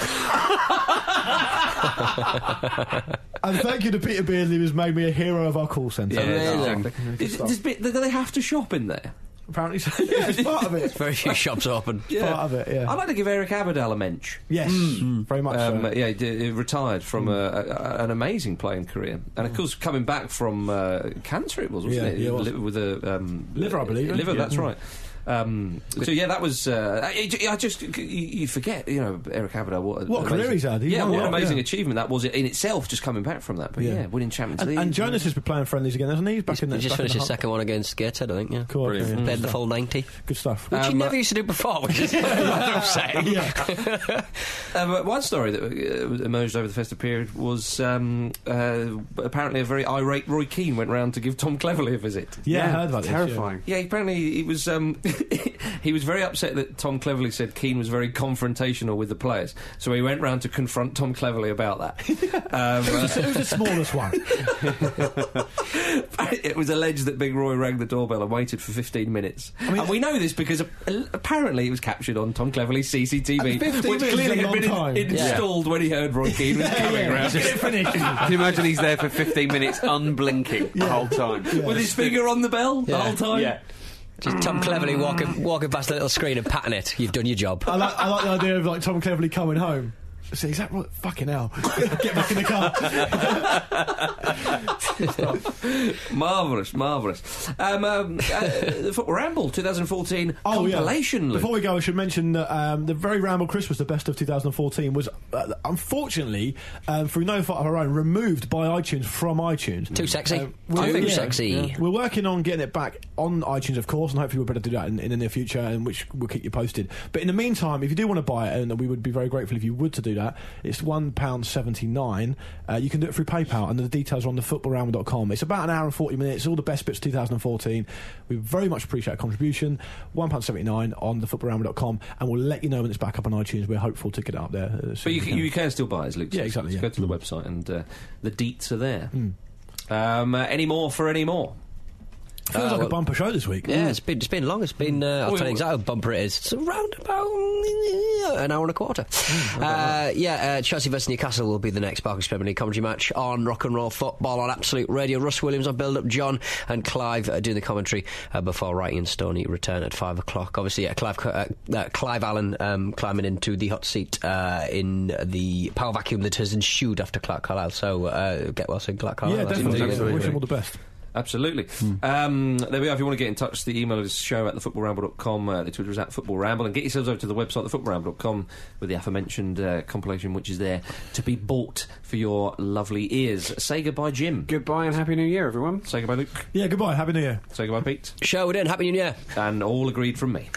S3: and thank you to Peter Beardsley, who's made me a hero of our call centre.
S1: exactly. Is- does bit- do they have to shop in there?
S3: Apparently, so. yeah, it's part of it.
S2: Very few shops open.
S3: Part of it, yeah.
S1: I'd like to give Eric Aberdale a mensch.
S3: Yes, Mm. very much
S1: Um,
S3: so. Hmm.
S1: yeah, he d- he retired from a, a, an amazing playing career, and of course coming back from uh, cancer, it was wasn't
S3: Yeah,
S1: it?
S3: yeah, it was.
S1: Li- With a um,
S3: Liver, I believe,
S1: Liver,
S3: yeah.
S1: that's
S3: Mm.
S1: right. Um, so yeah, that was. Uh, I, I- I just you, you forget, you know, Eric Aberdale. What, a-
S3: What a career
S1: amazing-
S3: he's had. He
S1: yeah,
S3: won a
S1: what an
S3: lot,
S1: amazing
S3: yeah.
S1: achievement that was in itself, just coming back from that. But
S3: Yeah.
S1: yeah, winning Champions
S3: And,
S1: League.
S3: and Jonas has been playing friendlies again, hasn't he? He's back in the
S2: He just
S3: back
S2: finished
S3: in the
S2: his
S3: hunt.
S2: second one against Gated, I think, yeah.
S3: Cool, Brilliant. yeah.
S2: Played the full 90.
S3: Good stuff.
S2: Which he
S1: Um,
S2: never used to do before, which is upsetting.
S1: Um, uh, one story that uh, emerged over the festive period was um, uh, apparently a very irate Roy Keane went round to give Tom Cleverley a visit.
S3: Yeah, I heard about this, yeah.
S5: terrifying.
S1: Yeah, apparently he was um, he was very upset that Tom Cleverly said Keane was very confrontational with the players, so he went round to confront Tom Cleverly about that. um,
S3: Who's the- who's the smallest one?
S1: it was alleged that Big Roy rang the doorbell and waited for 15 minutes. and we know this because ap- apparently it was captured on Tom Cleverly's CCTV,
S3: And 15
S1: which
S3: minutes
S1: clearly
S3: is a
S1: had been
S3: long
S1: in-
S3: time. Yeah.
S1: installed when he heard Roy Keane was coming round.
S5: Can you imagine he's there for 15 minutes, unblinking the whole time?
S1: With his finger on the bell the
S2: Yeah.
S1: whole time?
S5: Yeah.
S2: Just Tom cleverly walking walking past the little screen and patting it. You've done your job.
S3: I like, I like the idea of like Tom Cleverly coming home. See, is that right? Fucking hell. Get back in the car.
S1: marvellous, marvellous. Um, um, uh, the Football Ramble 2014
S3: Oh, yeah.
S1: compilation, Luke.
S3: Before we go, I should mention that um, the very Ramble Christmas, the best of 2014, was uh, unfortunately, um, through no fault of our own, removed by iTunes from iTunes. Uh,
S2: Too sexy.
S3: we're-
S2: Too sexy.
S3: We're working on getting it back on iTunes, of course, and hopefully we'll be able to do that in, in the near future, and which we'll keep you posted. But in the meantime, if you do want to buy it, and we would be very grateful if you would to do that, it's £1.79. Uh, you can do it through PayPal, and the details are on thefootballramble.com. It's about an hour and 40 minutes, all the best bits of 2014. We very much appreciate a contribution. £1.79 on thefootballramble.com, and we'll let you know when it's back up on iTunes. We're hopeful to get it up there. uh, soon
S1: But you,
S3: as we
S1: can, you can still buy it, as Luke.
S3: Yeah,
S1: says.
S3: exactly,
S1: Just
S3: yeah.
S1: Go to the website and uh, the deets are there.
S3: Hmm.
S1: Um, uh, any more for any more?
S3: Feels
S1: Uh,
S3: like a bumper show this week. Mm.
S2: Yeah, it's been it's been long. It's been uh, I'll
S1: Oh,
S2: tell
S1: yeah.
S2: you exactly how bumper it is. It's around about uh, an hour and a quarter.
S3: Mm,
S2: uh, yeah, uh, Chelsea versus Newcastle will be the next Barclays Premier League commentary match on Rock and Roll Football on Absolute Radio. Russ Williams on Build Up, John and Clive uh, doing the commentary uh, before Wrighty and Stoney return at five o'clock. Obviously, uh, Clive uh, uh, Clive Allen um, climbing into the hot seat uh, in the power vacuum that has ensued after Clark Carlisle. So uh, get well soon, Clark Carlisle.
S3: yeah,
S2: That's
S3: definitely.
S2: what we're doing.
S3: Wish them all the best.
S1: Absolutely. Um, there we are. If you want to get in touch, the email is show at thefootballramble.com. Uh, the Twitter is at footballramble. And get yourselves over to the website, thefootballramble.com, with the aforementioned uh, compilation, which is there to be bought for your lovely ears. Say goodbye, Jim.
S5: Goodbye and Happy New Year, everyone.
S1: Say goodbye, Luke.
S3: Yeah, goodbye. Happy New Year.
S1: Say goodbye, Pete.
S2: Sherwood in. Happy New Year.
S1: And all agreed from me.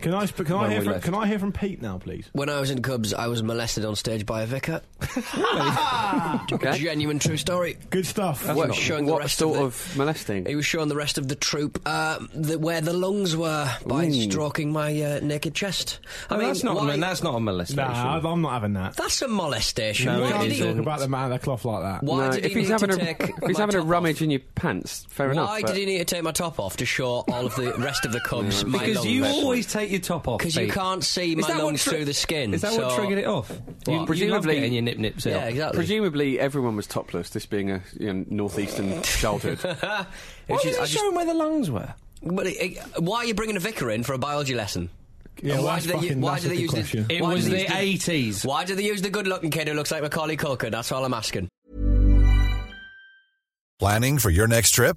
S3: Can I, sp- can,
S1: When
S3: I hear
S1: we
S3: from,
S1: left.
S3: can I hear from Pete now, please?
S2: When I was in Cubs, I was molested on stage by a vicar.
S5: Okay.
S2: Genuine true story.
S3: Good stuff.
S2: That's not- showing the
S5: what
S2: rest
S5: sort
S2: of the-
S5: of molesting?
S2: He was showing the rest of the troop uh, the, where the lungs were by stroking my uh, naked chest. I mean,
S1: that's, not
S2: why-
S1: a, that's not a molestation.
S3: Nah, I've- I'm not having that.
S2: that's a molestation.
S3: you
S1: No,
S2: why
S1: it
S2: did
S3: can't
S2: he-
S3: talk about the man of the cloth like that.
S2: why
S5: no,
S2: did
S5: if
S2: he
S5: he's
S2: need to
S5: having a
S2: take
S5: if he's
S2: my
S5: having a
S2: top
S5: rummage
S2: off?
S5: in your pants, fair enough.
S2: Why
S5: but-
S2: did he need to take my top off to show all of the rest of the Cubs my
S1: Because you
S2: lungs?
S1: always take your top off.
S2: Because you
S1: Pete.
S2: can't see
S1: Is
S2: my
S1: that what
S2: lungs
S1: tri-
S2: through the skin.
S1: Is that
S2: so-
S1: what triggered it off? You,
S2: What?
S1: you love
S5: Presumably-
S1: getting your nip nips out.
S2: Yeah, exactly.
S5: Presumably, everyone was topless. This being a you know, northeastern childhood.
S2: It was
S1: Why was
S2: just-
S1: it
S2: I just-
S1: showing where the lungs were?
S2: but it- it- why are you bringing a vicar in for a biology lesson?
S3: Yeah,
S2: And
S3: well,
S2: why
S3: that's
S2: do they, u-
S3: fucking-
S2: why
S3: that's
S2: do
S3: a
S2: they
S3: good
S2: use
S3: question.
S2: the,
S1: It
S2: why
S1: was
S2: do they
S1: the
S2: use
S1: 80s.
S2: Why do they use the good-looking kid who looks like Macaulay Culkin? That's all I'm asking.
S10: Planning for your next trip?